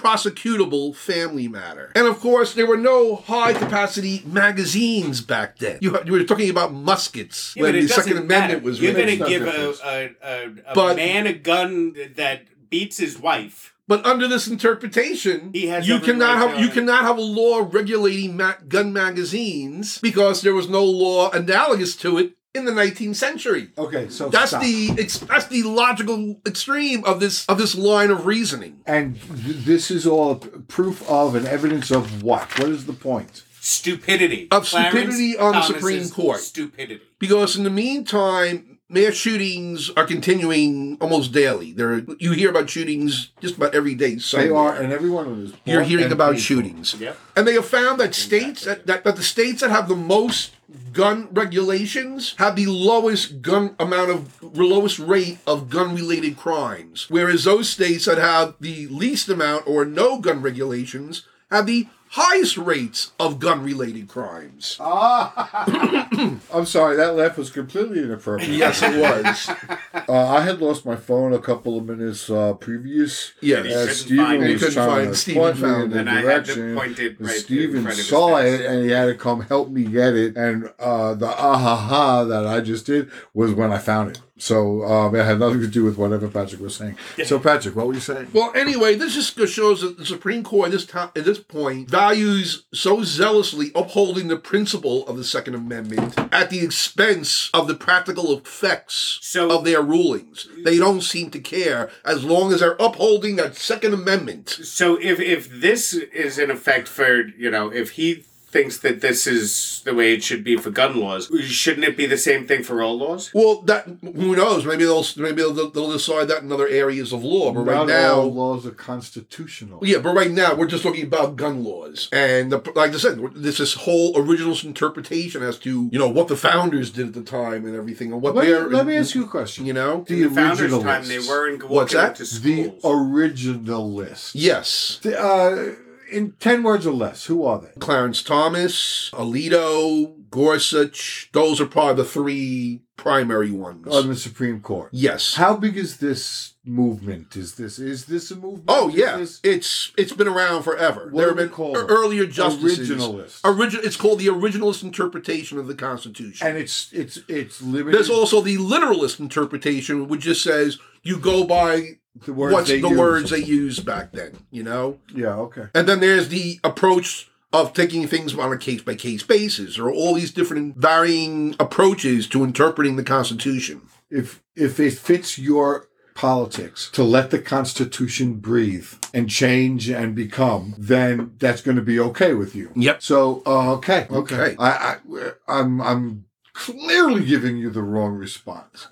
Speaker 1: unprosecutable family matter. And of course, there were no high capacity magazines back then. You, you were talking about muskets
Speaker 3: Yeah,
Speaker 1: when
Speaker 3: but it
Speaker 1: the Second
Speaker 3: doesn't
Speaker 1: Amendment
Speaker 3: matter.
Speaker 1: was
Speaker 3: You're
Speaker 1: written.
Speaker 3: going
Speaker 2: It's
Speaker 3: to
Speaker 2: not
Speaker 3: give a,
Speaker 2: different.
Speaker 3: a, a, a
Speaker 1: But-
Speaker 3: man a gun that beats his wife.
Speaker 1: But under this interpretation,
Speaker 3: He has
Speaker 1: you
Speaker 3: every
Speaker 1: cannot
Speaker 3: right
Speaker 1: have
Speaker 3: to-
Speaker 1: you cannot have a law regulating ma- gun magazines because there was no law analogous to it in the 19th century.
Speaker 2: Okay, so
Speaker 1: That's
Speaker 2: stop.
Speaker 1: the ex- that's the logical extreme of this of this line of reasoning.
Speaker 2: And th- this is all p- proof of and evidence of what? What is the point?
Speaker 3: Stupidity.
Speaker 1: Of stupidity on the Supreme Court.
Speaker 3: Stupidity.
Speaker 1: Because in the meantime, mass shootings are continuing almost daily. There are, you hear about shootings just about every day.
Speaker 2: They
Speaker 1: somewhere.
Speaker 2: are, and everyone is.
Speaker 1: You're hearing
Speaker 2: and
Speaker 1: about
Speaker 2: painful.
Speaker 1: shootings.
Speaker 3: Yep.
Speaker 1: And they have found that states that, that, that the states that have the most gun regulations have the lowest gun amount of lowest rate of gun related crimes. Whereas those states that have the least amount or no gun regulations have the highest rates of gun related crimes.
Speaker 2: I'm sorry, that laugh was completely inappropriate.
Speaker 1: Yes it was.
Speaker 2: Uh, I had lost my phone a couple of minutes uh, previous.
Speaker 1: Yes.
Speaker 2: as
Speaker 3: Couldn't
Speaker 2: Steven
Speaker 3: find it.
Speaker 2: was
Speaker 1: Couldn't
Speaker 2: trying
Speaker 1: find
Speaker 2: to
Speaker 1: it. Steven
Speaker 2: point me
Speaker 1: found
Speaker 2: in
Speaker 1: it.
Speaker 2: the
Speaker 3: And I had to
Speaker 2: direction.
Speaker 3: point it
Speaker 2: and
Speaker 3: right in
Speaker 2: Steven
Speaker 3: front of his
Speaker 2: saw
Speaker 3: face.
Speaker 2: it, and he had to come help me get it. And uh, the aha that I just did was when I found it. So um, it had nothing to do with whatever Patrick was saying. So Patrick, what were you saying?
Speaker 1: Well, anyway, this just shows that the Supreme Court at this time, at this point values so zealously upholding the principle of the Second Amendment at the expense of the practical effects
Speaker 3: So-
Speaker 1: of their rulings. They don't seem to care as long as they're upholding that Second Amendment.
Speaker 3: So if if this is in effect for you know if he thinks that this is the way it should be for gun laws, shouldn't it be the same thing for all laws?
Speaker 1: Well, that who knows? Maybe they'll maybe they'll, they'll decide that in other areas of law. But right
Speaker 2: Not
Speaker 1: now,
Speaker 2: all laws are constitutional.
Speaker 1: Yeah, but right now we're just talking about gun laws, and the, like I said, this this whole original interpretation as to you know what the founders did at the time and everything, and what
Speaker 2: Let, me-
Speaker 1: they're
Speaker 2: let me ask you a question.
Speaker 1: you know
Speaker 2: the
Speaker 3: the founders' time, they
Speaker 2: originalists.
Speaker 3: weren't walking
Speaker 1: What's that?
Speaker 3: into
Speaker 2: the
Speaker 3: schools.
Speaker 2: originalists.
Speaker 1: yes,
Speaker 2: The, Uh, in ten words or less, who are they?
Speaker 1: Clarence Thomas, Alito, Gorsuch, those are probably the three primary ones.
Speaker 2: On the Supreme Court.
Speaker 1: yes.
Speaker 2: How big is this movement? Is this is this a movement?
Speaker 1: Oh
Speaker 2: Is
Speaker 1: yeah,
Speaker 2: this-
Speaker 1: it's it's been around forever.
Speaker 2: What
Speaker 1: there
Speaker 2: do
Speaker 1: have
Speaker 2: we
Speaker 1: been
Speaker 2: call
Speaker 1: ear-
Speaker 2: it?
Speaker 1: earlier justices.
Speaker 2: Originalists.
Speaker 1: Origi- it's called the originalist interpretation of the Constitution.
Speaker 2: and it's it's it's limited.
Speaker 1: There's also the literalist interpretation, which just says you go by
Speaker 2: the words
Speaker 1: what's
Speaker 2: they
Speaker 1: the
Speaker 2: use.
Speaker 1: words they used back then, you know?
Speaker 2: Yeah. Okay.
Speaker 1: And then there's the approach of taking things on a case by case basis. There are all these different varying approaches to interpreting the Constitution.
Speaker 2: If if it fits your politics to let the Constitution breathe and change and become, then that's going to be okay with you.
Speaker 1: Yep.
Speaker 2: So uh, okay, okay,
Speaker 1: Okay.
Speaker 2: I, I I'm I'm clearly giving you the wrong response.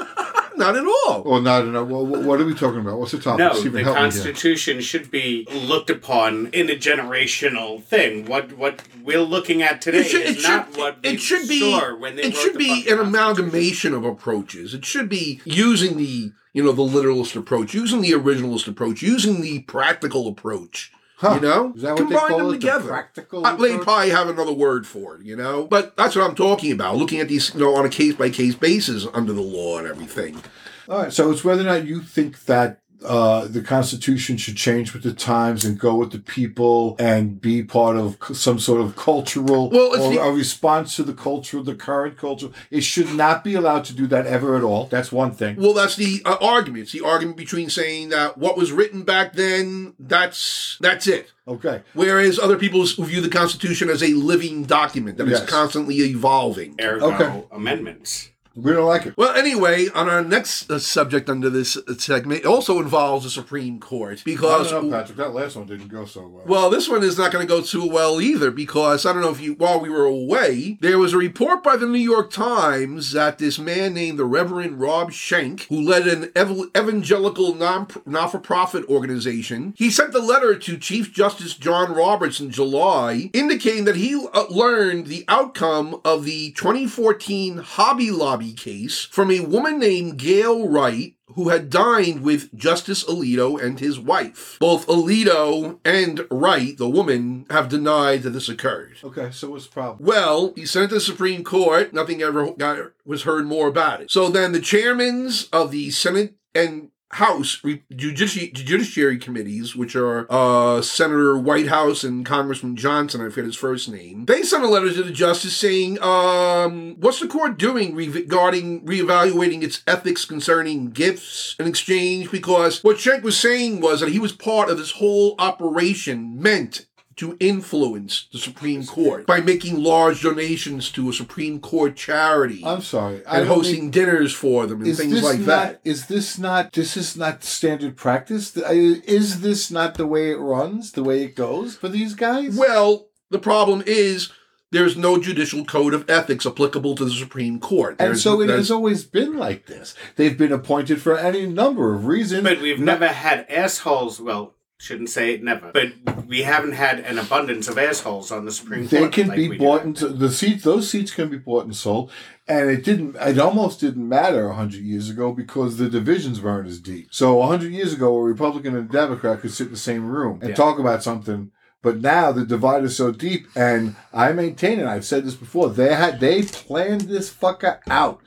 Speaker 1: Not at all.
Speaker 2: Well, not enough. Well, what what are we talking about? What's the topic?
Speaker 3: No,
Speaker 2: Stephen,
Speaker 3: the
Speaker 2: help me here.
Speaker 3: Constitution should be looked upon in a generational thing. What what we're looking at today
Speaker 1: It should, it
Speaker 3: is not
Speaker 1: should,
Speaker 3: what
Speaker 1: it
Speaker 3: we
Speaker 1: should be
Speaker 3: saw when they
Speaker 1: it
Speaker 3: wrote
Speaker 1: should
Speaker 3: the
Speaker 1: be
Speaker 3: fucking
Speaker 1: an
Speaker 3: Constitution.
Speaker 1: amalgamation of approaches. It should be using the you know the literalist approach, using the originalist approach, using the practical approach.
Speaker 2: Huh.
Speaker 1: You know,
Speaker 2: Is that what they
Speaker 1: combine
Speaker 2: call
Speaker 1: them
Speaker 2: it, the
Speaker 1: together.
Speaker 2: practical
Speaker 1: Uh, they
Speaker 2: approach?
Speaker 1: probably have another word for it, you know. But that's what I'm talking about. Looking at these, you know, on a case by case basis under the law and everything.
Speaker 2: All right. So it's whether or not you think that uh, the Constitution should change with the times and go with the people and be part of c- some sort of cultural
Speaker 1: Well, it's
Speaker 2: or
Speaker 1: the-
Speaker 2: a response to the culture, the current culture. It should not be allowed to do that ever at all. That's one thing.
Speaker 1: Well, that's the uh, argument. It's the argument between saying that what was written back then, that's that's it.
Speaker 2: Okay.
Speaker 1: Whereas other people s- view the Constitution as a living document that is
Speaker 2: Yes.
Speaker 1: constantly evolving.
Speaker 3: Ergo
Speaker 2: Okay.
Speaker 3: amendments.
Speaker 2: We don't like it.
Speaker 1: Well, anyway, on our next uh, subject under this uh, segment, it also involves the Supreme Court
Speaker 2: I
Speaker 1: because.
Speaker 2: don't know, Patrick. That last one didn't go so well.
Speaker 1: Well, this one is not going to go too well either because I don't know if you, while we were away, there was a report by the New York Times that this man named the Reverend Rob Schenk, who led an ev- evangelical non for profit organization, he sent a letter to Chief Justice John Roberts in July indicating that he uh, learned the outcome of the 2014 Hobby Lobby case from a woman named Gail Wright who had dined with Justice Alito and his wife. Both Alito and Wright, the woman, have denied that this occurred.
Speaker 2: okay, so what's the problem?
Speaker 1: Well, he sent it to the Supreme Court. Nothing ever got, was heard more about it. So then the chairmans of the Senate and House re- Judici- Judiciary Committees, which are uh, Senator Whitehouse and Congressman Johnson, I forget his first name, they sent a letter to the justice saying, um, what's the court doing re- regarding reevaluating its ethics concerning gifts in exchange? Because what Schenck was saying was that he was part of this whole operation meant to influence the Supreme Court by making large donations to a Supreme Court charity
Speaker 2: I'm sorry. I
Speaker 1: and
Speaker 2: don't
Speaker 1: hosting
Speaker 2: mean-
Speaker 1: dinners for them and
Speaker 2: is
Speaker 1: things
Speaker 2: this
Speaker 1: like
Speaker 2: not,
Speaker 1: that.
Speaker 2: Is this not? This is not standard practice. Th- I- Is this not the way it runs? The way it goes for these guys?
Speaker 1: Well, the problem is there's no judicial code of ethics applicable to the Supreme Court.
Speaker 2: and
Speaker 1: There's-
Speaker 2: so it
Speaker 1: there's-
Speaker 2: has always been like this. They've been appointed for any number of reasons.
Speaker 3: But we've
Speaker 2: Not-
Speaker 3: never had assholes. Well, shouldn't say it never. But we haven't had an abundance of assholes on the Supreme
Speaker 2: They
Speaker 3: Court.
Speaker 2: can
Speaker 3: like we
Speaker 2: be
Speaker 3: do.
Speaker 2: bought and the seats. Those seats can be bought and sold, and it didn't. It almost didn't matter hundred years ago because the divisions weren't as deep. So hundred years ago, a Republican and a Democrat could sit in the same room and
Speaker 3: Yeah.
Speaker 2: talk about something. But now the divide is so deep, and I maintain, and I've said this before. They had they planned this fucker out.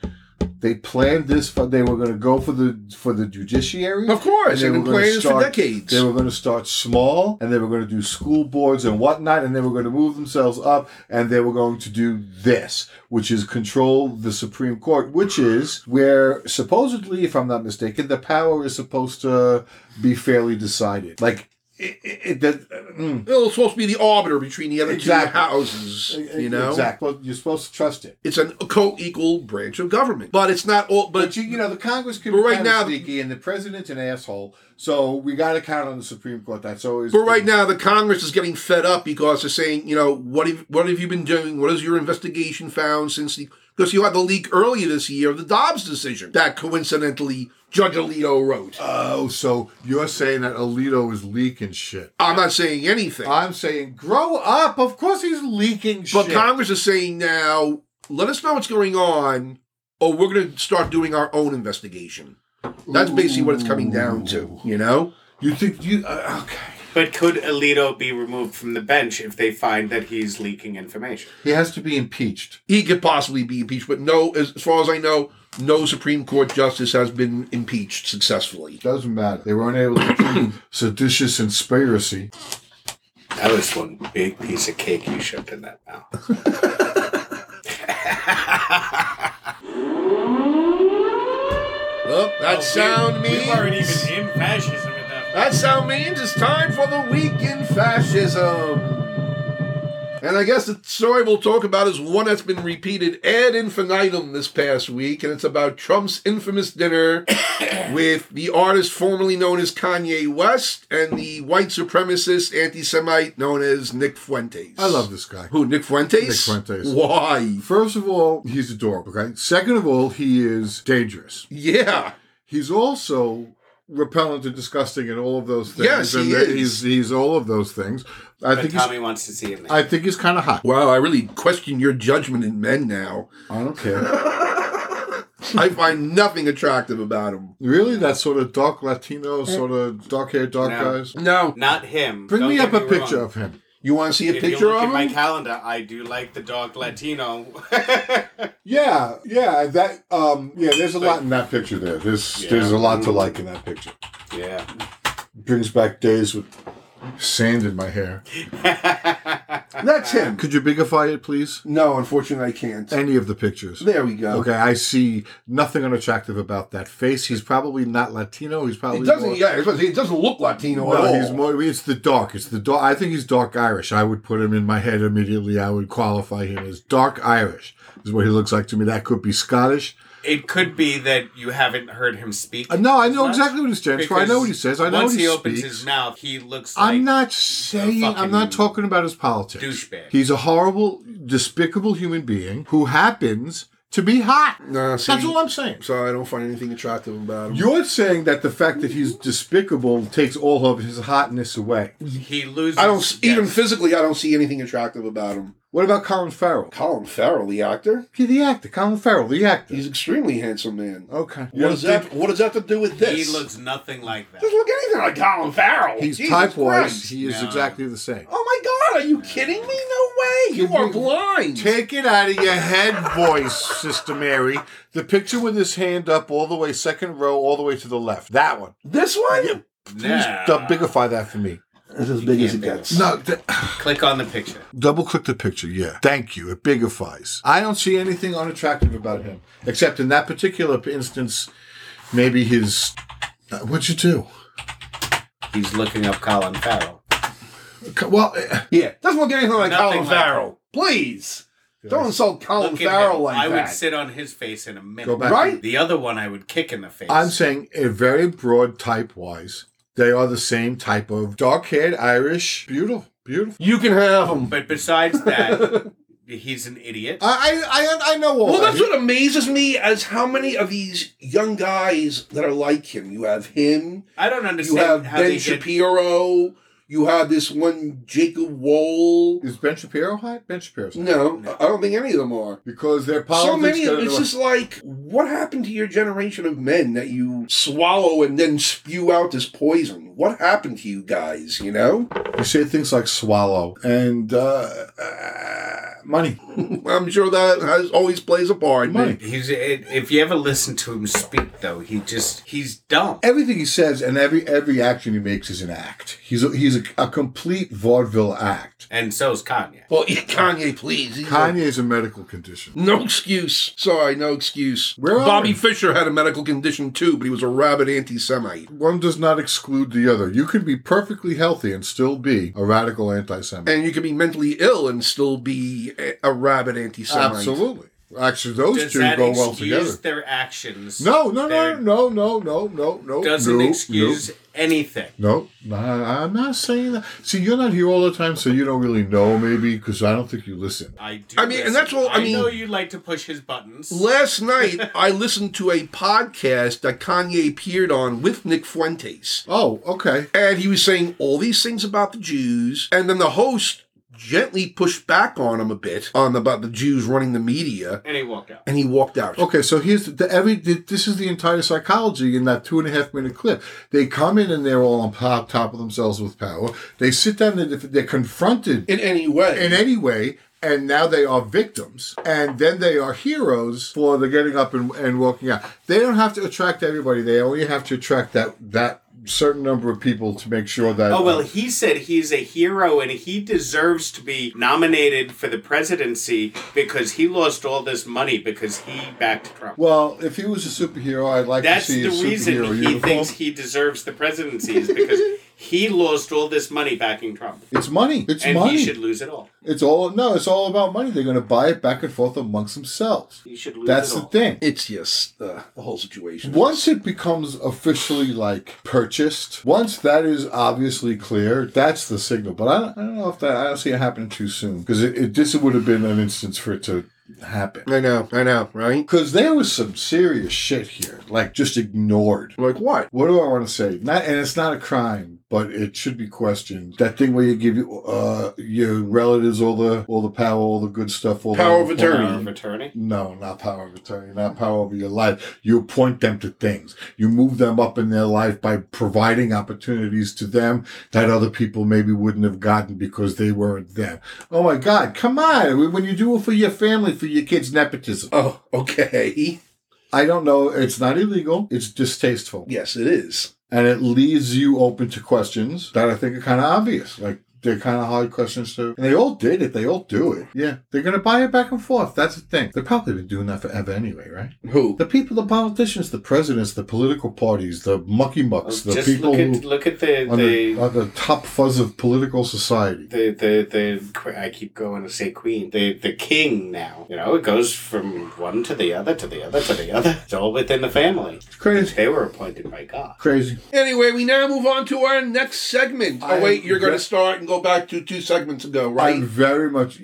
Speaker 2: They planned this. fu- They were going to go for the for the judiciary.
Speaker 1: Of course, they've
Speaker 2: and they
Speaker 1: been
Speaker 2: were gonna
Speaker 1: playing this for
Speaker 2: start-
Speaker 1: decades.
Speaker 2: They were going to start small, and they were going to do school boards and whatnot, and they were going to move themselves up, and they were going to do this, which is control the Supreme Court, which is where supposedly, if I'm not mistaken, the power is supposed to be fairly decided. Like it, it, it, that, mm.
Speaker 1: Well, it's supposed to be the arbiter between the other two
Speaker 2: Exactly. E-,
Speaker 1: houses, you know.
Speaker 2: exactly. Well, you're supposed to trust it.
Speaker 1: It's an- a co-equal branch of government, but it's not all. But,
Speaker 2: But you, you know, the Congress can
Speaker 1: But
Speaker 2: be
Speaker 1: right
Speaker 2: kind of
Speaker 1: now-
Speaker 2: sneaky, and the president's an asshole. So we got to count on the Supreme Court. That's always.
Speaker 1: But right now, the Congress is getting fed up because they're saying, you know, what have what have you been doing? What has your investigation found since the? Because you had the leak earlier this year of the Dobbs decision that coincidentally Judge Alito wrote.
Speaker 2: Oh, so you're saying that Alito is leaking shit?
Speaker 1: I'm not saying anything,
Speaker 2: I'm saying, grow up. Of course, he's leaking
Speaker 1: but
Speaker 2: shit.
Speaker 1: Congress is saying now, let us know what's going on, or we're going to start doing our own investigation. That's basically what it's coming down to, you know.
Speaker 2: you think you? Uh, okay,
Speaker 3: But could Alito be removed from the bench if they find that he's leaking information?
Speaker 2: he has to be impeached.
Speaker 1: He could possibly be impeached, but no, as, as far as I know, no Supreme Court justice has been impeached successfully.
Speaker 2: Doesn't matter. They weren't able to prove seditious conspiracy.
Speaker 3: That was one big piece of cake you shoved in that mouth.
Speaker 1: Well, that sound means
Speaker 8: We weren't even in fascism at that point.
Speaker 1: that sound means it's time for the week in fascism. And I guess the story we'll talk about is one that's been repeated ad infinitum this past week, and it's about Trump's infamous dinner with the artist formerly known as Kanye West and the white supremacist anti-Semite known as Nick Fuentes.
Speaker 2: I love this guy.
Speaker 1: Who, Nick Fuentes?
Speaker 2: Nick Fuentes.
Speaker 1: Why?
Speaker 2: First of all, he's adorable. Okay. Second of all, he is dangerous.
Speaker 1: Yeah.
Speaker 2: He's also repellent and disgusting and all of those things.
Speaker 1: Yes,
Speaker 2: and
Speaker 1: he
Speaker 2: that
Speaker 1: is.
Speaker 2: He's he's all of those things. I
Speaker 3: But
Speaker 2: think he's,
Speaker 3: Tommy wants to see him.
Speaker 2: I think he's kind of hot.
Speaker 1: Wow, I really question your judgment in men now.
Speaker 2: I don't care.
Speaker 1: I find nothing attractive about him.
Speaker 2: really, that sort of dark Latino, sort of dark hair, dark
Speaker 3: Eh. No.
Speaker 2: eyes.
Speaker 1: No.
Speaker 3: Not him.
Speaker 2: Bring
Speaker 3: Don't
Speaker 2: me
Speaker 3: get
Speaker 2: up a
Speaker 3: wrong.
Speaker 2: picture of him.
Speaker 1: You want to see a
Speaker 3: If you
Speaker 1: picture
Speaker 3: look
Speaker 1: of
Speaker 3: at
Speaker 1: him?
Speaker 3: my calendar, I do like the dog Latino.
Speaker 2: Yeah, yeah, that um yeah, there's a lot in that picture there. There's there's a lot to like in that picture.
Speaker 3: yeah.
Speaker 2: Brings back days with sand in my hair.
Speaker 1: That's him.
Speaker 2: Could you bigify it please?
Speaker 1: No, unfortunately, I can't.
Speaker 2: Any of the pictures.
Speaker 1: There we go.
Speaker 2: Okay, I see nothing unattractive about that face. He's probably not Latino. He's probably
Speaker 1: It doesn't.
Speaker 2: more-
Speaker 1: Yeah, it's- it doesn't look Latino at
Speaker 2: No,
Speaker 1: all.
Speaker 2: he's more. It's the dark. It's the dark. I think he's dark Irish. I would put him in my head immediately. I would qualify him as dark Irish. Is what he looks like to me. That could be Scottish.
Speaker 3: It could be that you haven't heard him speak.
Speaker 2: Uh, no, I know
Speaker 3: much,
Speaker 2: exactly what he stands for. I know what he says. I know
Speaker 3: once
Speaker 2: what he,
Speaker 3: he, opens
Speaker 2: speaks.
Speaker 3: his mouth, he looks like.
Speaker 2: I'm not saying. I'm not
Speaker 3: fucking
Speaker 2: talking about his politics.
Speaker 3: douchebag.
Speaker 2: He's a horrible, despicable human being who happens to be hot.
Speaker 1: Nah, uh, see,
Speaker 2: That's all I'm saying.
Speaker 1: So I don't find anything attractive about him.
Speaker 2: You're saying that the fact that he's despicable takes all of his hotness away.
Speaker 3: He loses.
Speaker 1: I don't s
Speaker 3: yes.
Speaker 1: even physically. I don't see anything attractive about him.
Speaker 2: What about Colin Farrell?
Speaker 1: Colin Farrell, the actor,
Speaker 2: He's the actor. Colin Farrell, the actor.
Speaker 1: he's an extremely handsome man.
Speaker 2: okay.
Speaker 1: What does that? What does that have to do with this?
Speaker 3: He looks nothing like that.
Speaker 1: Doesn't look anything like Colin Farrell.
Speaker 2: He's
Speaker 1: Jesus
Speaker 2: type wise.
Speaker 1: Christ.
Speaker 2: He is
Speaker 3: No.
Speaker 2: exactly the same.
Speaker 1: Oh my God! Are you kidding me? No way! You
Speaker 2: Give
Speaker 1: are
Speaker 2: me-
Speaker 1: blind.
Speaker 2: Take it out of your head, voice, Sister Mary. The picture with his hand up all the way, second row, all the way to the left. That one.
Speaker 1: this one.
Speaker 2: Please
Speaker 3: Nah.
Speaker 2: dub- bigify that for me.
Speaker 1: It's as big as it
Speaker 3: can't do
Speaker 1: gets.
Speaker 2: No, th-
Speaker 3: Click on the picture.
Speaker 2: double click the picture. Yeah. Thank you. It bigifies. I don't see anything unattractive about him, except in that particular instance, maybe his. Uh, what'd you do?
Speaker 3: He's looking up Colin Farrell.
Speaker 2: Co- Well, eh,
Speaker 1: Yeah, doesn't look anything like
Speaker 3: Nothing
Speaker 1: Colin
Speaker 3: like
Speaker 1: Farrell.
Speaker 3: him.
Speaker 1: Please don't insult Colin
Speaker 3: Look at
Speaker 1: Farrell
Speaker 3: him.
Speaker 1: like
Speaker 3: I
Speaker 1: that.
Speaker 3: would sit on his face in a minute.
Speaker 2: Go back.
Speaker 1: Right?
Speaker 3: The other one I would kick in the face.
Speaker 2: I'm saying a very broad type wise, they are the same type of dark haired Irish. Beautiful. Beautiful.
Speaker 1: you can have him.
Speaker 3: But besides that, he's an idiot.
Speaker 2: I I, I, I know all
Speaker 1: Well,
Speaker 2: that.
Speaker 1: that's what amazes me is how many of these young guys that are like him. You have him.
Speaker 3: I don't
Speaker 1: You
Speaker 3: understand
Speaker 1: have
Speaker 3: how
Speaker 1: Ben
Speaker 3: they get
Speaker 1: Shapiro. You have this one Jacob Wall.
Speaker 2: Is Ben Shapiro hot? Ben Shapiro's hot.
Speaker 1: No, I don't think any of them are.
Speaker 2: Because their politics.
Speaker 1: so many.
Speaker 2: go to
Speaker 1: It's
Speaker 2: the-
Speaker 1: just like what happened to your generation of men that you swallow and then spew out this poison. What happened to you guys? You know,
Speaker 2: You say things like swallow and uh, uh, money.
Speaker 1: I'm sure that has, always plays a part. in
Speaker 2: Money.
Speaker 1: it.
Speaker 3: He's it, if you ever listen to him speak though, he just he's dumb.
Speaker 2: Everything he says and every every action he makes is an act. He's a, he's a, a complete vaudeville act.
Speaker 3: And so's Kanye.
Speaker 1: Well, Kanye, please. He's a-
Speaker 2: Kanye's a medical condition.
Speaker 1: No excuse. Sorry, no excuse.
Speaker 2: Where are
Speaker 1: Bobby
Speaker 2: we?
Speaker 1: Fischer had a medical condition too, but he was a rabid anti Semite.
Speaker 2: One does not exclude the other. You can be perfectly healthy and still be a radical anti-Semite.
Speaker 1: And you can be mentally ill and still be a, a rabid anti Semite.
Speaker 2: Absolutely. Actually, those
Speaker 3: Does
Speaker 2: two
Speaker 3: that
Speaker 2: go
Speaker 3: excuse
Speaker 2: well together.
Speaker 3: their actions?
Speaker 2: No, no, no,
Speaker 3: They're-
Speaker 2: no, no, no, no, no.
Speaker 3: Doesn't
Speaker 2: no,
Speaker 3: excuse anything.
Speaker 2: No, no, I- I'm not saying that. See, you're not here all the time, so you don't really know, maybe, because I don't think you listen.
Speaker 3: I do.
Speaker 1: I mean, and
Speaker 3: listen.
Speaker 1: that's all- I mean-
Speaker 3: know you like to push his buttons.
Speaker 1: Last night, I listened to a podcast that Kanye appeared on with Nick Fuentes.
Speaker 2: Oh, okay.
Speaker 1: And he was saying all these things about the Jews. And then the host gently pushed back on him a bit on about the Jews running the media.
Speaker 3: and he walked out.
Speaker 1: And he walked out.
Speaker 2: Okay, so here's the, the every. th- This is the entire psychology in that two and a half minute clip. They come in and they're all on top, top of themselves with power. They sit down and they're they're confronted
Speaker 1: In any way.
Speaker 2: in any way, and now they are victims, and then they are heroes for the getting up and, and walking out. They don't have to attract everybody; they only have to attract that that certain number of people to make sure that.
Speaker 3: Oh well, he said he's a hero and he deserves to be nominated for the presidency because he lost all this money because he backed Trump.
Speaker 2: Well, if he was a superhero, I'd like
Speaker 3: That's
Speaker 2: to see
Speaker 3: the
Speaker 2: a
Speaker 3: reason
Speaker 2: superhero
Speaker 3: he
Speaker 2: uniform.
Speaker 3: thinks he deserves the presidency is because he lost all this money backing Trump.
Speaker 2: it's money. It's
Speaker 3: and
Speaker 2: money.
Speaker 3: he should lose it all.
Speaker 2: It's all no. It's all about money. They're going to buy it back and forth amongst themselves.
Speaker 3: He should lose
Speaker 2: That's
Speaker 3: it all.
Speaker 2: the thing.
Speaker 1: It's just uh, the whole situation.
Speaker 2: Once it becomes officially like purchased, once that is obviously clear, that's the signal. But I don't, I don't know if that I don't see it happening too soon because it, it this would have been an instance for it to happen.
Speaker 1: I know, I know, right?
Speaker 2: Because there was some serious shit here, like just ignored.
Speaker 1: Like what?
Speaker 2: What do I want to say? Not and it's not a crime. but it should be questioned. That thing where you give you, uh, your relatives all the all the power, all the good stuff, all
Speaker 1: Power
Speaker 2: the,
Speaker 1: of
Speaker 2: all the-
Speaker 1: attorney.
Speaker 3: Power of attorney.
Speaker 2: no, not power of attorney, not power over your life. You appoint them to things. You move them up in their life by providing opportunities to them that other people maybe wouldn't have gotten because they weren't them. Oh my God, come on. When you do it for your family, for your kids, nepotism.
Speaker 1: Oh, okay.
Speaker 2: I don't know. It's not illegal. It's distasteful.
Speaker 1: Yes, it is.
Speaker 2: And it leaves you open to questions that I think are kind of obvious. Like, they're kind of hard questions to, and they all did it. They all do it. Yeah. They're going to buy it back and forth. That's the thing. They've probably been doing that forever anyway, right?
Speaker 1: Who?
Speaker 2: The people, the politicians, the presidents, the political parties, the mucky mucks, the
Speaker 3: Just
Speaker 2: people
Speaker 3: look at
Speaker 2: who
Speaker 3: look at the
Speaker 2: are the,
Speaker 3: the,
Speaker 2: are the top fuzz of political society.
Speaker 3: the the the que- I keep going to say queen the the king now. You know it goes from one to the other to the other to the other. It's all within the family.
Speaker 2: It's crazy.
Speaker 3: They were appointed by God.
Speaker 2: Crazy.
Speaker 1: Anyway, we now move on to our next segment. Oh,
Speaker 2: I-
Speaker 1: wait, you're going to start and go back to two segments ago, right?
Speaker 2: I'm very much.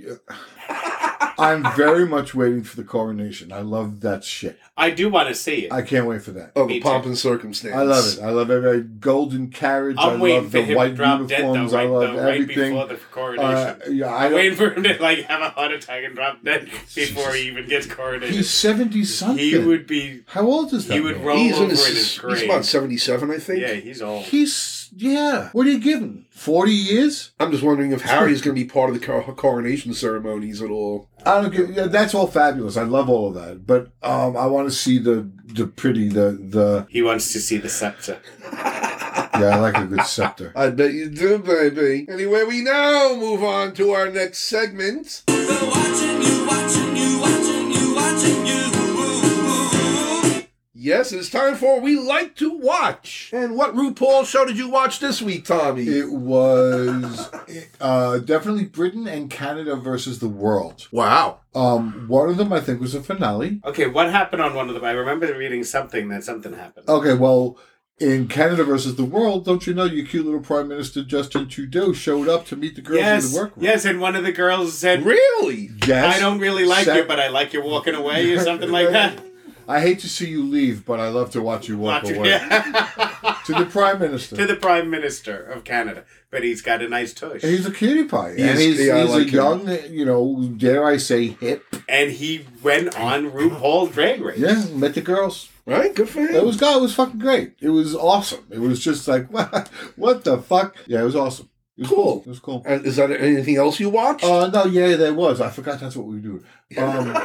Speaker 2: I'm very much waiting for the coronation. I love that shit.
Speaker 3: I do want to see it.
Speaker 2: I can't wait for that.
Speaker 1: of
Speaker 3: Me
Speaker 1: the
Speaker 3: too.
Speaker 1: pomp and circumstance.
Speaker 2: I love it. I love every golden carriage.
Speaker 3: I'm
Speaker 2: I
Speaker 3: waiting
Speaker 2: love
Speaker 3: for
Speaker 2: the
Speaker 3: him
Speaker 2: white
Speaker 3: to drop dead though,
Speaker 2: uniforms.
Speaker 3: right,
Speaker 2: I love
Speaker 3: though, right
Speaker 2: everything.
Speaker 3: before the coronation.
Speaker 2: uh, yeah, I
Speaker 3: I'm waiting
Speaker 2: don't,
Speaker 3: for him to like have a heart attack and drop dead before he even gets coronated.
Speaker 2: he's seventy something.
Speaker 3: he would be.
Speaker 2: How old is that?
Speaker 3: He would
Speaker 2: man?
Speaker 3: roll
Speaker 1: He's,
Speaker 3: over
Speaker 1: in
Speaker 3: in
Speaker 1: his,
Speaker 3: his
Speaker 1: he's
Speaker 3: grave.
Speaker 1: about 77, I think.
Speaker 3: Yeah, he's old.
Speaker 2: He's yeah. What are you giving? Forty years?
Speaker 1: I'm just wondering if Harry's going to be part of the cor- coronation ceremonies at all.
Speaker 2: I don't give. Yeah, that's all fabulous. I love all of that. But um, I want to see the the pretty the the.
Speaker 3: He wants to see the scepter.
Speaker 2: Yeah, I like a good scepter.
Speaker 1: I bet you do, baby. Anyway, we now move on to our next segment. Yes, it's time for We Like to Watch. And what RuPaul show did you watch this week, Tommy?
Speaker 2: It was uh, definitely Britain and Canada versus the world.
Speaker 1: Wow.
Speaker 2: Um, one of them I think was a finale.
Speaker 3: Okay, what happened on one of them? I remember reading something that something happened.
Speaker 2: Okay, well, in Canada versus the world, don't you know your cute little Prime Minister Justin Trudeau showed up to meet the girls in
Speaker 3: yes,
Speaker 2: the workroom?
Speaker 3: yes, and one of the girls said,
Speaker 1: Really?
Speaker 2: Yes.
Speaker 3: "I don't really like
Speaker 2: Sep-
Speaker 3: you, but I like you walking away," or something like that.
Speaker 2: I hate to see you leave, but I love to watch you walk
Speaker 3: Watch-
Speaker 2: away.
Speaker 3: yeah.
Speaker 2: To the Prime Minister.
Speaker 3: to the Prime Minister of Canada, but he's got a nice tush,
Speaker 2: He's a cutie pie.
Speaker 1: He
Speaker 2: and
Speaker 1: is-
Speaker 2: he's,
Speaker 1: yeah, I
Speaker 2: he's
Speaker 1: like
Speaker 2: a
Speaker 1: him.
Speaker 2: young, you know, dare I say, hip.
Speaker 3: and he went on RuPaul Drag Race.
Speaker 2: Yeah, met the girls.
Speaker 1: Right? Good for him.
Speaker 2: It was God. It was fucking great. It was awesome. It was just like, what, what the fuck? Yeah, it was awesome. It was cool.
Speaker 1: Cool.
Speaker 2: It was cool.
Speaker 1: Uh, Is that anything else you watched?
Speaker 2: Uh, no, yeah, there was. I forgot that's what we do. Um,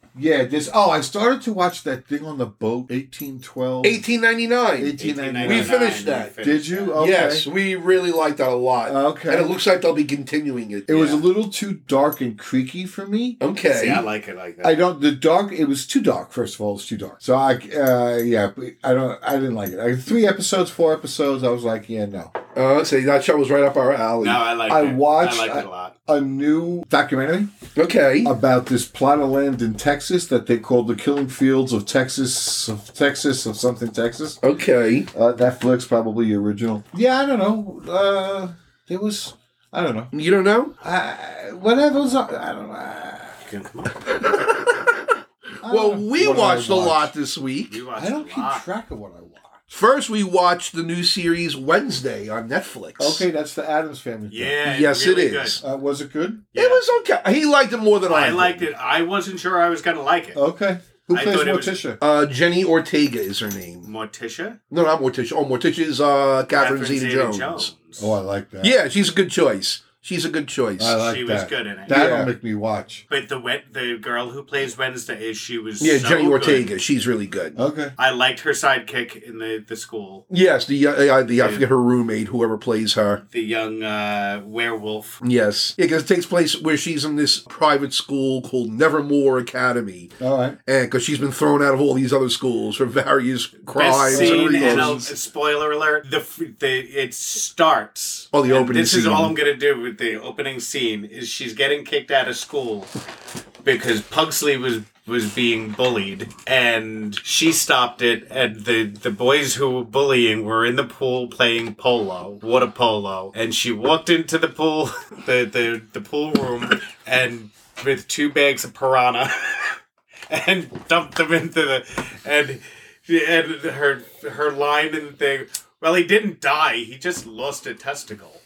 Speaker 2: yeah, this. Oh, I started to watch that thing on the boat, 1812.
Speaker 1: 1899.
Speaker 2: 1899.
Speaker 1: We finished that.
Speaker 2: Did you? Oh, Okay. Uh,
Speaker 1: Yes, we really liked that a lot.
Speaker 2: Okay.
Speaker 1: And it looks like they'll be continuing it.
Speaker 2: It was
Speaker 3: Yeah.
Speaker 2: a little too dark and creaky for me.
Speaker 1: Okay.
Speaker 3: See, I like it like that.
Speaker 2: I don't. The dark. It was too dark. First of all, it's too dark. So I, uh, yeah, I don't. I didn't like it. I, three episodes, four episodes. I was like, yeah, no.
Speaker 1: Uh, so that show was right up our alley.
Speaker 3: no, I like.
Speaker 2: I
Speaker 3: it.
Speaker 2: watched-
Speaker 3: I like it a lot.
Speaker 2: A new documentary
Speaker 1: Okay.
Speaker 2: about this plot of land in Texas that they called the Killing Fields of Texas, of Texas, of something Texas.
Speaker 1: okay.
Speaker 2: Uh, Netflix probably original. Yeah, I don't know. Uh, it was. I don't know.
Speaker 1: You don't know?
Speaker 2: Uh, I, whatever was. on- I don't know. I
Speaker 3: Come on.
Speaker 2: don't
Speaker 1: Well,
Speaker 2: know
Speaker 1: we
Speaker 2: what I
Speaker 1: watched a
Speaker 2: watched. Uh,
Speaker 1: lot this week.
Speaker 3: You watched
Speaker 2: I don't
Speaker 3: a
Speaker 2: keep
Speaker 3: lot.
Speaker 2: track of what I watch.
Speaker 1: First, we watched the new series Wednesday on Netflix.
Speaker 2: Okay, that's the Adams Family. thing.
Speaker 3: Yeah.
Speaker 1: Yes,
Speaker 3: really
Speaker 1: it
Speaker 3: good.
Speaker 1: is.
Speaker 2: Uh, was it good?
Speaker 1: It was okay. He liked it more than I,
Speaker 3: I liked it. I wasn't sure I was gonna like it.
Speaker 2: Okay. Who
Speaker 3: I
Speaker 2: plays
Speaker 3: thought it was-
Speaker 2: Morticia?
Speaker 1: Uh, Jenny Ortega is her name.
Speaker 3: Morticia,
Speaker 1: No, not Morticia. Oh, Morticia is uh, Catherine, Zeta, Jones.
Speaker 2: Oh, I like that.
Speaker 1: Yeah, she's a good choice. She's a good choice.
Speaker 2: I like
Speaker 3: she was
Speaker 2: that.
Speaker 3: good in it.
Speaker 2: That'll
Speaker 1: Yeah.
Speaker 2: make me watch.
Speaker 3: But the wet, the girl who plays Wednesday is she was
Speaker 1: yeah,
Speaker 3: so
Speaker 1: Jenny
Speaker 3: good.
Speaker 1: Ortega. She's really good.
Speaker 2: Okay.
Speaker 3: I liked her sidekick in the the school,
Speaker 1: Yes, the uh, uh, the I
Speaker 3: Yeah.
Speaker 1: forget her roommate, whoever plays her.
Speaker 3: the young uh, werewolf.
Speaker 1: Yes, because it takes place where she's in this private school called Nevermore Academy,
Speaker 2: All right.
Speaker 1: and because she's been thrown out of all these other schools for various crimes
Speaker 3: Best scene,
Speaker 1: and
Speaker 3: and I'll,
Speaker 1: reasons.
Speaker 3: spoiler alert: the, f- the it starts.
Speaker 1: Oh, the
Speaker 3: and
Speaker 1: opening
Speaker 3: This is
Speaker 1: scene.
Speaker 3: all I'm gonna do with the opening scene is she's getting kicked out of school because Pugsley was was being bullied, and she stopped it. And the the boys who were bullying were in the pool playing polo, water polo, and she walked into the pool, the the the pool room, and with two bags of piranha. and dumped them into the and and her her line in the thing
Speaker 8: Well, he didn't die. He just lost a testicle.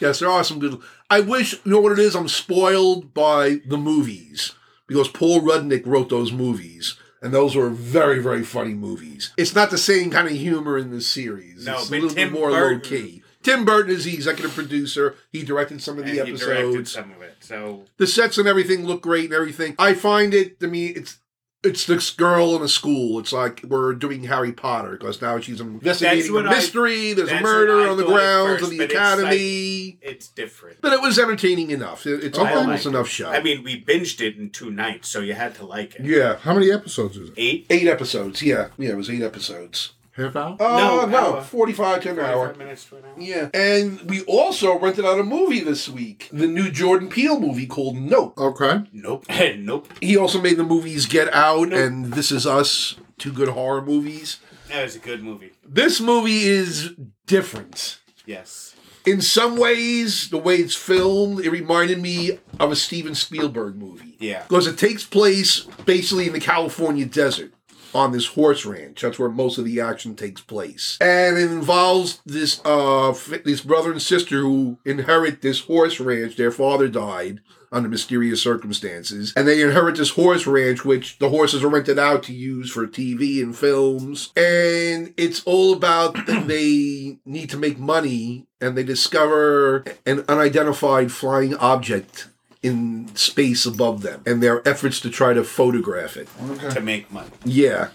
Speaker 1: Yes, there are some good. I wish you know what it is. I'm spoiled by the movies because Paul Rudnick wrote those movies, and those were very, very funny movies. It's not the same kind of humor in this series.
Speaker 8: No,
Speaker 1: it's
Speaker 8: but
Speaker 1: a little
Speaker 8: Tim
Speaker 1: bit more
Speaker 8: Burton-
Speaker 1: low key. Tim Burton is the executive producer. He directed some of
Speaker 3: And
Speaker 1: the
Speaker 3: he directed
Speaker 1: episodes.
Speaker 3: some of it. So
Speaker 1: the sets and everything look great and everything. I find it. I mean, it's. It's this girl in a school. It's like we're doing Harry Potter because now she's investigating a
Speaker 8: what I-
Speaker 1: mystery. There's a
Speaker 8: that's what I
Speaker 1: murder on the
Speaker 8: thought at
Speaker 1: grounds
Speaker 8: first,
Speaker 1: of the
Speaker 8: but it's like-
Speaker 1: academy.
Speaker 8: It's different.
Speaker 1: But it was entertaining enough. It- It's
Speaker 8: Oh, I
Speaker 1: almost
Speaker 8: like it.
Speaker 1: enough show.
Speaker 8: I mean, we binged it in two nights, so you had to like it.
Speaker 1: yeah,
Speaker 2: How many episodes is it?
Speaker 8: Eight.
Speaker 1: eight episodes. Yeah, yeah, it was eight episodes.
Speaker 2: Half hour?
Speaker 1: Oh no,
Speaker 8: No, hour.
Speaker 1: forty-five to an hour.
Speaker 8: minutes to an hour.
Speaker 1: Yeah, and we also rented out a movie this week, the new Jordan Peele movie called Nope. Uh,
Speaker 2: Okay.
Speaker 8: Nope. nope.
Speaker 1: He also made the movies Get Out and This Is Us, two good horror movies.
Speaker 8: That was a good movie.
Speaker 1: This movie is different.
Speaker 8: Yes.
Speaker 1: In some ways, the way it's filmed, it reminded me of a Steven Spielberg movie.
Speaker 8: Yeah.
Speaker 1: Because it takes place basically in the California desert on this horse ranch. That's where most of the action takes place. And it involves this uh f- this brother and sister who inherit this horse ranch. Their father died under mysterious circumstances. And they inherit this horse ranch, which the horses are rented out to use for TV and films. And it's all about that they need to make money and they discover an unidentified flying object in space above them and their efforts to try to photograph it.
Speaker 8: To make money.
Speaker 1: Yeah,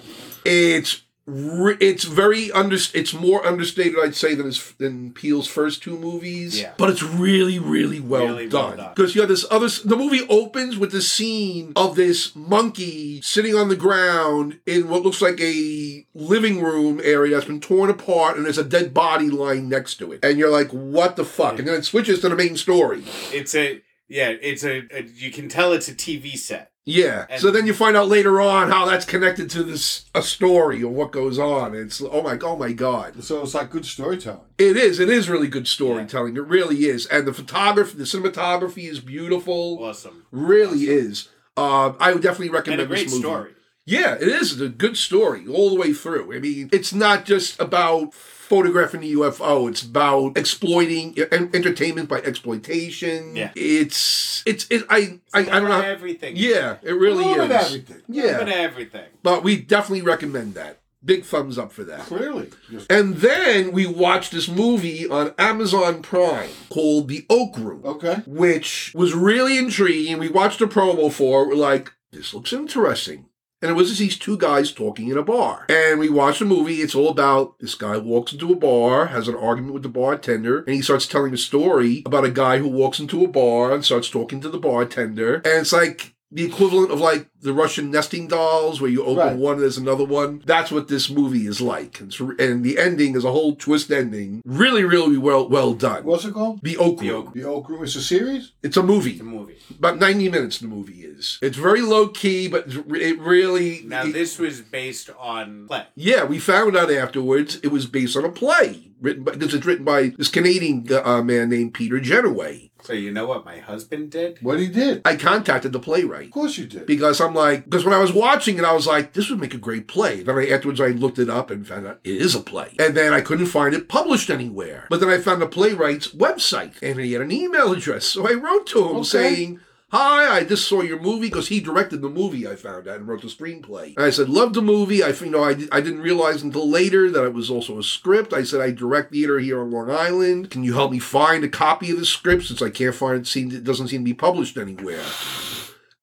Speaker 1: it's re- it's very under it's more understated, I'd say, than his, than Peel's first two movies.
Speaker 8: Yeah.
Speaker 1: but it's really really well
Speaker 8: Really well
Speaker 1: done
Speaker 8: done.
Speaker 1: because you have this other. s- The movie opens with the scene of this monkey sitting on the ground in what looks like a living room area that's been torn apart, and there's a dead body lying next to it, and you're like, "What the fuck?" And then it switches to the main story.
Speaker 8: It's a yeah. It's a, a you can tell it's a TV set.
Speaker 1: Yeah.
Speaker 8: And-
Speaker 1: so then you find out later on how that's connected to this a story or what goes on. It's oh my oh my god.
Speaker 2: So it's like good storytelling.
Speaker 1: It is. It is really good storytelling. It really is. And the photography, the cinematography is beautiful.
Speaker 8: Awesome.
Speaker 1: really is. Uh, I would definitely
Speaker 8: And
Speaker 1: recommend
Speaker 8: a great
Speaker 1: this movie.
Speaker 8: story.
Speaker 1: Yeah, it is a good story all the way through. I mean, it's not just about photographing the UFO. It's about exploiting e, en- entertainment by exploitation.
Speaker 8: Yeah.
Speaker 1: It's it's it, I, I I don't know. How,
Speaker 8: Everything.
Speaker 1: yeah, it really
Speaker 2: Love it,
Speaker 1: is.
Speaker 2: everything.
Speaker 1: Yeah.
Speaker 8: But everything.
Speaker 1: But we definitely recommend that. Big thumbs up for that.
Speaker 2: Clearly.
Speaker 1: And then we watched this movie on Amazon Prime called The Oak Room,
Speaker 2: Okay.
Speaker 1: which was really intriguing. We watched a promo for it. We're like, this looks interesting. And it was just these two guys talking in a bar. And we watched a movie. It's all about this guy walks into a bar, has an argument with the bartender, and he starts telling a story about a guy who walks into a bar and starts talking to the bartender. And it's like the equivalent of like the Russian nesting dolls, where you open
Speaker 2: Right.
Speaker 1: one, there's another one. That's what this movie is like. It's re- and the ending is a whole twist ending. Really, really well well done.
Speaker 2: What's it called?
Speaker 1: the Oak
Speaker 8: The
Speaker 1: Room.
Speaker 8: Oak
Speaker 2: The Oak Room. It's a series?
Speaker 1: It's a movie.
Speaker 8: The movie.
Speaker 1: About 90 minutes the movie is. It's very low key, but it really.
Speaker 8: Now
Speaker 1: it-
Speaker 8: this was based on play.
Speaker 1: yeah, we found out afterwards it was based on a play written by this is written by this Canadian uh, man named Peter Genoway.
Speaker 8: So you know what my husband did?
Speaker 2: What he did.
Speaker 1: I contacted the playwright
Speaker 2: Of course you did.
Speaker 1: because I'm like because when I was watching it, I was like, this would make a great play. Then I, afterwards, I looked it up and found out it is a play, and then I couldn't find it published anywhere. But then I found the playwright's website, and he had an email address, so I wrote to him
Speaker 2: Okay.
Speaker 1: saying. Hi, I just saw your movie because he directed the movie. I found out and wrote the screenplay. And I said, loved the movie. I you know I, di- I didn't realize until later that it was also a script. I said I direct theater here on Long Island. Can you help me find a copy of the script since I can't find it? Seems it doesn't seem to be published anywhere.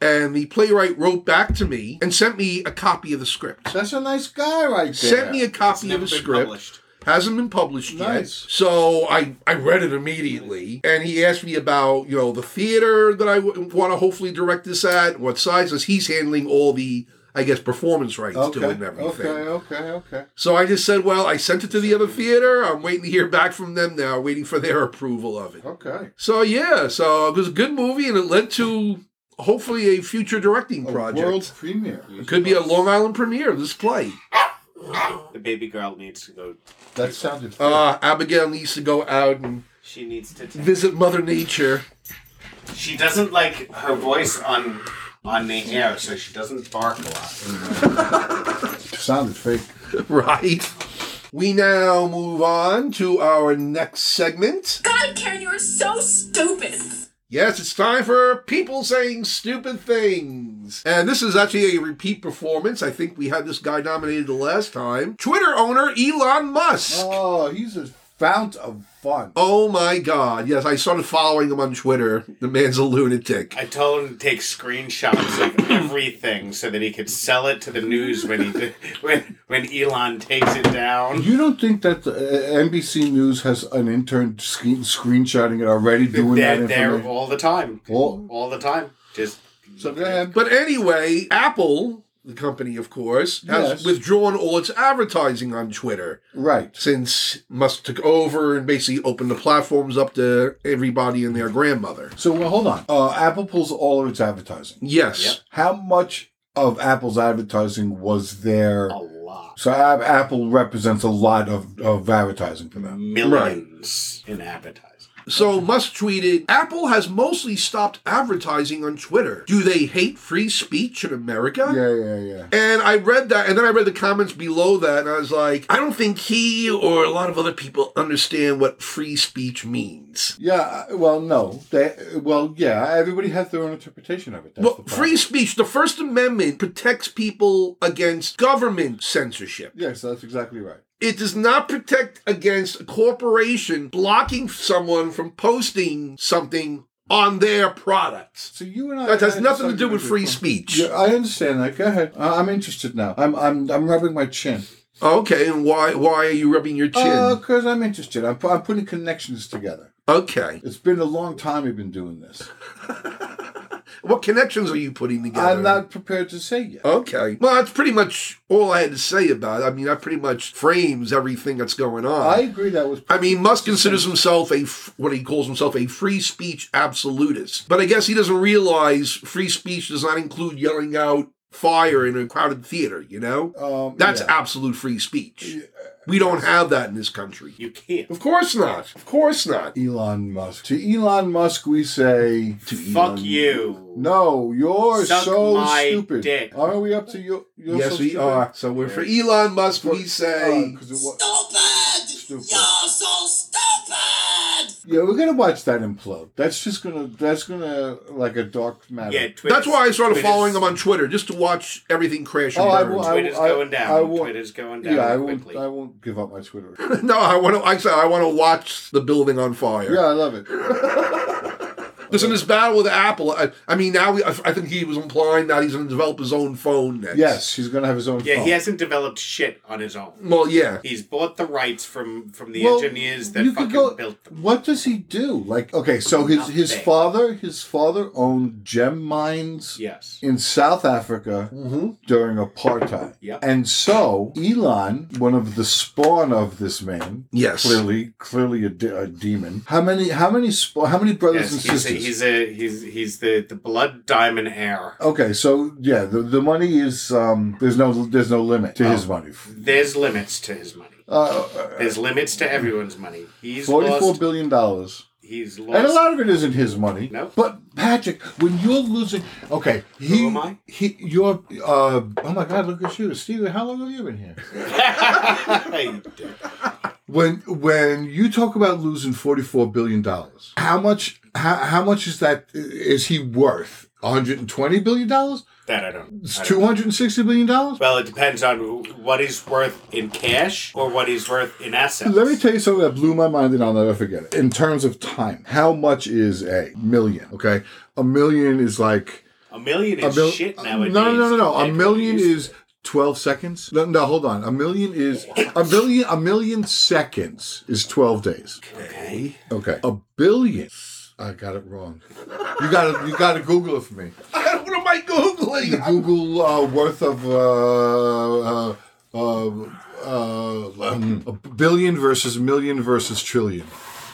Speaker 1: And the playwright wrote back to me and sent me a copy of the script.
Speaker 2: That's a nice guy right there.
Speaker 1: Sent me a
Speaker 8: It's
Speaker 1: copy of
Speaker 8: never
Speaker 1: the
Speaker 8: been
Speaker 1: script.
Speaker 8: published.
Speaker 1: Hasn't been published yet.
Speaker 2: Nice.
Speaker 1: So I, I read it immediately. And he asked me about, you know, the theater that I want to hopefully direct this at, what sizes. He's handling all the, I guess, performance rights
Speaker 2: Okay.
Speaker 1: to it and everything.
Speaker 2: Okay, okay, okay.
Speaker 1: So I just said, well, I sent it to the other theater. I'm waiting to hear back from them now, waiting for their approval of it.
Speaker 2: Okay.
Speaker 1: So yeah, so it was a good movie and it led to hopefully a future directing
Speaker 2: A
Speaker 1: project.
Speaker 2: world premiere.
Speaker 1: It could be a Long Island premiere of this play.
Speaker 8: The baby girl needs to go.
Speaker 2: That sounded fun.
Speaker 1: Uh, Abigail needs to go out and
Speaker 8: She needs to. Take
Speaker 1: visit Mother Nature.
Speaker 8: She doesn't like her voice on on the air, so she doesn't bark a lot.
Speaker 2: Sounded fake.
Speaker 1: right? We now move on to our next segment.
Speaker 9: God, Karen, you are so stupid.
Speaker 1: Yes, it's time for people saying stupid things. And this is actually a repeat performance. I think we had this guy nominated the last time. Twitter owner Elon Musk.
Speaker 2: Oh, he's a fount of fun.
Speaker 1: Oh my god. Yes, I started following him on Twitter. The man's a lunatic.
Speaker 3: I told him to take screenshots of everything so that he could sell it to the news when he when when Elon takes it down.
Speaker 2: You don't think that the, uh, NBC News has an intern screen, screenshotting it already doing
Speaker 3: They're
Speaker 2: that
Speaker 3: there
Speaker 2: information?
Speaker 3: all the time,
Speaker 2: Well-
Speaker 3: all the time. Just
Speaker 2: So go ahead.
Speaker 1: But anyway, Apple, the company of course, has
Speaker 2: Yes.
Speaker 1: withdrawn all its advertising on Twitter
Speaker 2: Right.
Speaker 1: since Musk took over and basically opened the platforms up to everybody and their grandmother.
Speaker 2: So well, hold on. Uh, Apple pulls all of its advertising.
Speaker 1: Yes.
Speaker 2: How much of Apple's advertising was there?
Speaker 3: a lot,
Speaker 2: So Ab- Apple represents a lot of, of advertising for them.
Speaker 3: millions in advertising.
Speaker 1: So Musk tweeted, Apple has mostly stopped advertising on Twitter. Do they hate free speech in America?
Speaker 2: Yeah, yeah, yeah.
Speaker 1: And I read that, and then I read the comments below that, and I was like, I don't think he or a lot of other people understand what free speech means.
Speaker 2: Yeah, uh, well, no. They, well, yeah, everybody has their own interpretation of it. That's
Speaker 1: Well,
Speaker 2: the problem.
Speaker 1: free speech, the First Amendment protects people against government censorship.
Speaker 2: Yes, that's exactly right.
Speaker 1: It does not protect against a corporation blocking someone from posting something on their products.
Speaker 2: So you and I
Speaker 1: That has
Speaker 2: I
Speaker 1: nothing to do
Speaker 2: decided
Speaker 1: with
Speaker 2: do
Speaker 1: free
Speaker 2: it.
Speaker 1: speech.
Speaker 2: Yeah, I understand that. Go ahead. I- I'm interested now. I'm I'm I'm rubbing my chin.
Speaker 1: Okay, and why why are you rubbing your chin?
Speaker 2: because I'm interested. I'm, pu- I'm putting connections together.
Speaker 1: okay.
Speaker 2: It's been a long time we've been doing this.
Speaker 1: What connections are you putting together?
Speaker 2: I'm not prepared to say yet.
Speaker 1: Okay. Well, that's pretty much all I had to say about it. I mean, that pretty much frames everything that's going on.
Speaker 2: I agree that was.
Speaker 1: I mean, Musk considers himself a f- what he calls himself a free speech absolutist, but I guess he doesn't realize free speech does not include yelling out fire in a crowded theater. You know,
Speaker 2: Um,
Speaker 1: that's
Speaker 2: yeah.
Speaker 1: absolute free speech. We don't have that in this country.
Speaker 3: You can't.
Speaker 1: Of course not. Of course not.
Speaker 2: Elon Musk. To Elon Musk, we say,
Speaker 3: Fuck you.
Speaker 2: "No, you're
Speaker 3: Suck
Speaker 2: so
Speaker 3: my
Speaker 2: stupid."
Speaker 3: dick.
Speaker 2: Aren't we up to you? You're
Speaker 1: yes,
Speaker 2: so
Speaker 1: we
Speaker 2: stupid?
Speaker 1: are. So we're for Elon Musk. We say.
Speaker 2: Uh, 'cause it wa-
Speaker 9: Stupid!
Speaker 2: Stupid.
Speaker 9: You're so stupid!
Speaker 2: yeah, we're gonna watch that implode. That's just gonna. That's gonna like a dark matter.
Speaker 3: Yeah, Twitter's,
Speaker 1: That's why I started
Speaker 3: Twitter's-
Speaker 1: following him on Twitter just to watch everything crash and
Speaker 2: Oh, I
Speaker 1: burn.
Speaker 2: will- I
Speaker 3: Twitter's
Speaker 2: I-
Speaker 3: going down.
Speaker 2: I won't-
Speaker 3: Twitter's going down.
Speaker 2: yeah, I won't.
Speaker 3: quickly.
Speaker 2: I won't give up my Twitter.
Speaker 1: No, I want to. I said I want to watch the building on fire.
Speaker 2: yeah, I love it.
Speaker 1: Because in this battle with Apple, I, I mean, now we, I, I think he was implying that he's going to develop his own phone next.
Speaker 2: Yes, he's gonna have his own.
Speaker 3: yeah,
Speaker 2: phone.
Speaker 3: he hasn't developed shit on his own.
Speaker 1: Well, yeah.
Speaker 3: He's bought the rights from from the
Speaker 2: Well,
Speaker 3: engineers that
Speaker 2: you could
Speaker 3: fucking
Speaker 2: go-
Speaker 3: built them.
Speaker 2: What does he do? Like, okay, so his his
Speaker 3: Nothing.
Speaker 2: father his father owned gem mines
Speaker 3: Yes.
Speaker 2: in South Africa during apartheid.
Speaker 3: Yep.
Speaker 2: And so Elon, one of the spawn of this man,
Speaker 1: Yes.
Speaker 2: clearly clearly a, de- a demon. How many how many spa- how many brothers
Speaker 3: Yes,
Speaker 2: and
Speaker 3: he's, a,
Speaker 2: sisters?
Speaker 3: he's a he's he's the the blood diamond heir.
Speaker 2: Okay, so yeah, the, the money is um there's no there's no limit to
Speaker 3: Oh.
Speaker 2: his money.
Speaker 3: There's limits to his money.
Speaker 2: Uh,
Speaker 3: There's limits to everyone's money. He's
Speaker 2: forty four
Speaker 3: lost.
Speaker 2: billion dollars.
Speaker 3: He's lost.
Speaker 2: And a lot of it isn't his money.
Speaker 3: No.
Speaker 2: But Patrick, when you're losing, okay, he,
Speaker 3: am I?
Speaker 2: he, you're, uh, oh my God, look at you, Steven. How long have you been here? When when you talk about losing forty four billion dollars, how much how, how much is that? Is he worth one hundred and twenty billion dollars?
Speaker 3: that I don't.
Speaker 2: It's
Speaker 3: I don't-
Speaker 2: two hundred and sixty billion dollars.
Speaker 3: Well, it depends on who- what he's worth in cash or what he's worth in assets.
Speaker 2: Let me tell you something that blew my mind and I'll never forget it. In terms of time, how much is a million? Okay. A million is like
Speaker 3: a million
Speaker 2: a
Speaker 3: is
Speaker 2: mil-
Speaker 3: shit
Speaker 2: uh,
Speaker 3: nowadays.
Speaker 2: No, no, no, no.
Speaker 3: compared
Speaker 2: A
Speaker 3: to
Speaker 2: million
Speaker 3: what it used
Speaker 2: is twelve seconds. No, no, hold on. A million is a billion. A million seconds is twelve days.
Speaker 3: to be. Okay.
Speaker 2: Okay. A billion. I got it wrong. You got to you got to Google it for me.
Speaker 1: what am I
Speaker 2: You
Speaker 1: googling?
Speaker 2: Google uh, worth of uh, uh, uh, uh, um, a billion versus million versus trillion.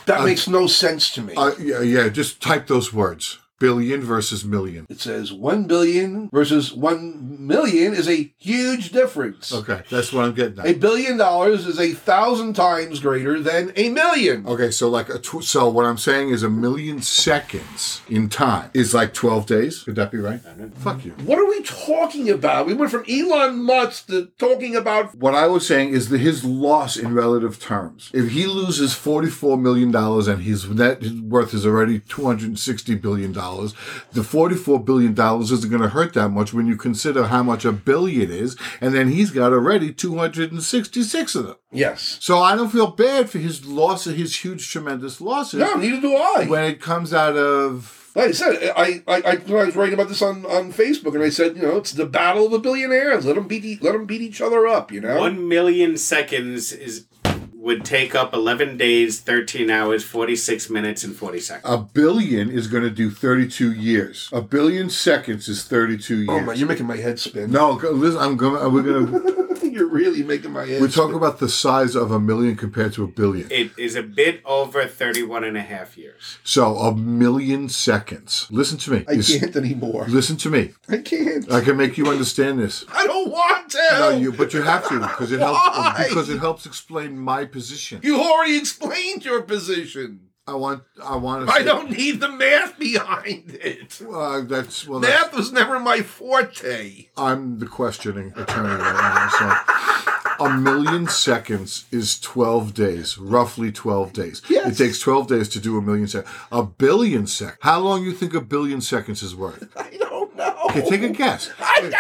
Speaker 1: That makes no sense to me.
Speaker 2: Uh, yeah, yeah. Just type those words. billion versus million.
Speaker 1: It says 1 billion versus 1 million is a huge difference.
Speaker 2: Okay, that's what I'm getting
Speaker 1: A
Speaker 2: at.
Speaker 1: billion dollars is a thousand times greater than a million.
Speaker 2: Okay, so like a tw- so what I'm saying is a million seconds in time is like 12 days. Could that be right? Fuck you.
Speaker 1: What are we talking about? We went from Elon Musk to talking about
Speaker 2: What I was saying is that his loss in relative terms. If he loses $44 million and his net worth is already $260 billion, the $44 billion isn't going to hurt that much when you consider how much a billion is. And then he's got already 266 of them.
Speaker 1: yes.
Speaker 2: So I don't feel bad for his loss, his huge, tremendous losses.
Speaker 1: No, neither do I.
Speaker 2: When it comes out of.
Speaker 1: Like I said, I, I, I, I was writing about this on, on Facebook, and I said, you know, it's the battle of the billionaires. Let them beat, e- let them beat each other up. You know,
Speaker 3: One million seconds is would take up eleven days, thirteen hours, forty six minutes, and forty seconds.
Speaker 2: A billion is going to do 32 years. A billion seconds is 32 years.
Speaker 1: oh my, you're making my head spin.
Speaker 2: no, go- listen, I'm going. We're going to.
Speaker 1: you're really making my head.
Speaker 2: We're talking about the size of a million compared to a billion.
Speaker 3: It is a bit over 31 and a half years.
Speaker 2: So a million seconds. Listen to me.
Speaker 1: I
Speaker 2: This-
Speaker 1: can't anymore.
Speaker 2: Listen to me.
Speaker 1: I can't.
Speaker 2: I can make you understand this.
Speaker 1: I don't want to.
Speaker 2: No, you, but you have to because it helps.
Speaker 1: Why?
Speaker 2: Because it helps explain my position.
Speaker 1: You already explained your position.
Speaker 2: I want. I want to.
Speaker 1: I don't need the math behind it.
Speaker 2: Uh, that's well. That's,
Speaker 1: Math was never my forte.
Speaker 2: I'm the questioning attorney right now. So a million seconds is 12 days, roughly 12 days.
Speaker 1: Yes.
Speaker 2: It takes 12 days to do a million seconds. A billion seconds. How long you think a billion seconds is worth?
Speaker 1: I don't know.
Speaker 2: Okay, take a guess.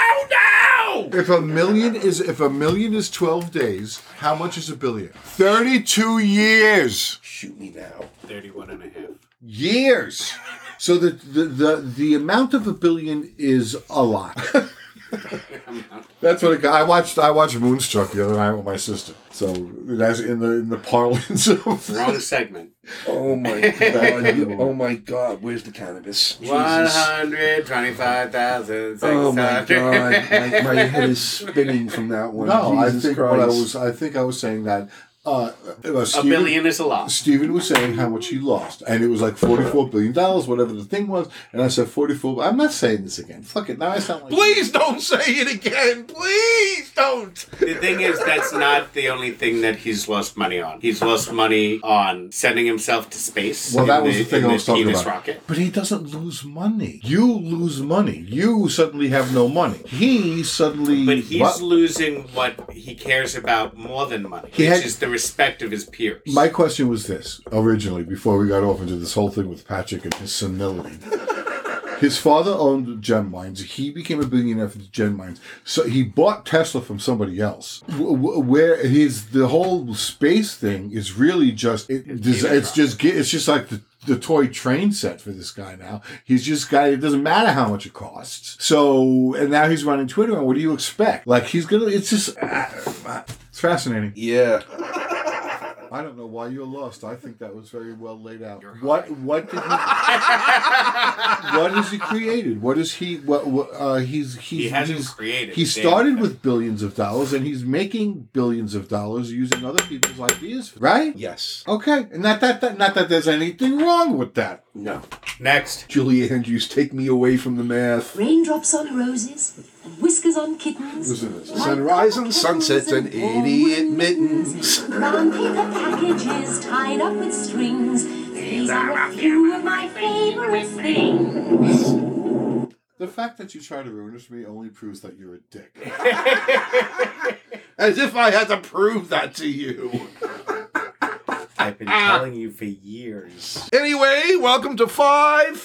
Speaker 1: I don't know.
Speaker 2: If a million is if a million is twelve days, how much is a billion? Thirty-two years.
Speaker 1: Shoot me now.
Speaker 3: 31 and a half.
Speaker 2: Years. So the the the, the amount of a billion is a lot. That's what it got. I watched. I watched Moonstruck the other night with my sister. So that's in the in the parlance of
Speaker 3: Wrong segment.
Speaker 1: Oh my god. you- oh my god. Where's the cannabis? Jesus.
Speaker 3: 125,600.
Speaker 1: Oh my god. My, my head is spinning from that one.
Speaker 2: No, I
Speaker 1: Jesus
Speaker 2: think
Speaker 1: Christ.
Speaker 2: what I was. I think I was saying that. Uh, uh,
Speaker 3: A
Speaker 2: Stephen-
Speaker 3: billion is a lot.
Speaker 2: Steven was saying how much he lost, and it was like forty-four billion dollars, whatever the thing was. And I said forty-four. I'm not saying this again. Fuck it. Now I sound like
Speaker 1: Please don't say it again. Please don't.
Speaker 3: The thing is, that's not the only thing that he's lost money on. He's lost money on sending himself to space.
Speaker 2: Well, that
Speaker 3: in
Speaker 2: was the thing
Speaker 3: in
Speaker 2: I was talking
Speaker 3: Venus
Speaker 2: about.
Speaker 3: rocket.
Speaker 2: But he doesn't lose money. You lose money. You suddenly have no money. He suddenly.
Speaker 3: But he's
Speaker 2: Mm, What?
Speaker 3: losing what he cares about more than money,
Speaker 2: He
Speaker 3: which
Speaker 2: had-
Speaker 3: is the respect of his peers.
Speaker 2: My question was this originally before we got off into this whole thing with Patrick and his senility. His father owned gem mines. He became a billionaire for the gem mines. So he bought Tesla from somebody else. W- w- Where his the whole space thing is really just it, it's, it's just ge- it's just like the, the toy train set for this guy now. He's just guy. It doesn't matter how much it costs. So and now he's running Twitter. And what do you expect? Like he's gonna. It's just ah, it's fascinating.
Speaker 1: Yeah.
Speaker 2: I don't know why you're lost. I think that was very well laid out. What what did he What has he created? What is he what, what uh he's he's
Speaker 3: He hasn't
Speaker 2: he's-
Speaker 3: created
Speaker 2: He
Speaker 3: a damn
Speaker 2: started
Speaker 3: thing.
Speaker 2: with billions of dollars and he's making billions of dollars using other people's ideas, right?
Speaker 1: Yes.
Speaker 2: Okay. And not that, that not that there's anything wrong with that.
Speaker 1: No.
Speaker 3: Next.
Speaker 1: Julie Andrews, take me away from the math.
Speaker 9: Raindrops on roses and whiskers on kittens.
Speaker 2: Listen to this.
Speaker 1: Sunrise and sunsets and idiot mittens.
Speaker 9: Brown paper packages tied up with strings. These are a few of my favorite things.
Speaker 2: The fact that you try to ruin it for me only proves that you're a dick.
Speaker 1: As if I had to prove that to you.
Speaker 3: I've been telling you for years.
Speaker 1: Anyway, welcome to Five
Speaker 2: I don't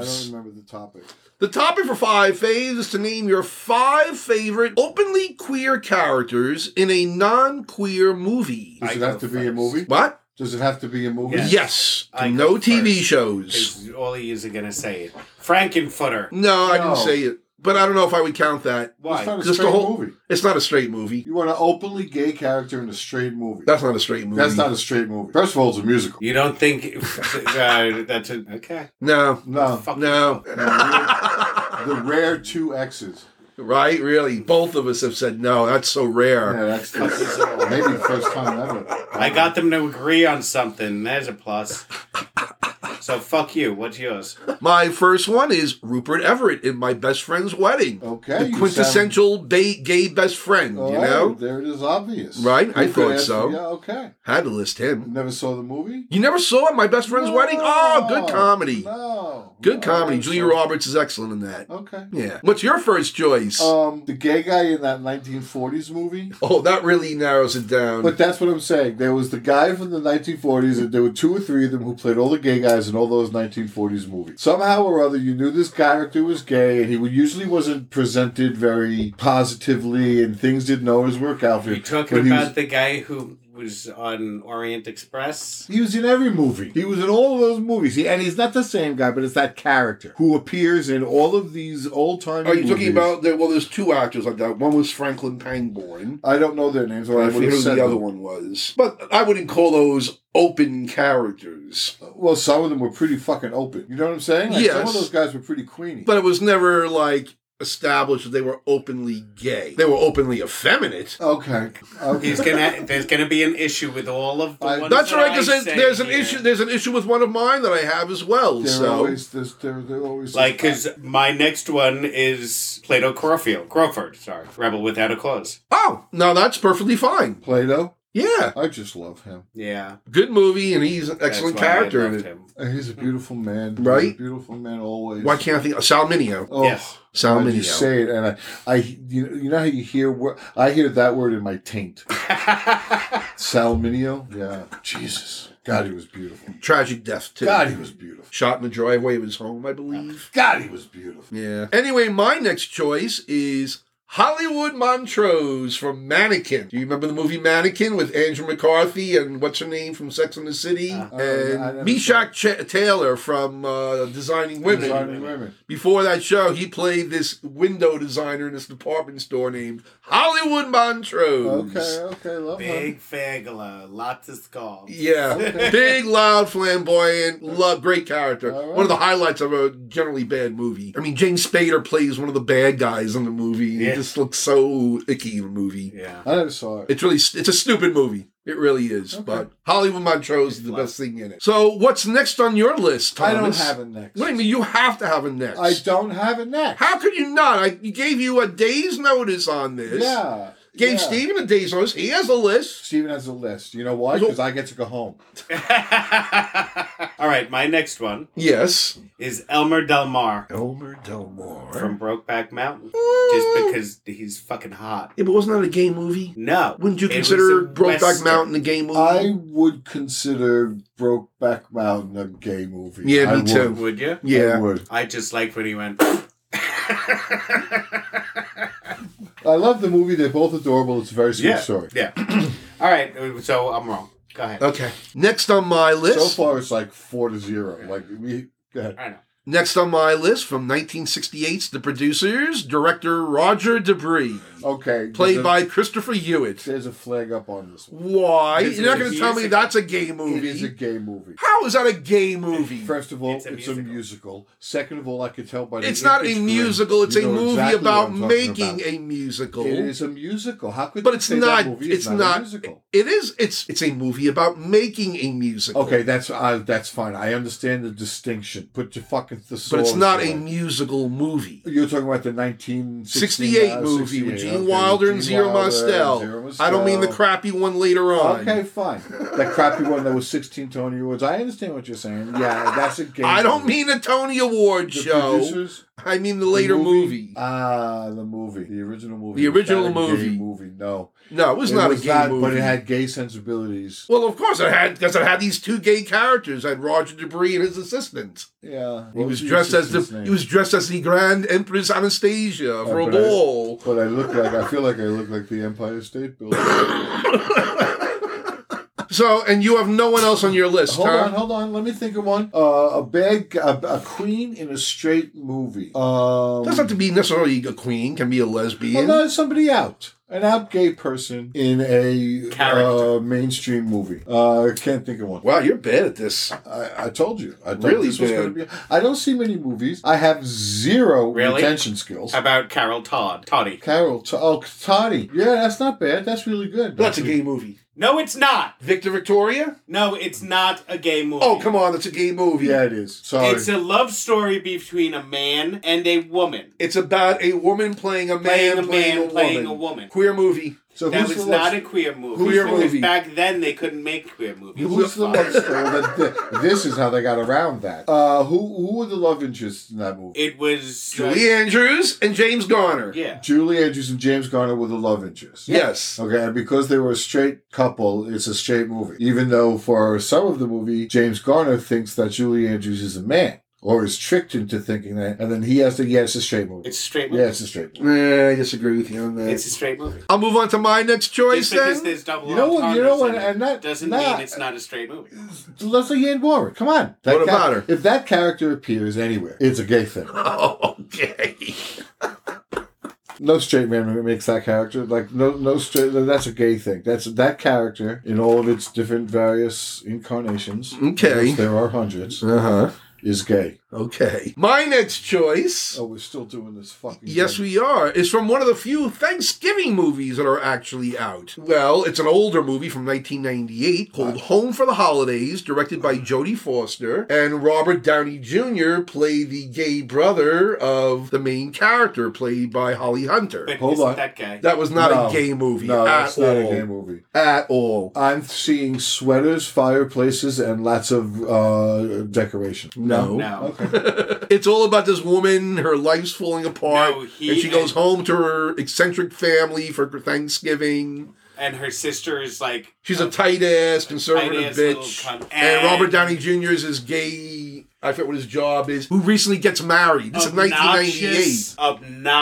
Speaker 1: Faves.
Speaker 2: remember the topic.
Speaker 1: The topic for Five Faves is to name your five favorite openly queer characters in a non queer movie.
Speaker 2: Does
Speaker 3: I
Speaker 2: it
Speaker 3: go
Speaker 2: have to be a
Speaker 3: first.
Speaker 2: movie?
Speaker 1: What?
Speaker 2: Does it have to be a movie?
Speaker 3: Yes.
Speaker 1: Yes.
Speaker 3: I
Speaker 1: no
Speaker 3: go
Speaker 1: TV
Speaker 3: first.
Speaker 1: shows.
Speaker 3: Is all he is gonna say it. Frankenfooter.
Speaker 1: No, I didn't
Speaker 2: No.
Speaker 1: say it. But I don't know if I would count that.
Speaker 3: Why?
Speaker 2: Mm, It's not a
Speaker 1: Just
Speaker 2: straight
Speaker 1: a whole-
Speaker 2: movie.
Speaker 1: It's not a straight movie.
Speaker 2: You want an openly gay character in a straight movie.
Speaker 1: That's not a straight movie.
Speaker 2: That's not a straight movie. First of all, it's a musical.
Speaker 3: You don't think uh, that's a, okay?
Speaker 1: No.
Speaker 2: No.
Speaker 3: Fuck.
Speaker 1: No.
Speaker 2: The rare two X's.
Speaker 1: Right? Really? Both of us have said no. That's so rare.
Speaker 2: Yeah, that's the, maybe the first time ever.
Speaker 3: I got them to agree on something. There's a plus. So fuck you. What's yours?
Speaker 1: My first one is Rupert Everett in My Best Friend's Wedding. The
Speaker 2: Okay, you sound-
Speaker 1: quintessential ba- gay best friend,
Speaker 2: Oh,
Speaker 1: you know?
Speaker 2: there it is, obvious.
Speaker 1: Right? I
Speaker 2: You could
Speaker 1: thought
Speaker 2: ask-
Speaker 1: so.
Speaker 2: Yeah, okay.
Speaker 1: Had to list him.
Speaker 2: Never saw the movie.
Speaker 1: You never saw My Best Friend's Wedding? Oh, good
Speaker 2: No,
Speaker 1: comedy.
Speaker 2: No,
Speaker 1: Good comedy.
Speaker 2: Alright,
Speaker 1: Julia
Speaker 2: so-
Speaker 1: Roberts is excellent in that.
Speaker 2: Okay.
Speaker 1: Yeah. What's your first choice?
Speaker 2: Um, the gay guy in that 1940s movie.
Speaker 1: oh, that really narrows it down.
Speaker 2: But that's what I'm saying. There was the guy from the 1940s, and there were two or three of them who played all the gay guys in all those 1940s movies. Somehow or other, you knew this character was gay, and he would- usually wasn't presented very positively, and things didn't always work out for
Speaker 3: Are
Speaker 2: him.
Speaker 3: you talking
Speaker 2: But he
Speaker 3: about
Speaker 2: was-
Speaker 3: the guy who was on Orient Express?
Speaker 2: He was in every movie. He was in all of those movies. He, and he's not the same guy, but it's that character who appears in all of these old time
Speaker 1: Are you talking about the, well? There's two actors like that. One was Franklin Pangborn.
Speaker 2: I don't know their names. Or I
Speaker 1: I
Speaker 2: would
Speaker 1: forget
Speaker 2: have
Speaker 1: who
Speaker 2: said
Speaker 1: the other
Speaker 2: them.
Speaker 1: one was, but I wouldn't call those open characters.
Speaker 2: Well, some of them were pretty fucking open. You know what I'm saying? Like, Some
Speaker 1: Yes.
Speaker 2: of those guys were pretty queeny.
Speaker 1: But it was never like established that they were openly gay. They were openly effeminate.
Speaker 2: okay. okay.
Speaker 3: He's gonna. There's gonna be an issue with all of the
Speaker 2: I-
Speaker 3: ones.
Speaker 1: That's
Speaker 3: that
Speaker 1: right.
Speaker 3: I
Speaker 1: Because
Speaker 3: say
Speaker 1: there's an
Speaker 3: here.
Speaker 1: issue. There's an issue with one of mine that I have as well.
Speaker 2: They're
Speaker 1: so
Speaker 2: always this. They're, they're always this-
Speaker 3: Like, because my next one is Plato Crawfield. Crawford, sorry. Rebel Without a Cause.
Speaker 1: oh, no, that's perfectly fine.
Speaker 2: Plato.
Speaker 1: Yeah,
Speaker 2: I just love him.
Speaker 3: Yeah.
Speaker 1: good movie, and he's an
Speaker 3: that's
Speaker 1: excellent
Speaker 3: why I
Speaker 1: character in it.
Speaker 3: loved him.
Speaker 2: Uh, He's a beautiful man. He's
Speaker 1: Right?
Speaker 2: a beautiful man always.
Speaker 1: Hmm. Why can't uh, I think? Salminio.
Speaker 2: Oh,
Speaker 3: Yes.
Speaker 2: How many you
Speaker 1: Salminio.
Speaker 2: say it, and I, I, you know, you know how you hear word. I hear that word in my taint. Salminio. Yeah. Jesus. God, he was beautiful.
Speaker 1: Tragic death too.
Speaker 2: God, he was beautiful.
Speaker 1: shot in the driveway of his home, I believe.
Speaker 2: God, he was beautiful.
Speaker 1: Yeah. Anyway, my next choice is Hollywood Montrose from Mannequin. Do you remember the movie Mannequin with Andrew McCarthy and what's her name from Sex and the City?
Speaker 2: Oh, I
Speaker 1: and
Speaker 2: never
Speaker 1: Meshack Ch- Taylor from uh, Designing Women.
Speaker 2: Designing Women.
Speaker 1: Before that show, he played this window designer in this department store named Hollywood Montrose.
Speaker 2: Okay, okay, love him.
Speaker 3: Big fagula. Lots of skulls.
Speaker 1: Yeah, big, loud, flamboyant, love, great character.
Speaker 2: All right.
Speaker 1: One of the highlights of a generally bad movie. I mean, James Spader plays one of the bad guys in the movie. He
Speaker 3: Yeah.
Speaker 1: just looks so icky in the movie.
Speaker 3: Yeah.
Speaker 2: I never saw it.
Speaker 1: It's really it's a stupid movie. It really is. But Hollywood Montrose is the best thing in it. So what's next on your list,
Speaker 2: I
Speaker 1: Thomas?
Speaker 2: don't have it next.
Speaker 1: What do you mean? You have to have a next.
Speaker 2: I don't have it next.
Speaker 1: How could you not? I gave you a day's notice on this.
Speaker 2: Yeah.
Speaker 1: Gave
Speaker 2: yeah.
Speaker 1: Steven a day's notice. He has a list.
Speaker 2: Steven has a list. You know why? Because I get to go home.
Speaker 3: all right. My next one
Speaker 1: Yes.
Speaker 3: is Elmer Del Mar
Speaker 1: Elmer Del Mar.
Speaker 3: from Brokeback Mountain. Just because he's fucking hot.
Speaker 1: Yeah, but wasn't that a gay movie?
Speaker 3: No.
Speaker 1: Wouldn't you
Speaker 3: it was
Speaker 1: consider
Speaker 3: a
Speaker 1: Brokeback
Speaker 3: Western.
Speaker 1: Mountain a gay movie?
Speaker 2: I would consider Brokeback Mountain a gay movie.
Speaker 1: Yeah, me
Speaker 2: I
Speaker 1: too.
Speaker 2: Would.
Speaker 3: Would you?
Speaker 2: I
Speaker 1: yeah.
Speaker 2: would.
Speaker 3: I just like when he went.
Speaker 2: I love the movie. They're both adorable. It's a very sweet
Speaker 3: yeah.
Speaker 2: story.
Speaker 3: Yeah. all right. So I'm wrong. Go ahead.
Speaker 2: Uh,
Speaker 1: Okay. Next on my list.
Speaker 2: So far, it's like four to zero. Like we go ahead.
Speaker 3: I know.
Speaker 1: Next on my list from 1968's The Producers, director Roger Debris,
Speaker 2: Okay,
Speaker 1: played
Speaker 2: there's a-
Speaker 1: by Christopher Hewitt.
Speaker 2: There's a flag up on this one.
Speaker 1: Why?
Speaker 3: This
Speaker 1: You're not
Speaker 3: is-
Speaker 1: going to tell
Speaker 3: he's
Speaker 1: me
Speaker 3: a-
Speaker 1: that's a gay
Speaker 2: It
Speaker 1: movie.
Speaker 2: is a gay movie.
Speaker 1: How is that a gay movie?
Speaker 2: First of all,
Speaker 3: It's
Speaker 2: it's
Speaker 3: a
Speaker 2: a,
Speaker 3: musical.
Speaker 2: musical. Second of all, I can tell by the
Speaker 1: It's not a
Speaker 2: interest in it,
Speaker 1: musical. It's
Speaker 2: you
Speaker 1: a
Speaker 2: know
Speaker 1: movie
Speaker 2: exactly what
Speaker 1: about
Speaker 2: I'm talking
Speaker 1: making
Speaker 2: about.
Speaker 1: a musical.
Speaker 2: It is a musical. How could
Speaker 1: but
Speaker 2: you
Speaker 1: it's
Speaker 2: say that
Speaker 1: not.
Speaker 2: movie is
Speaker 1: It's not.
Speaker 2: a musical?
Speaker 1: it is. It's it's a movie about making a musical.
Speaker 2: Okay, that's uh, that's fine. I understand the distinction. Put your fucking thesaurus.
Speaker 1: but it's not a
Speaker 2: away.
Speaker 1: musical movie.
Speaker 2: You're talking about the 1968
Speaker 1: 68 movie with Gene
Speaker 2: uh, okay,
Speaker 1: Wilder and
Speaker 2: Gene
Speaker 1: Zero
Speaker 2: Wilder and
Speaker 1: Mostel.
Speaker 2: Zero
Speaker 1: I don't mean the
Speaker 2: Mostel.
Speaker 1: crappy one later on.
Speaker 2: Okay, fine. That crappy one that was 16 Tony Awards. I understand what you're saying. Yeah, that's a game.
Speaker 1: I don't
Speaker 2: movie.
Speaker 1: mean a Tony Award
Speaker 2: the
Speaker 1: show.
Speaker 2: producers,
Speaker 1: I mean the
Speaker 2: the
Speaker 1: later movie.
Speaker 2: Ah, the movie, the original movie,
Speaker 1: The
Speaker 2: It was not
Speaker 1: original
Speaker 2: a gay
Speaker 1: movie.
Speaker 2: movie. No,
Speaker 1: No, it was not a gay movie.
Speaker 2: but it had gay sensibilities.
Speaker 1: well, of course I had because I had these two gay characters. I had Roger Debris and his assistant.
Speaker 2: Yeah,
Speaker 1: He was dressed as the he was dressed as the Grand Empress Anastasia for a
Speaker 2: Oh, but I-
Speaker 1: ball.
Speaker 2: But I look like I feel like I look like the Empire State Building.
Speaker 1: So, and you have no one else on your list,
Speaker 2: Hold
Speaker 1: huh?
Speaker 2: on, hold on. Let me think of one. Uh, a bad, g- a, a queen in a straight movie. Um,
Speaker 1: Doesn't have to be necessarily a queen. Can be a lesbian.
Speaker 2: well, no, somebody out, an out gay person in a
Speaker 3: Character.
Speaker 2: uh, mainstream movie. Uh, can't think of one.
Speaker 1: wow, you're bad at this.
Speaker 2: I, I told you. I thought
Speaker 1: Really
Speaker 2: this was
Speaker 1: bad.
Speaker 2: going to be. I don't see many movies. I have zero
Speaker 3: Really?
Speaker 2: retention skills.
Speaker 3: How about Carol Todd? Toddy.
Speaker 2: Carol, T- oh, Toddy. Yeah, that's not bad. That's really good.
Speaker 1: That's a gay movie.
Speaker 3: No, it's not.
Speaker 1: Victor Victoria?
Speaker 3: No, it's not a gay movie.
Speaker 1: Oh, come on, it's a gay movie.
Speaker 2: Yeah, it is. Sorry.
Speaker 3: It's a love story between a man and a woman.
Speaker 1: It's about a woman playing a man
Speaker 3: Playing a man,
Speaker 1: playing, a,
Speaker 3: playing
Speaker 1: woman.
Speaker 3: a woman.
Speaker 1: Queer movie.
Speaker 2: so
Speaker 3: That
Speaker 2: who's
Speaker 3: was
Speaker 2: the love-
Speaker 3: not a queer movie.
Speaker 1: Queer
Speaker 3: because
Speaker 1: movie.
Speaker 3: Back then, they couldn't make queer movies.
Speaker 2: Who's the love
Speaker 3: Fuck.
Speaker 2: story? That, that- this is how they got around that. Uh, who who were the love interests in that movie?
Speaker 3: It was uh,
Speaker 1: Julie Andrews and James Garner.
Speaker 3: Yeah,
Speaker 2: Julie Andrews and James Garner were the love interests.
Speaker 1: Yes.
Speaker 2: Okay, and because they were a straight couple, it's a straight movie. Even though for some of the movie, James Garner thinks that Julie Andrews is a man or is tricked into thinking that, and then he has to, yeah, it's a straight movie.
Speaker 3: it's a straight movie.
Speaker 2: yeah, it's a straight movie.
Speaker 1: Eh, I disagree with you on that.
Speaker 3: It's a straight movie.
Speaker 1: I'll move on to my next choice
Speaker 3: Just because
Speaker 1: then.
Speaker 3: there's double
Speaker 2: You know what- you know
Speaker 3: entendres
Speaker 2: what,
Speaker 3: in it
Speaker 2: and that-
Speaker 3: doesn't
Speaker 2: that-
Speaker 3: mean it's not a straight movie.
Speaker 2: Leslie Ann Warren, come on.
Speaker 1: What about her?
Speaker 2: If that character appears anywhere, it's a gay thing.
Speaker 1: Oh, okay.
Speaker 2: No straight man makes that character. Like no, no straight. That's a gay thing. That's that character in all of its different various incarnations.
Speaker 1: Okay.
Speaker 2: which there are hundreds.
Speaker 1: Uh huh.
Speaker 2: Is gay.
Speaker 1: Okay. My next choice.
Speaker 2: Oh, we're still doing this fucking.
Speaker 1: Yes, we are. It's from one of the few Thanksgiving movies that are actually out. Well, it's an older movie from 1998
Speaker 2: Ah.
Speaker 1: called Home for the Holidays, directed by Jodie Foster, and Robert Downey Jr. played the gay brother of the main character, played by Holly Hunter.
Speaker 3: But
Speaker 2: Hold
Speaker 3: isn't
Speaker 2: on.
Speaker 3: that guy?
Speaker 1: That was not
Speaker 2: No.
Speaker 1: a gay movie
Speaker 2: No,
Speaker 1: at
Speaker 2: that's not a
Speaker 1: all.
Speaker 2: gay movie.
Speaker 1: At all.
Speaker 2: I'm seeing sweaters, fireplaces, and lots of uh, decoration.
Speaker 1: No.
Speaker 3: no.
Speaker 2: Okay.
Speaker 1: It's all about this woman, her life's falling apart,
Speaker 3: No, he-
Speaker 1: and she goes home to her eccentric family for Thanksgiving.
Speaker 3: And her sister is like
Speaker 1: She's a tight ass conservative
Speaker 3: tight-ass little
Speaker 1: bitch.
Speaker 3: cunt.
Speaker 1: And, Robert Downey Jr. is this gay, I forget what his job is, who recently gets married. This is
Speaker 3: obnoxious,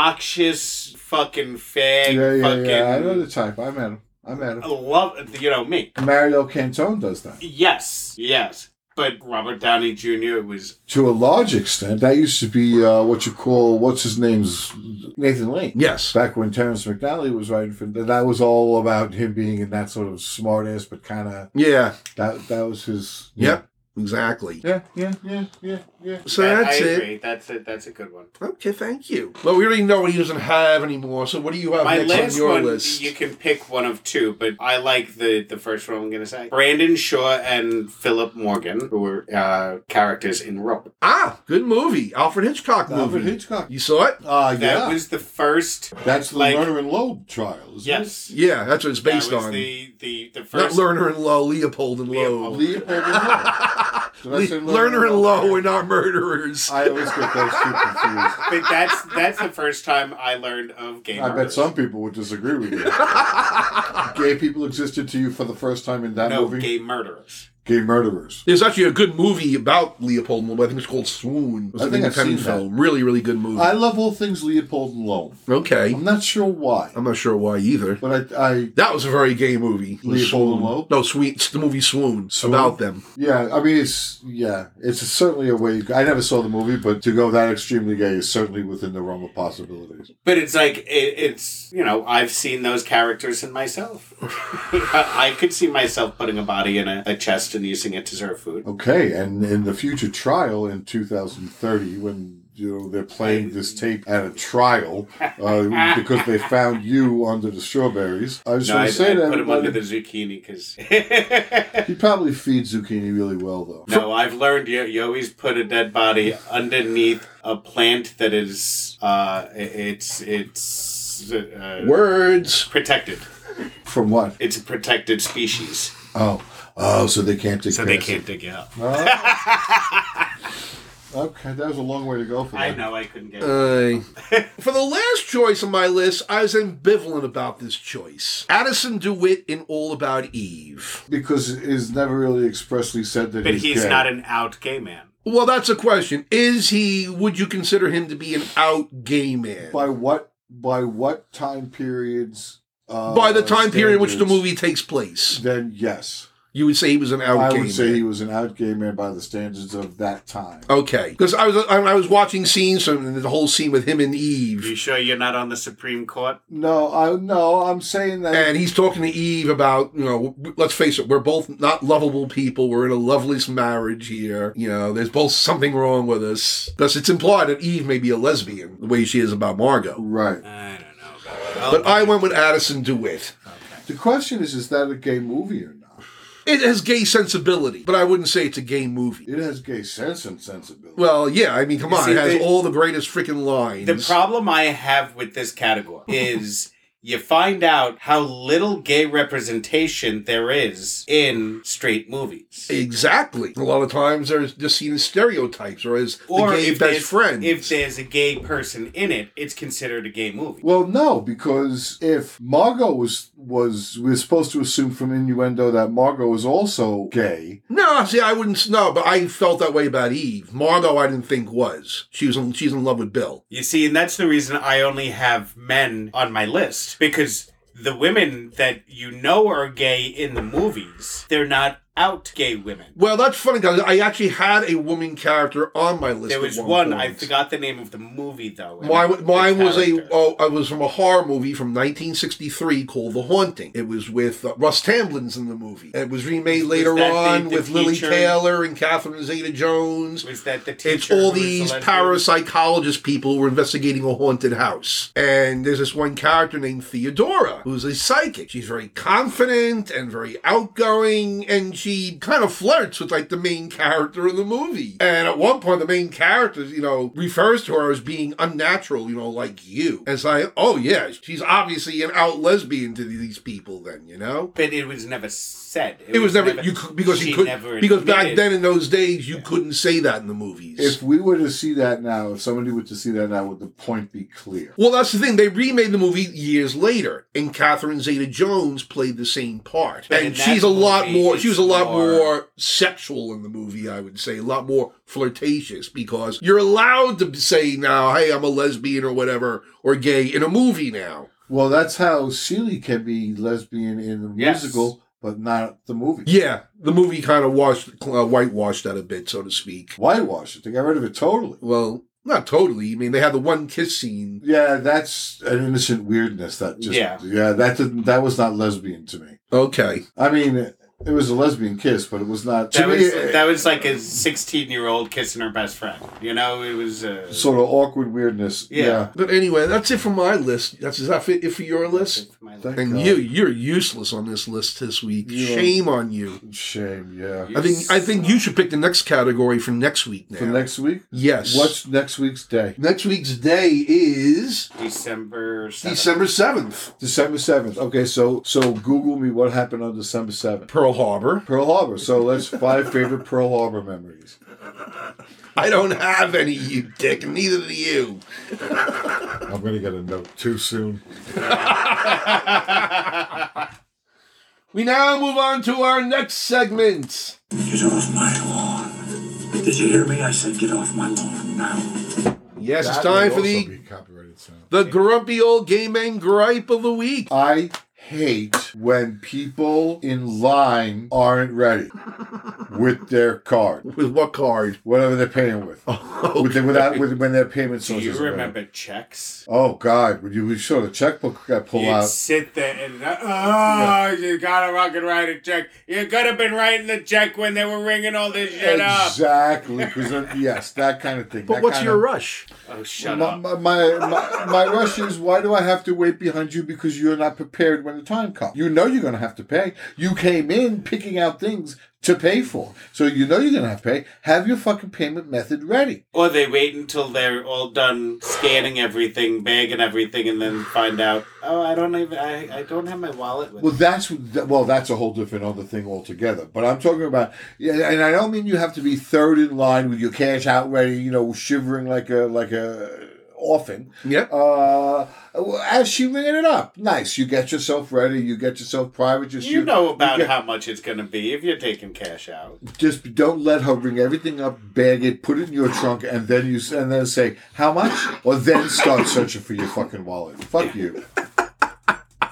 Speaker 3: obnoxious fucking fag.
Speaker 2: Yeah, yeah,
Speaker 3: fucking
Speaker 2: yeah. I know the type. I'm at him. I'm at him.
Speaker 3: love you know me.
Speaker 2: Mario Cantone does that.
Speaker 3: Yes, yes. But Robert Downey Jr. was
Speaker 2: To a large extent, that used to be uh, what you call what's his name's Nathan Lane.
Speaker 1: 1998. Yes.
Speaker 2: back when Terrence McNally was writing for that was all about him being in that sort of smart ass but kind of
Speaker 1: Yeah.
Speaker 2: that that was his
Speaker 1: Yep. Exactly.
Speaker 2: yeah yeah yeah yeah yeah
Speaker 1: So
Speaker 3: I-
Speaker 1: that's
Speaker 3: I
Speaker 1: it.
Speaker 3: agree. That's it. That's a good one.
Speaker 1: Okay, thank you. Well, we already know what he doesn't have anymore, so what do you have
Speaker 3: My
Speaker 1: next
Speaker 3: last
Speaker 1: on your
Speaker 3: one,
Speaker 1: list?
Speaker 3: you can pick one of two, but I like the the first one. I'm gonna say Brandon Shaw and Philip Morgan, who were uh, characters in Rope.
Speaker 1: Ah, good movie. Alfred Hitchcock movie.
Speaker 2: Alfred Hitchcock
Speaker 1: You saw it?
Speaker 2: ah uh,
Speaker 3: That
Speaker 2: yeah
Speaker 3: was the first.
Speaker 2: that's the
Speaker 3: like-
Speaker 2: Lerner and Loeb trial isn't
Speaker 3: Yes,
Speaker 1: Yeah, that's what it's based
Speaker 3: that was
Speaker 1: on.
Speaker 3: the the the
Speaker 1: Not
Speaker 3: first.
Speaker 1: Lerner and Lowe, Leopold and
Speaker 2: it?
Speaker 1: Lowe.
Speaker 3: Leopold.
Speaker 2: Leopold and Loeb
Speaker 1: Le-
Speaker 2: Did I say
Speaker 1: Lerner and Lowe were not murderers.
Speaker 2: I always get those two confused
Speaker 3: But that's that's the first time I learned of gay.
Speaker 2: I bet
Speaker 3: murders.
Speaker 2: some people would disagree with you gay people existed to you for the first time in that
Speaker 3: no
Speaker 2: movie
Speaker 3: gay murderers.
Speaker 2: Gay murderers
Speaker 1: There's actually a good movie about Leopold and Lowe. I think it's called Swoon. It was
Speaker 2: I
Speaker 1: an
Speaker 2: think I've
Speaker 1: independent
Speaker 2: seen that.
Speaker 1: film. Really, really good movie.
Speaker 2: I love all things Leopold and Loeb
Speaker 1: okay.
Speaker 2: I'm not sure why
Speaker 1: I'm not sure why either.
Speaker 2: but I, I
Speaker 1: That was a very gay movie.
Speaker 2: Leopold and
Speaker 1: Swoon.
Speaker 2: Lowe?
Speaker 1: No, Sweet. It's the movie Swoon.
Speaker 2: Swoon?
Speaker 1: About them.
Speaker 2: Yeah, I mean it's yeah, it's certainly a way. I never saw the movie, but to go that extremely gay is certainly within the realm of possibilities.
Speaker 3: But it's like it, it's you know I've seen those characters in myself. I I could see myself putting a body in a, a chest and using it to serve food.
Speaker 2: Okay, and in the future trial in 2030, when you know they're playing this tape at a trial uh, because they found you under the strawberries, I just
Speaker 3: No,
Speaker 2: want
Speaker 3: I,
Speaker 2: to say to
Speaker 3: I put him under
Speaker 2: everybody,
Speaker 3: the zucchini because
Speaker 2: he probably feeds zucchini really well, though.
Speaker 3: no, I've learned you, you always put a dead body underneath a plant that is uh i- it's it's uh,
Speaker 1: Words.
Speaker 3: protected.
Speaker 2: From what?
Speaker 3: It's a protected species,
Speaker 2: Oh, oh, so they can't take.
Speaker 3: so they
Speaker 2: care of
Speaker 3: can't dig it up.
Speaker 2: it. Okay, that was a long way to go for that.
Speaker 3: I know I couldn't get. it.
Speaker 1: Aye. For the last choice on my list, I was ambivalent about this choice. Addison DeWitt in All About Eve.
Speaker 2: Because it's never really expressly said that
Speaker 3: but
Speaker 2: he's,
Speaker 3: he's
Speaker 2: gay.
Speaker 3: not an out gay man.
Speaker 1: Well, that's a question. Is he, would you consider him to be an out gay man?
Speaker 2: by what by what time periods uh,
Speaker 1: By the time period in which the
Speaker 2: standards,
Speaker 1: movie takes place,
Speaker 2: then yes
Speaker 1: you would say he was an out
Speaker 2: i
Speaker 1: gay
Speaker 2: would say
Speaker 1: man.
Speaker 2: he was an out gay man by the standards of that time
Speaker 1: Okay, because I was I, I was watching scenes and the whole scene with him and
Speaker 3: You
Speaker 1: Eve,
Speaker 3: sure you're not on the Supreme Court?
Speaker 2: no i no i'm saying that
Speaker 1: and he's talking to Eve about you know w- let's face it, we're both not lovable people. We're in a loveless marriage here. You know, there's both something wrong with us because it's implied that Eve may be a
Speaker 3: Uh.
Speaker 1: lesbian the way she is about Margot.
Speaker 2: right
Speaker 3: I don't know.
Speaker 1: But I went with Addison DeWitt.
Speaker 2: The question is, is that a gay movie or not?
Speaker 1: It has gay sensibility, but I wouldn't say it's a gay movie.
Speaker 2: It has gay sense and sensibility.
Speaker 1: Well, yeah, I mean, come on,
Speaker 3: see,
Speaker 1: it has
Speaker 3: the-
Speaker 1: all the greatest freaking lines.
Speaker 3: The problem I have with this category is you find out how little gay representation there is in straight movies.
Speaker 1: Exactly. A lot of times they're just seen as stereotypes or as the gay best
Speaker 3: there's-
Speaker 1: friends.
Speaker 3: If there's a gay person in it, it's considered a gay movie.
Speaker 2: Well, no, because if Margot was was we are supposed to assume from innuendo that Margot was also gay.
Speaker 1: no, see, I wouldn't. No, but I felt that way about Eve. Margot, I didn't think was. She was. In, she's in love with Bill.
Speaker 3: You see, and that's the reason I only have men on my list because the women that you know are gay in the movies, they're not out gay women.
Speaker 1: Well, that's funny because I actually had a woman character on my list.
Speaker 3: There
Speaker 1: at
Speaker 3: was one, I
Speaker 1: point.
Speaker 3: forgot the name of the movie though. and
Speaker 1: Mine,
Speaker 3: the
Speaker 1: mine was a
Speaker 3: character.
Speaker 1: oh, I was from a horror movie from 1963 called The Haunting. It was with uh, Russ Tamblin's in the movie. It was remade later
Speaker 3: that the-
Speaker 1: on
Speaker 3: the
Speaker 1: with Lily
Speaker 3: teacher?
Speaker 1: Taylor and Catherine Zeta-Jones.
Speaker 3: was that the teacher?
Speaker 1: It's all
Speaker 3: who was the
Speaker 1: these
Speaker 3: lesbian?
Speaker 1: parapsychologist people who are investigating a haunted house. And there's this one character named Theodora, who's a psychic. She's very confident and very outgoing, and she kind of flirts with like the main character in the movie. And at one point, the main character, you know, refers to her as being unnatural, you know, like you. And it's like, oh yeah, she's obviously an out lesbian to these people, then, you know?
Speaker 3: But it was never said.
Speaker 1: It was never you could, because
Speaker 3: she
Speaker 1: you could
Speaker 3: never
Speaker 1: because back
Speaker 3: admitted.
Speaker 1: then in those days you couldn't say that in the movies.
Speaker 2: If we were to see that now, if somebody were to see that now, would the point be clear?
Speaker 1: Well, that's the thing. They remade the movie years later, and Catherine Zeta-Jones played the same part.
Speaker 3: But in
Speaker 1: and
Speaker 3: that
Speaker 1: she's a lot
Speaker 3: movie,
Speaker 1: more. She was a
Speaker 3: it's
Speaker 1: lot more...
Speaker 3: more-
Speaker 1: sexual in the movie, I would say, a lot more flirtatious because you're allowed to say now, "Hey, I'm a lesbian" or whatever, or gay in a movie now.
Speaker 2: Well, that's how Celie can be lesbian in the
Speaker 3: Yes.
Speaker 2: musical, but not the movie.
Speaker 1: Yeah, the movie kind of washed, uh, whitewashed that a bit, so to speak.
Speaker 2: Whitewash it. They got rid of it totally.
Speaker 1: Well, not totally. I mean, they had the one kiss scene
Speaker 2: Yeah, that's an innocent weirdness that just yeah,
Speaker 3: Yeah.
Speaker 2: that didn't, that was not lesbian to me.
Speaker 1: Okay.
Speaker 2: I mean, it was a lesbian kiss, but it was not to
Speaker 3: That
Speaker 2: me.
Speaker 3: was,
Speaker 2: it-
Speaker 3: that was like a 16 year old kissing her best friend. You know, it was. Uh,
Speaker 2: eh, sort of awkward weirdness.
Speaker 3: Yeah.
Speaker 2: Yeah,
Speaker 1: But anyway, that's it for my list. That's is that it for your list?
Speaker 3: my
Speaker 2: Thank
Speaker 1: And
Speaker 2: God.
Speaker 1: you, you're useless on this list this week.
Speaker 2: You are-
Speaker 1: Shame on you.
Speaker 2: shame. Yeah.
Speaker 1: I think I think you should pick the next category for next week. Now.
Speaker 2: For next week,
Speaker 1: yes.
Speaker 2: what's next week's day?
Speaker 1: next week's day is
Speaker 3: December 7th.
Speaker 1: December seventh.
Speaker 2: December seventh. Okay, so so Google me what happened on December seventh.
Speaker 1: Pearl Harbor.
Speaker 2: Pearl Harbor. So let's five favorite Pearl Harbor memories.
Speaker 1: I don't have any, you dick. and Neither do you.
Speaker 2: I'm gonna get a note too soon.
Speaker 1: We now move on to our next segment.
Speaker 10: Get off my lawn. Did you hear me? I said get off my lawn now.
Speaker 1: Yes, it's time for the
Speaker 2: copyrighted sound.
Speaker 1: the grumpy old gay man gripe of the week.
Speaker 2: I hate when people in line aren't ready with their card,
Speaker 1: With what card?
Speaker 2: whatever they're paying with, with the, without with, when their payment
Speaker 3: Do
Speaker 2: source
Speaker 3: you
Speaker 2: isn't ready.
Speaker 3: remember checks?
Speaker 2: Oh God! Would you we saw the checkbook got pulled
Speaker 3: You'd
Speaker 2: out?
Speaker 3: sit there and, uh, oh, you gotta fucking write a check. You could have been writing the check when they were ringing all this shit up.
Speaker 2: Exactly, 'cause of- yes, that kind of thing.
Speaker 1: But
Speaker 2: that
Speaker 1: what's
Speaker 2: kind
Speaker 1: your
Speaker 2: of-
Speaker 1: rush?
Speaker 3: Oh, shut
Speaker 2: My,
Speaker 3: up.
Speaker 2: my, my, my, my rush is why do I have to wait behind you because you're not prepared when the time comes? You know you're going to have to pay. You came in picking out things to pay for. So you know you're going to have to pay. Have your fucking payment method ready.
Speaker 3: Or they wait until they're all done scanning everything, bagging everything, and then find out, oh, I don't even, I, I don't have my wallet with
Speaker 2: Well,
Speaker 3: me.
Speaker 2: that's well, that's a whole different other thing altogether. But I'm talking about, yeah, and I don't mean you have to be third in line with your cash out ready, you know, shivering like a like a orphan.
Speaker 1: Yep.
Speaker 2: Uh, as she ran it up, nice. You get yourself ready. You get yourself private. Just
Speaker 3: You know about
Speaker 2: get-
Speaker 3: how much it's gonna be if you're taking cash out.
Speaker 2: just don't let her bring everything up, bag it, put it in your trunk, and then you and then say how much, or then start searching for your fucking wallet. Fuck you.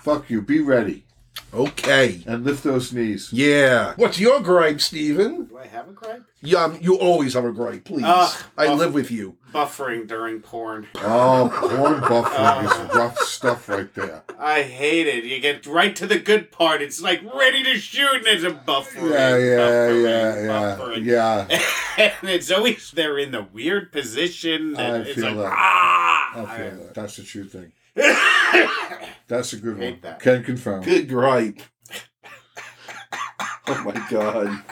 Speaker 2: Fuck you. Be ready
Speaker 1: Okay.
Speaker 2: and lift those knees.
Speaker 1: Yeah. What's your gripe, Steven?
Speaker 3: Do I have a gripe?
Speaker 1: Yeah, um, you always have a gripe, please.
Speaker 2: Uh,
Speaker 3: Ah,
Speaker 1: I
Speaker 3: um,
Speaker 1: live with you.
Speaker 3: Buffering during porn.
Speaker 2: Oh, porn buffering is rough stuff right there.
Speaker 3: I hate it. You get right to the good part. It's like ready to shoot, and it's a buffering.
Speaker 2: Yeah, yeah, yeah,
Speaker 3: buffering,
Speaker 2: yeah,
Speaker 3: buffering.
Speaker 2: yeah.
Speaker 3: and it's always they're in the weird position. And
Speaker 2: I
Speaker 3: it's
Speaker 2: feel
Speaker 3: like,
Speaker 2: that.
Speaker 3: ah!
Speaker 2: I feel that. That's the true thing. That's a good one.
Speaker 11: that.
Speaker 2: Can confirm.
Speaker 1: Good gripe. oh my god.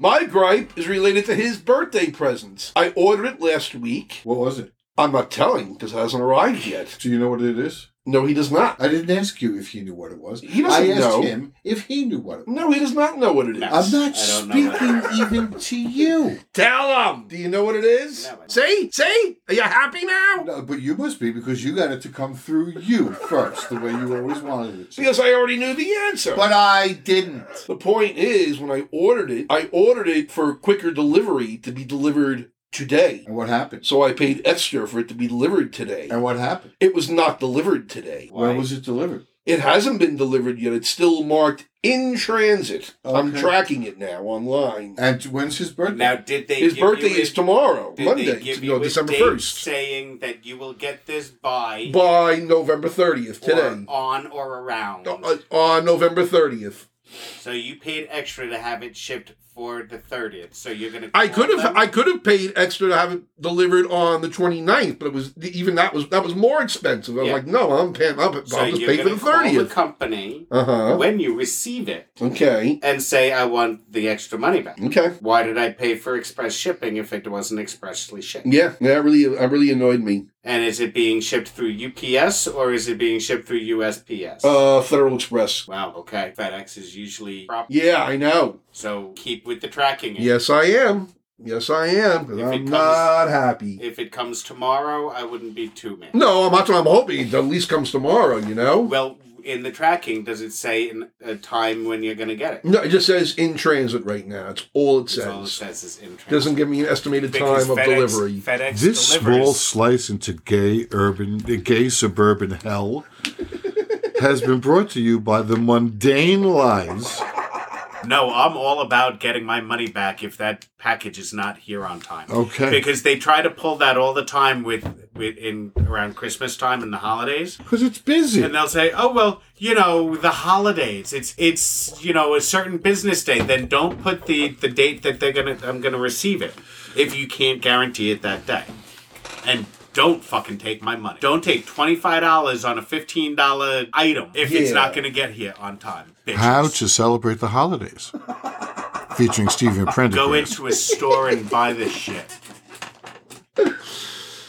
Speaker 1: My gripe is related to his birthday presents. I ordered it last week.
Speaker 2: What was it?
Speaker 1: I'm not telling because it hasn't arrived yet.
Speaker 2: Do you know what it is?
Speaker 1: No, he does not.
Speaker 2: I didn't ask you if you knew what it was.
Speaker 1: He doesn't
Speaker 2: I asked
Speaker 1: know.
Speaker 2: him if he knew what it was.
Speaker 1: No, he does not know what it is.
Speaker 2: I'm not
Speaker 11: don't know what
Speaker 2: speaking even to you.
Speaker 1: Tell him. Do you know what it is?
Speaker 11: No, I don't.
Speaker 1: See? See? Are you happy now?
Speaker 2: No, but you must be because you got it to come through you first, the way you always wanted it to.
Speaker 1: Because I already knew the answer.
Speaker 2: But I didn't.
Speaker 1: the point is, when I ordered it, I ordered it for quicker delivery to be delivered today.
Speaker 2: And what happened?
Speaker 1: So I paid extra for it to be delivered today.
Speaker 2: And what happened?
Speaker 1: It was not delivered today.
Speaker 2: When was it delivered?
Speaker 1: It hasn't been delivered yet. It's still marked in transit. I'm
Speaker 2: Okay.
Speaker 1: tracking it now online.
Speaker 2: And when's his birthday?
Speaker 3: Now, did they?
Speaker 1: His
Speaker 3: give you
Speaker 1: birthday
Speaker 3: a-
Speaker 1: is tomorrow,
Speaker 3: did
Speaker 1: Monday,
Speaker 3: They give
Speaker 1: no,
Speaker 3: you a
Speaker 1: December
Speaker 3: date
Speaker 1: 1st.
Speaker 3: saying that you will get this by
Speaker 1: By November 30th,
Speaker 3: or
Speaker 1: today.
Speaker 3: on or around.
Speaker 1: Uh, on November 30th.
Speaker 3: so you paid extra to have it shipped for the thirtieth. So you're gonna.
Speaker 1: I
Speaker 3: call
Speaker 1: could have
Speaker 3: them?
Speaker 1: I could have paid extra to have it delivered on the 29th, but it was even that was that was more expensive. I was
Speaker 3: Yeah.
Speaker 1: like, no, I'm paying up.
Speaker 3: So
Speaker 1: I'll just
Speaker 3: you're
Speaker 1: pay for
Speaker 3: gonna
Speaker 1: the
Speaker 3: call the
Speaker 1: 30th.
Speaker 3: company
Speaker 1: Uh huh.
Speaker 3: when you receive it
Speaker 1: Okay.
Speaker 3: and say, "I want the extra money back."
Speaker 1: Okay.
Speaker 3: Why did I pay for express shipping if it wasn't expressly shipped?
Speaker 1: Yeah, that really that really annoyed me.
Speaker 3: And is it being shipped through UPS or is it being shipped through USPS?
Speaker 1: Uh, Federal Express.
Speaker 3: wow, okay. FedEx is usually proper.
Speaker 1: Yeah, I know.
Speaker 3: So keep with the tracking. it.
Speaker 1: Yes, I am. Yes, I am. 'cause
Speaker 3: If it
Speaker 1: I'm
Speaker 3: comes-
Speaker 1: not happy.
Speaker 3: If it comes tomorrow, I wouldn't be too mad.
Speaker 1: No, I'm not. I'm hoping it at least comes tomorrow. You know.
Speaker 3: Well, in the tracking, does it say in a time when you're going to get it?
Speaker 1: No, it just says in transit right now. It's all it
Speaker 3: That's all it
Speaker 1: says.
Speaker 3: says is in transit.
Speaker 1: Doesn't give me an estimated
Speaker 3: Because
Speaker 1: time of
Speaker 3: FedEx
Speaker 1: delivery.
Speaker 3: FedEx
Speaker 2: This small
Speaker 3: delivers.
Speaker 2: slice into gay urban, gay suburban hell has been brought to you by the mundane lies.
Speaker 3: No, I'm all about getting my money back if that package is not here on time.
Speaker 2: Okay.
Speaker 3: Because they try to pull that all the time with, with in around Christmas time and the holidays.
Speaker 2: Because it's busy.
Speaker 3: And they'll say, "Oh well, you know, the holidays. It's it's you know a certain business day. Then don't put the the date that they're gonna I'm gonna receive it if you can't guarantee it that day. And don't fucking take my money. Don't take twenty five dollars on a fifteen dollar item if it's
Speaker 1: Yeah.
Speaker 3: not gonna get here on time. Bitches.
Speaker 2: How to celebrate the holidays. Featuring Stephen
Speaker 3: go
Speaker 2: Prendergast.
Speaker 3: into a store and buy this shit?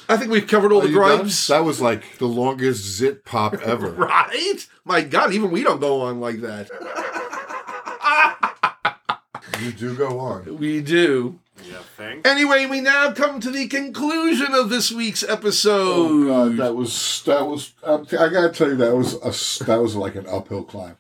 Speaker 1: I think we've covered all
Speaker 2: Are
Speaker 1: the
Speaker 2: you done?
Speaker 1: gripes.
Speaker 2: That was like the longest zit pop ever.
Speaker 1: Right? My God, even we don't go on like that.
Speaker 2: You do go on.
Speaker 1: We do.
Speaker 3: Yeah, thing.
Speaker 1: Anyway, we now come to the conclusion of this week's
Speaker 2: Oh
Speaker 1: episode.
Speaker 2: god, that was that was. I'm t- I gotta tell you, that was a s that was like an uphill climb.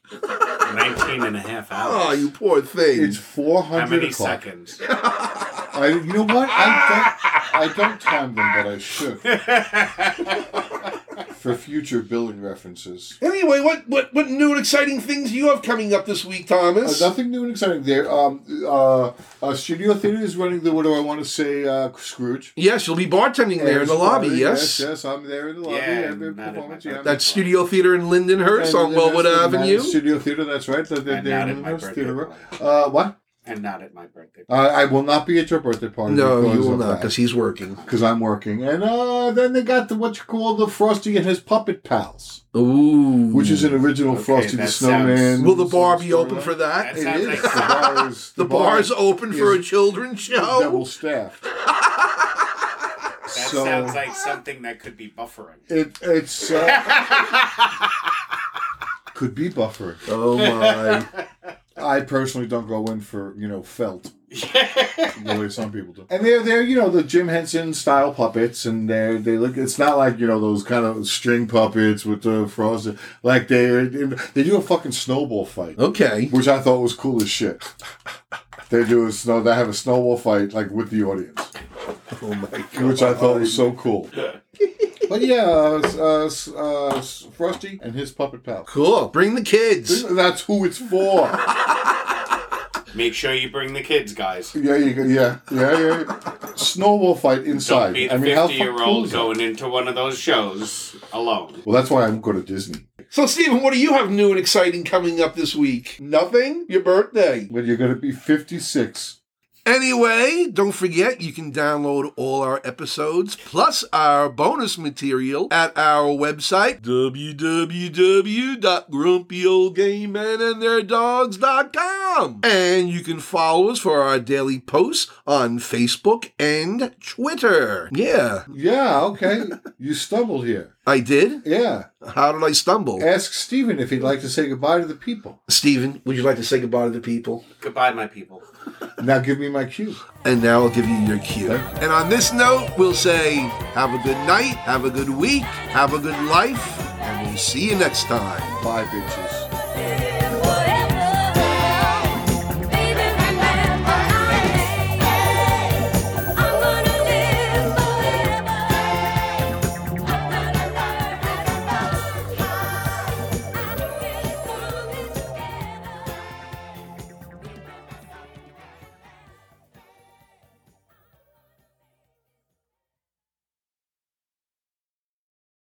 Speaker 3: 19 and a half hours.
Speaker 1: Oh, you poor thing.
Speaker 2: It's four
Speaker 3: How
Speaker 2: hundred
Speaker 3: many
Speaker 2: o'clock.
Speaker 3: seconds?
Speaker 2: I, you know what? I don't, I don't time them, but I should. For future billing references.
Speaker 1: Anyway, what, what what new and exciting things you have coming up this week,
Speaker 2: Uh,
Speaker 1: Thomas?
Speaker 2: nothing new and exciting there. Um, uh, uh, Studio Theater is running the, what do I want to say, uh, Scrooge.
Speaker 1: yes, you'll be bartending there in the
Speaker 2: Yes,
Speaker 1: lobby,
Speaker 2: sorry,
Speaker 1: yes.
Speaker 2: Yes, yes, I'm there in the lobby.
Speaker 3: Yeah,
Speaker 2: Yeah,
Speaker 3: not at my
Speaker 2: performance, yeah.
Speaker 3: birthday.
Speaker 1: That's Studio Theater in Lindenhurst on
Speaker 2: And then
Speaker 1: Wellwood
Speaker 2: there's the Madison
Speaker 1: Avenue.
Speaker 2: Studio Theater, that's right. They're, they're
Speaker 3: And not
Speaker 2: in
Speaker 3: at my
Speaker 2: the
Speaker 3: birthday
Speaker 2: theater.
Speaker 3: party.
Speaker 2: Uh, what?
Speaker 3: And not at my birthday.
Speaker 2: Uh, I will not be at your birthday party.
Speaker 1: No, you
Speaker 2: because
Speaker 1: will
Speaker 2: of
Speaker 1: not,
Speaker 2: that.
Speaker 1: because he's working.
Speaker 2: because I'm working. And uh, then they got the what you call the Frosty and his puppet pals,
Speaker 1: Ooh.
Speaker 2: which is an original
Speaker 3: Okay,
Speaker 2: Frosty the
Speaker 3: that
Speaker 2: Snowman.
Speaker 3: sounds-
Speaker 1: Mm. Will the bar be open for that?
Speaker 3: That
Speaker 2: It
Speaker 3: sounds
Speaker 2: is.
Speaker 3: like-
Speaker 2: the bar is
Speaker 1: the bar is open for a
Speaker 2: is
Speaker 1: children's show.
Speaker 2: Double staffed.
Speaker 3: That
Speaker 2: so
Speaker 3: sounds like something that could be buffering.
Speaker 2: it, it's uh, could be buffered.
Speaker 1: Oh my.
Speaker 2: I personally don't go in for you know felt. the way some people do, and they're they're you know the Jim Henson style puppets, and they they look. It's not like you know those kind of string puppets with the frozen. Like they they do a fucking snowball fight,
Speaker 1: okay.
Speaker 2: which I thought was cool as shit. They do a snow. They have a snowball fight like with the audience,
Speaker 1: Oh my
Speaker 2: which I thought was so cool. But yeah, uh, s- uh, s- uh, s- Frosty and his puppet pal.
Speaker 1: Cool. Bring the kids.
Speaker 2: That's who it's for.
Speaker 3: Make sure you bring the kids, guys.
Speaker 2: Yeah, you go, yeah, yeah, yeah. Snowball fight
Speaker 3: Don't
Speaker 2: inside.
Speaker 3: be
Speaker 2: I
Speaker 3: the
Speaker 2: mean, how
Speaker 3: 50
Speaker 2: fucking
Speaker 3: year
Speaker 2: cool
Speaker 3: old
Speaker 2: is that?
Speaker 3: going into one of those shows alone.
Speaker 2: Well, that's why I'm going to Disney.
Speaker 1: So, Stephen, what do you have new and exciting coming up this week? Nothing? Your birthday.
Speaker 2: But you're going to be 56.
Speaker 1: Anyway, don't forget you can download all our episodes plus our bonus material at our website www.grumpyoldgaymenandtheirdogs.com. And you can follow us for our daily posts on Facebook and Twitter. Yeah,
Speaker 2: Yeah, okay. you stumbled here.
Speaker 1: I did.
Speaker 2: Yeah.
Speaker 1: How did I stumble?
Speaker 2: Ask Steven if he'd like to say goodbye to the people.
Speaker 1: Steven, would you like to say goodbye to the people?
Speaker 8: Goodbye, my people.
Speaker 2: Now give me my cue.
Speaker 1: And now I'll give you your cue. And on this note, we'll say, have a good night, have a good week, have a good life, and we'll see you next time.
Speaker 2: Bye, bitches.
Speaker 9: Thank you.